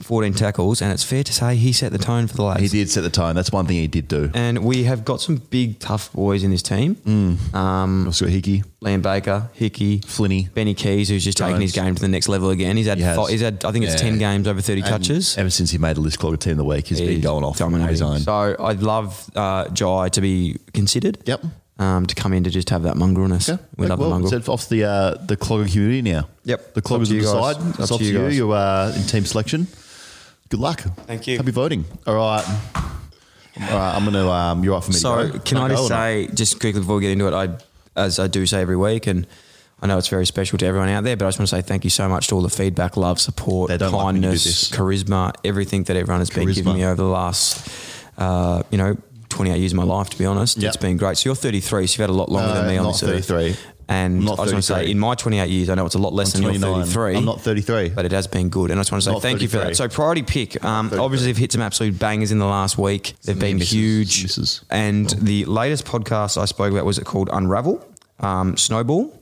Speaker 2: 14 tackles, and it's fair to say he set the tone for the lads.
Speaker 1: He did set the tone. That's one thing he did do.
Speaker 2: And we have got some big, tough boys in this team.
Speaker 1: Mm.
Speaker 2: Um,
Speaker 1: Also, Hickey,
Speaker 2: Liam Baker, Hickey,
Speaker 1: Flinny,
Speaker 2: Benny Keys, who's just taking his
Speaker 1: Jones.
Speaker 2: game to the next level again. He's had,
Speaker 1: He has.
Speaker 2: fi- he's had I think it's
Speaker 1: Yeah.
Speaker 2: 10 games over 30
Speaker 1: and
Speaker 2: touches.
Speaker 1: Ever since he made the list clogger team of the week, he's been
Speaker 2: He's
Speaker 1: going off on his own.
Speaker 2: So I'd love uh, Jai to be considered.
Speaker 1: Yep.
Speaker 2: Um, to come in to just have that mongrelness.
Speaker 1: Yeah,
Speaker 2: we love
Speaker 1: well,
Speaker 2: the mongrel.
Speaker 1: It's off the uh, the clogger community now.
Speaker 2: Yep.
Speaker 1: the
Speaker 2: It's up
Speaker 1: cloggers
Speaker 2: to
Speaker 1: on
Speaker 2: you
Speaker 1: the
Speaker 2: guys.
Speaker 1: side. It's, up to you. You are in team selection. Good luck.
Speaker 2: Thank you.
Speaker 1: Happy voting. All right. All right. I'm gonna. Um, you're up for me. to
Speaker 2: So
Speaker 1: go.
Speaker 2: can I
Speaker 1: go
Speaker 2: just
Speaker 1: or not?
Speaker 2: say, just quickly before we get into it, I as I do say every week, and I know it's very special to everyone out there, but I just want to say thank you so much to all the feedback, love, support,
Speaker 1: They don't like when you do
Speaker 2: kindness,
Speaker 1: this.
Speaker 2: charisma, everything that everyone has been
Speaker 1: Charisma.
Speaker 2: giving me over the last, uh, you know, 28 years of my life. To be honest,
Speaker 1: Yep.
Speaker 2: it's been great. So you're 33, so you've had a lot longer
Speaker 1: No,
Speaker 2: than me on
Speaker 1: not
Speaker 2: this earth.
Speaker 1: 33.
Speaker 2: And
Speaker 1: I'm not
Speaker 2: I just want to say,
Speaker 1: 33.
Speaker 2: in my 28 years, I know it's a lot less
Speaker 1: I'm
Speaker 2: than you're
Speaker 1: 29.
Speaker 2: 33.
Speaker 1: I'm not 33.
Speaker 2: But it has been good. And I just want to say
Speaker 1: Not
Speaker 2: thank you for
Speaker 1: 33.
Speaker 2: that. So, priority pick. Um,
Speaker 1: 33.
Speaker 2: obviously, they've hit some absolute bangers in the last week. They've been
Speaker 1: misses,
Speaker 2: huge.
Speaker 1: misses.
Speaker 2: And the latest podcast I spoke about was it called Unravel um, Snowball,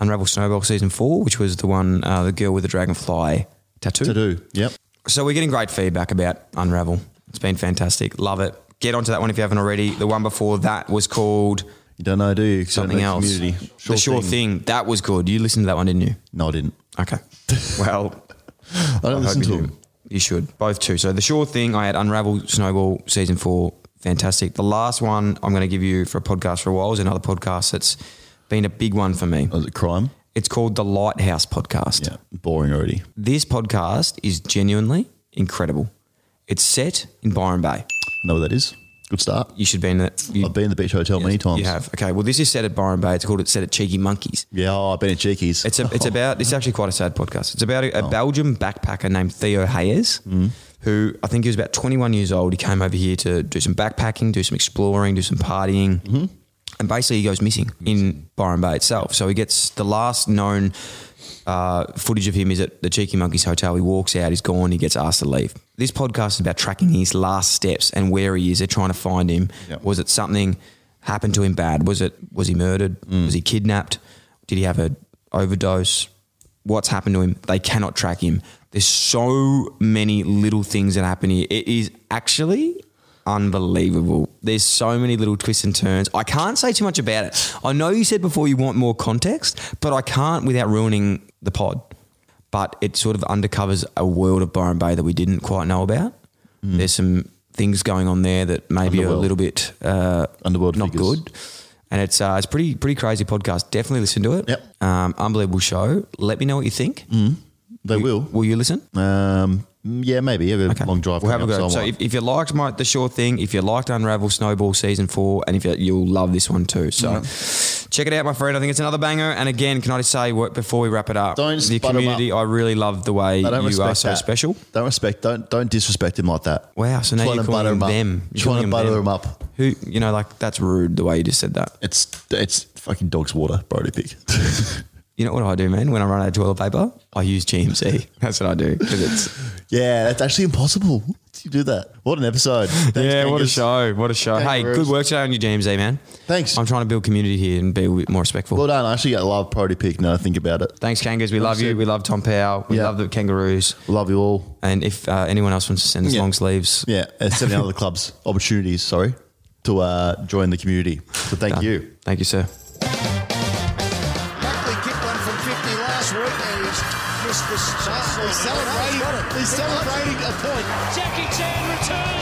Speaker 2: Unravel Snowball season four, which was the one uh, the girl with the dragonfly tattoo.
Speaker 1: to do. Yep.
Speaker 2: So we're getting great feedback about Unravel. It's been fantastic. Love it. Get onto that one if you haven't already. The one before that was called
Speaker 1: You don't know, do you? 'Cause you don't
Speaker 2: something
Speaker 1: know the
Speaker 2: else.
Speaker 1: Community.
Speaker 2: the sure thing. That was good. You listened to that one, didn't you?
Speaker 1: No, I didn't.
Speaker 2: Okay. Well,
Speaker 1: I don't
Speaker 2: I hope
Speaker 1: listen to
Speaker 2: you
Speaker 1: him.
Speaker 2: do. You should. Both two. So the sure thing I had Unravel Snowball season four. Fantastic. The last one I'm going to give you for a podcast for a while is another podcast that's been a big one for me.
Speaker 1: Was it crime?
Speaker 2: It's called the Lighthouse Podcast.
Speaker 1: Yeah. Boring already.
Speaker 2: This podcast is genuinely incredible. It's set in Byron Bay.
Speaker 1: I know what that is. Good start.
Speaker 2: You should be in it. You,
Speaker 1: I've been in the beach hotel many
Speaker 2: Yes,
Speaker 1: times.
Speaker 2: You have. Okay. Well, this is set at Byron Bay. It's called it set at Cheeky Monkeys.
Speaker 1: Yeah. Oh, I've been at Cheeky's.
Speaker 2: It's a, it's about it's actually quite a sad podcast. It's about a, a Belgian backpacker named Theo Hayes, who I think he was about 21 years old. He came over here to do some backpacking, do some exploring, do some partying, and basically he goes missing in Byron Bay itself. So he gets the last known uh, footage of him is at the Cheeky Monkeys Hotel. He walks out, he's gone, he gets asked to leave. This podcast is about tracking his last steps and where he is. They're trying to find him.
Speaker 1: Yep.
Speaker 2: Was it something happened to him bad? Was it was he murdered? Was he kidnapped? Did he have a overdose? What's happened to him? They cannot track him. There's so many little things that happen here. It is actually unbelievable. There's so many little twists and turns. I can't say too much about it. I know you said before you want more context, but I can't without ruining the pod. But it sort of undercovers a world of Byron Bay that we didn't quite know about. There's some things going on there that maybe are a
Speaker 1: Underworld.
Speaker 2: little bit uh,
Speaker 1: Underworld
Speaker 2: not
Speaker 1: figures.
Speaker 2: good. And it's uh, it's pretty pretty crazy podcast. Definitely listen to it.
Speaker 1: Yep. Mm.
Speaker 2: Um, unbelievable show. Let me know what you think.
Speaker 1: they will.
Speaker 2: Will you listen?
Speaker 1: Um, yeah, maybe. I've got a long drive.
Speaker 2: We'll have a
Speaker 1: coming
Speaker 2: go.
Speaker 1: up,
Speaker 2: So
Speaker 1: I
Speaker 2: if, if you liked my, the Sure Thing, if you liked Unravel Snowball season four, and if you, you'll love this one too. So check it out, my friend. I think it's another banger. And again, can I just say what- before we wrap it up,
Speaker 1: Don't
Speaker 2: the
Speaker 1: spud 'em
Speaker 2: community. I really love the way
Speaker 1: I don't
Speaker 2: you
Speaker 1: respect
Speaker 2: are so
Speaker 1: that.
Speaker 2: special.
Speaker 1: Don't respect. Don't don't disrespect him like that.
Speaker 2: Wow. So now
Speaker 1: Trying
Speaker 2: you're
Speaker 1: to
Speaker 2: calling
Speaker 1: butter
Speaker 2: them,
Speaker 1: him up.
Speaker 2: them. You're
Speaker 1: Trying to
Speaker 2: calling
Speaker 1: butter
Speaker 2: them.
Speaker 1: him up.
Speaker 2: Who you know, like that's rude the way you just said that.
Speaker 1: It's it's fucking dog's water, Brody Pick.
Speaker 2: You know what I do, man? When I run out of toilet paper, I use GMC. That's what I do. 'Cause it's-
Speaker 1: yeah, that's actually impossible to do that. What an episode. Thanks,
Speaker 2: yeah, what a
Speaker 1: Angus.
Speaker 2: show! What a show! Hey,
Speaker 1: Kangaroos.
Speaker 2: good work today on your GMC, man.
Speaker 1: Thanks.
Speaker 2: I'm trying to build community here and be a bit more respectful.
Speaker 1: Well done. Actually, I love Brody Pick. Now I think about it.
Speaker 2: Thanks, Kangas. We love you.
Speaker 1: it.
Speaker 2: We love Tom Powell. We
Speaker 1: Yeah.
Speaker 2: love the Kangaroos.
Speaker 1: Love you all.
Speaker 2: And if uh, anyone else wants to send us
Speaker 1: Yeah.
Speaker 2: long sleeves,
Speaker 1: Yeah, and seven other clubs opportunities. Sorry to uh, join the community. So thank
Speaker 2: done.
Speaker 1: you.
Speaker 2: Thank you, sir.
Speaker 3: Buckley kicked one from 50 last week and he's missed the shot. He's celebrating, he's celebrating a point.
Speaker 4: Jackie Chan returns.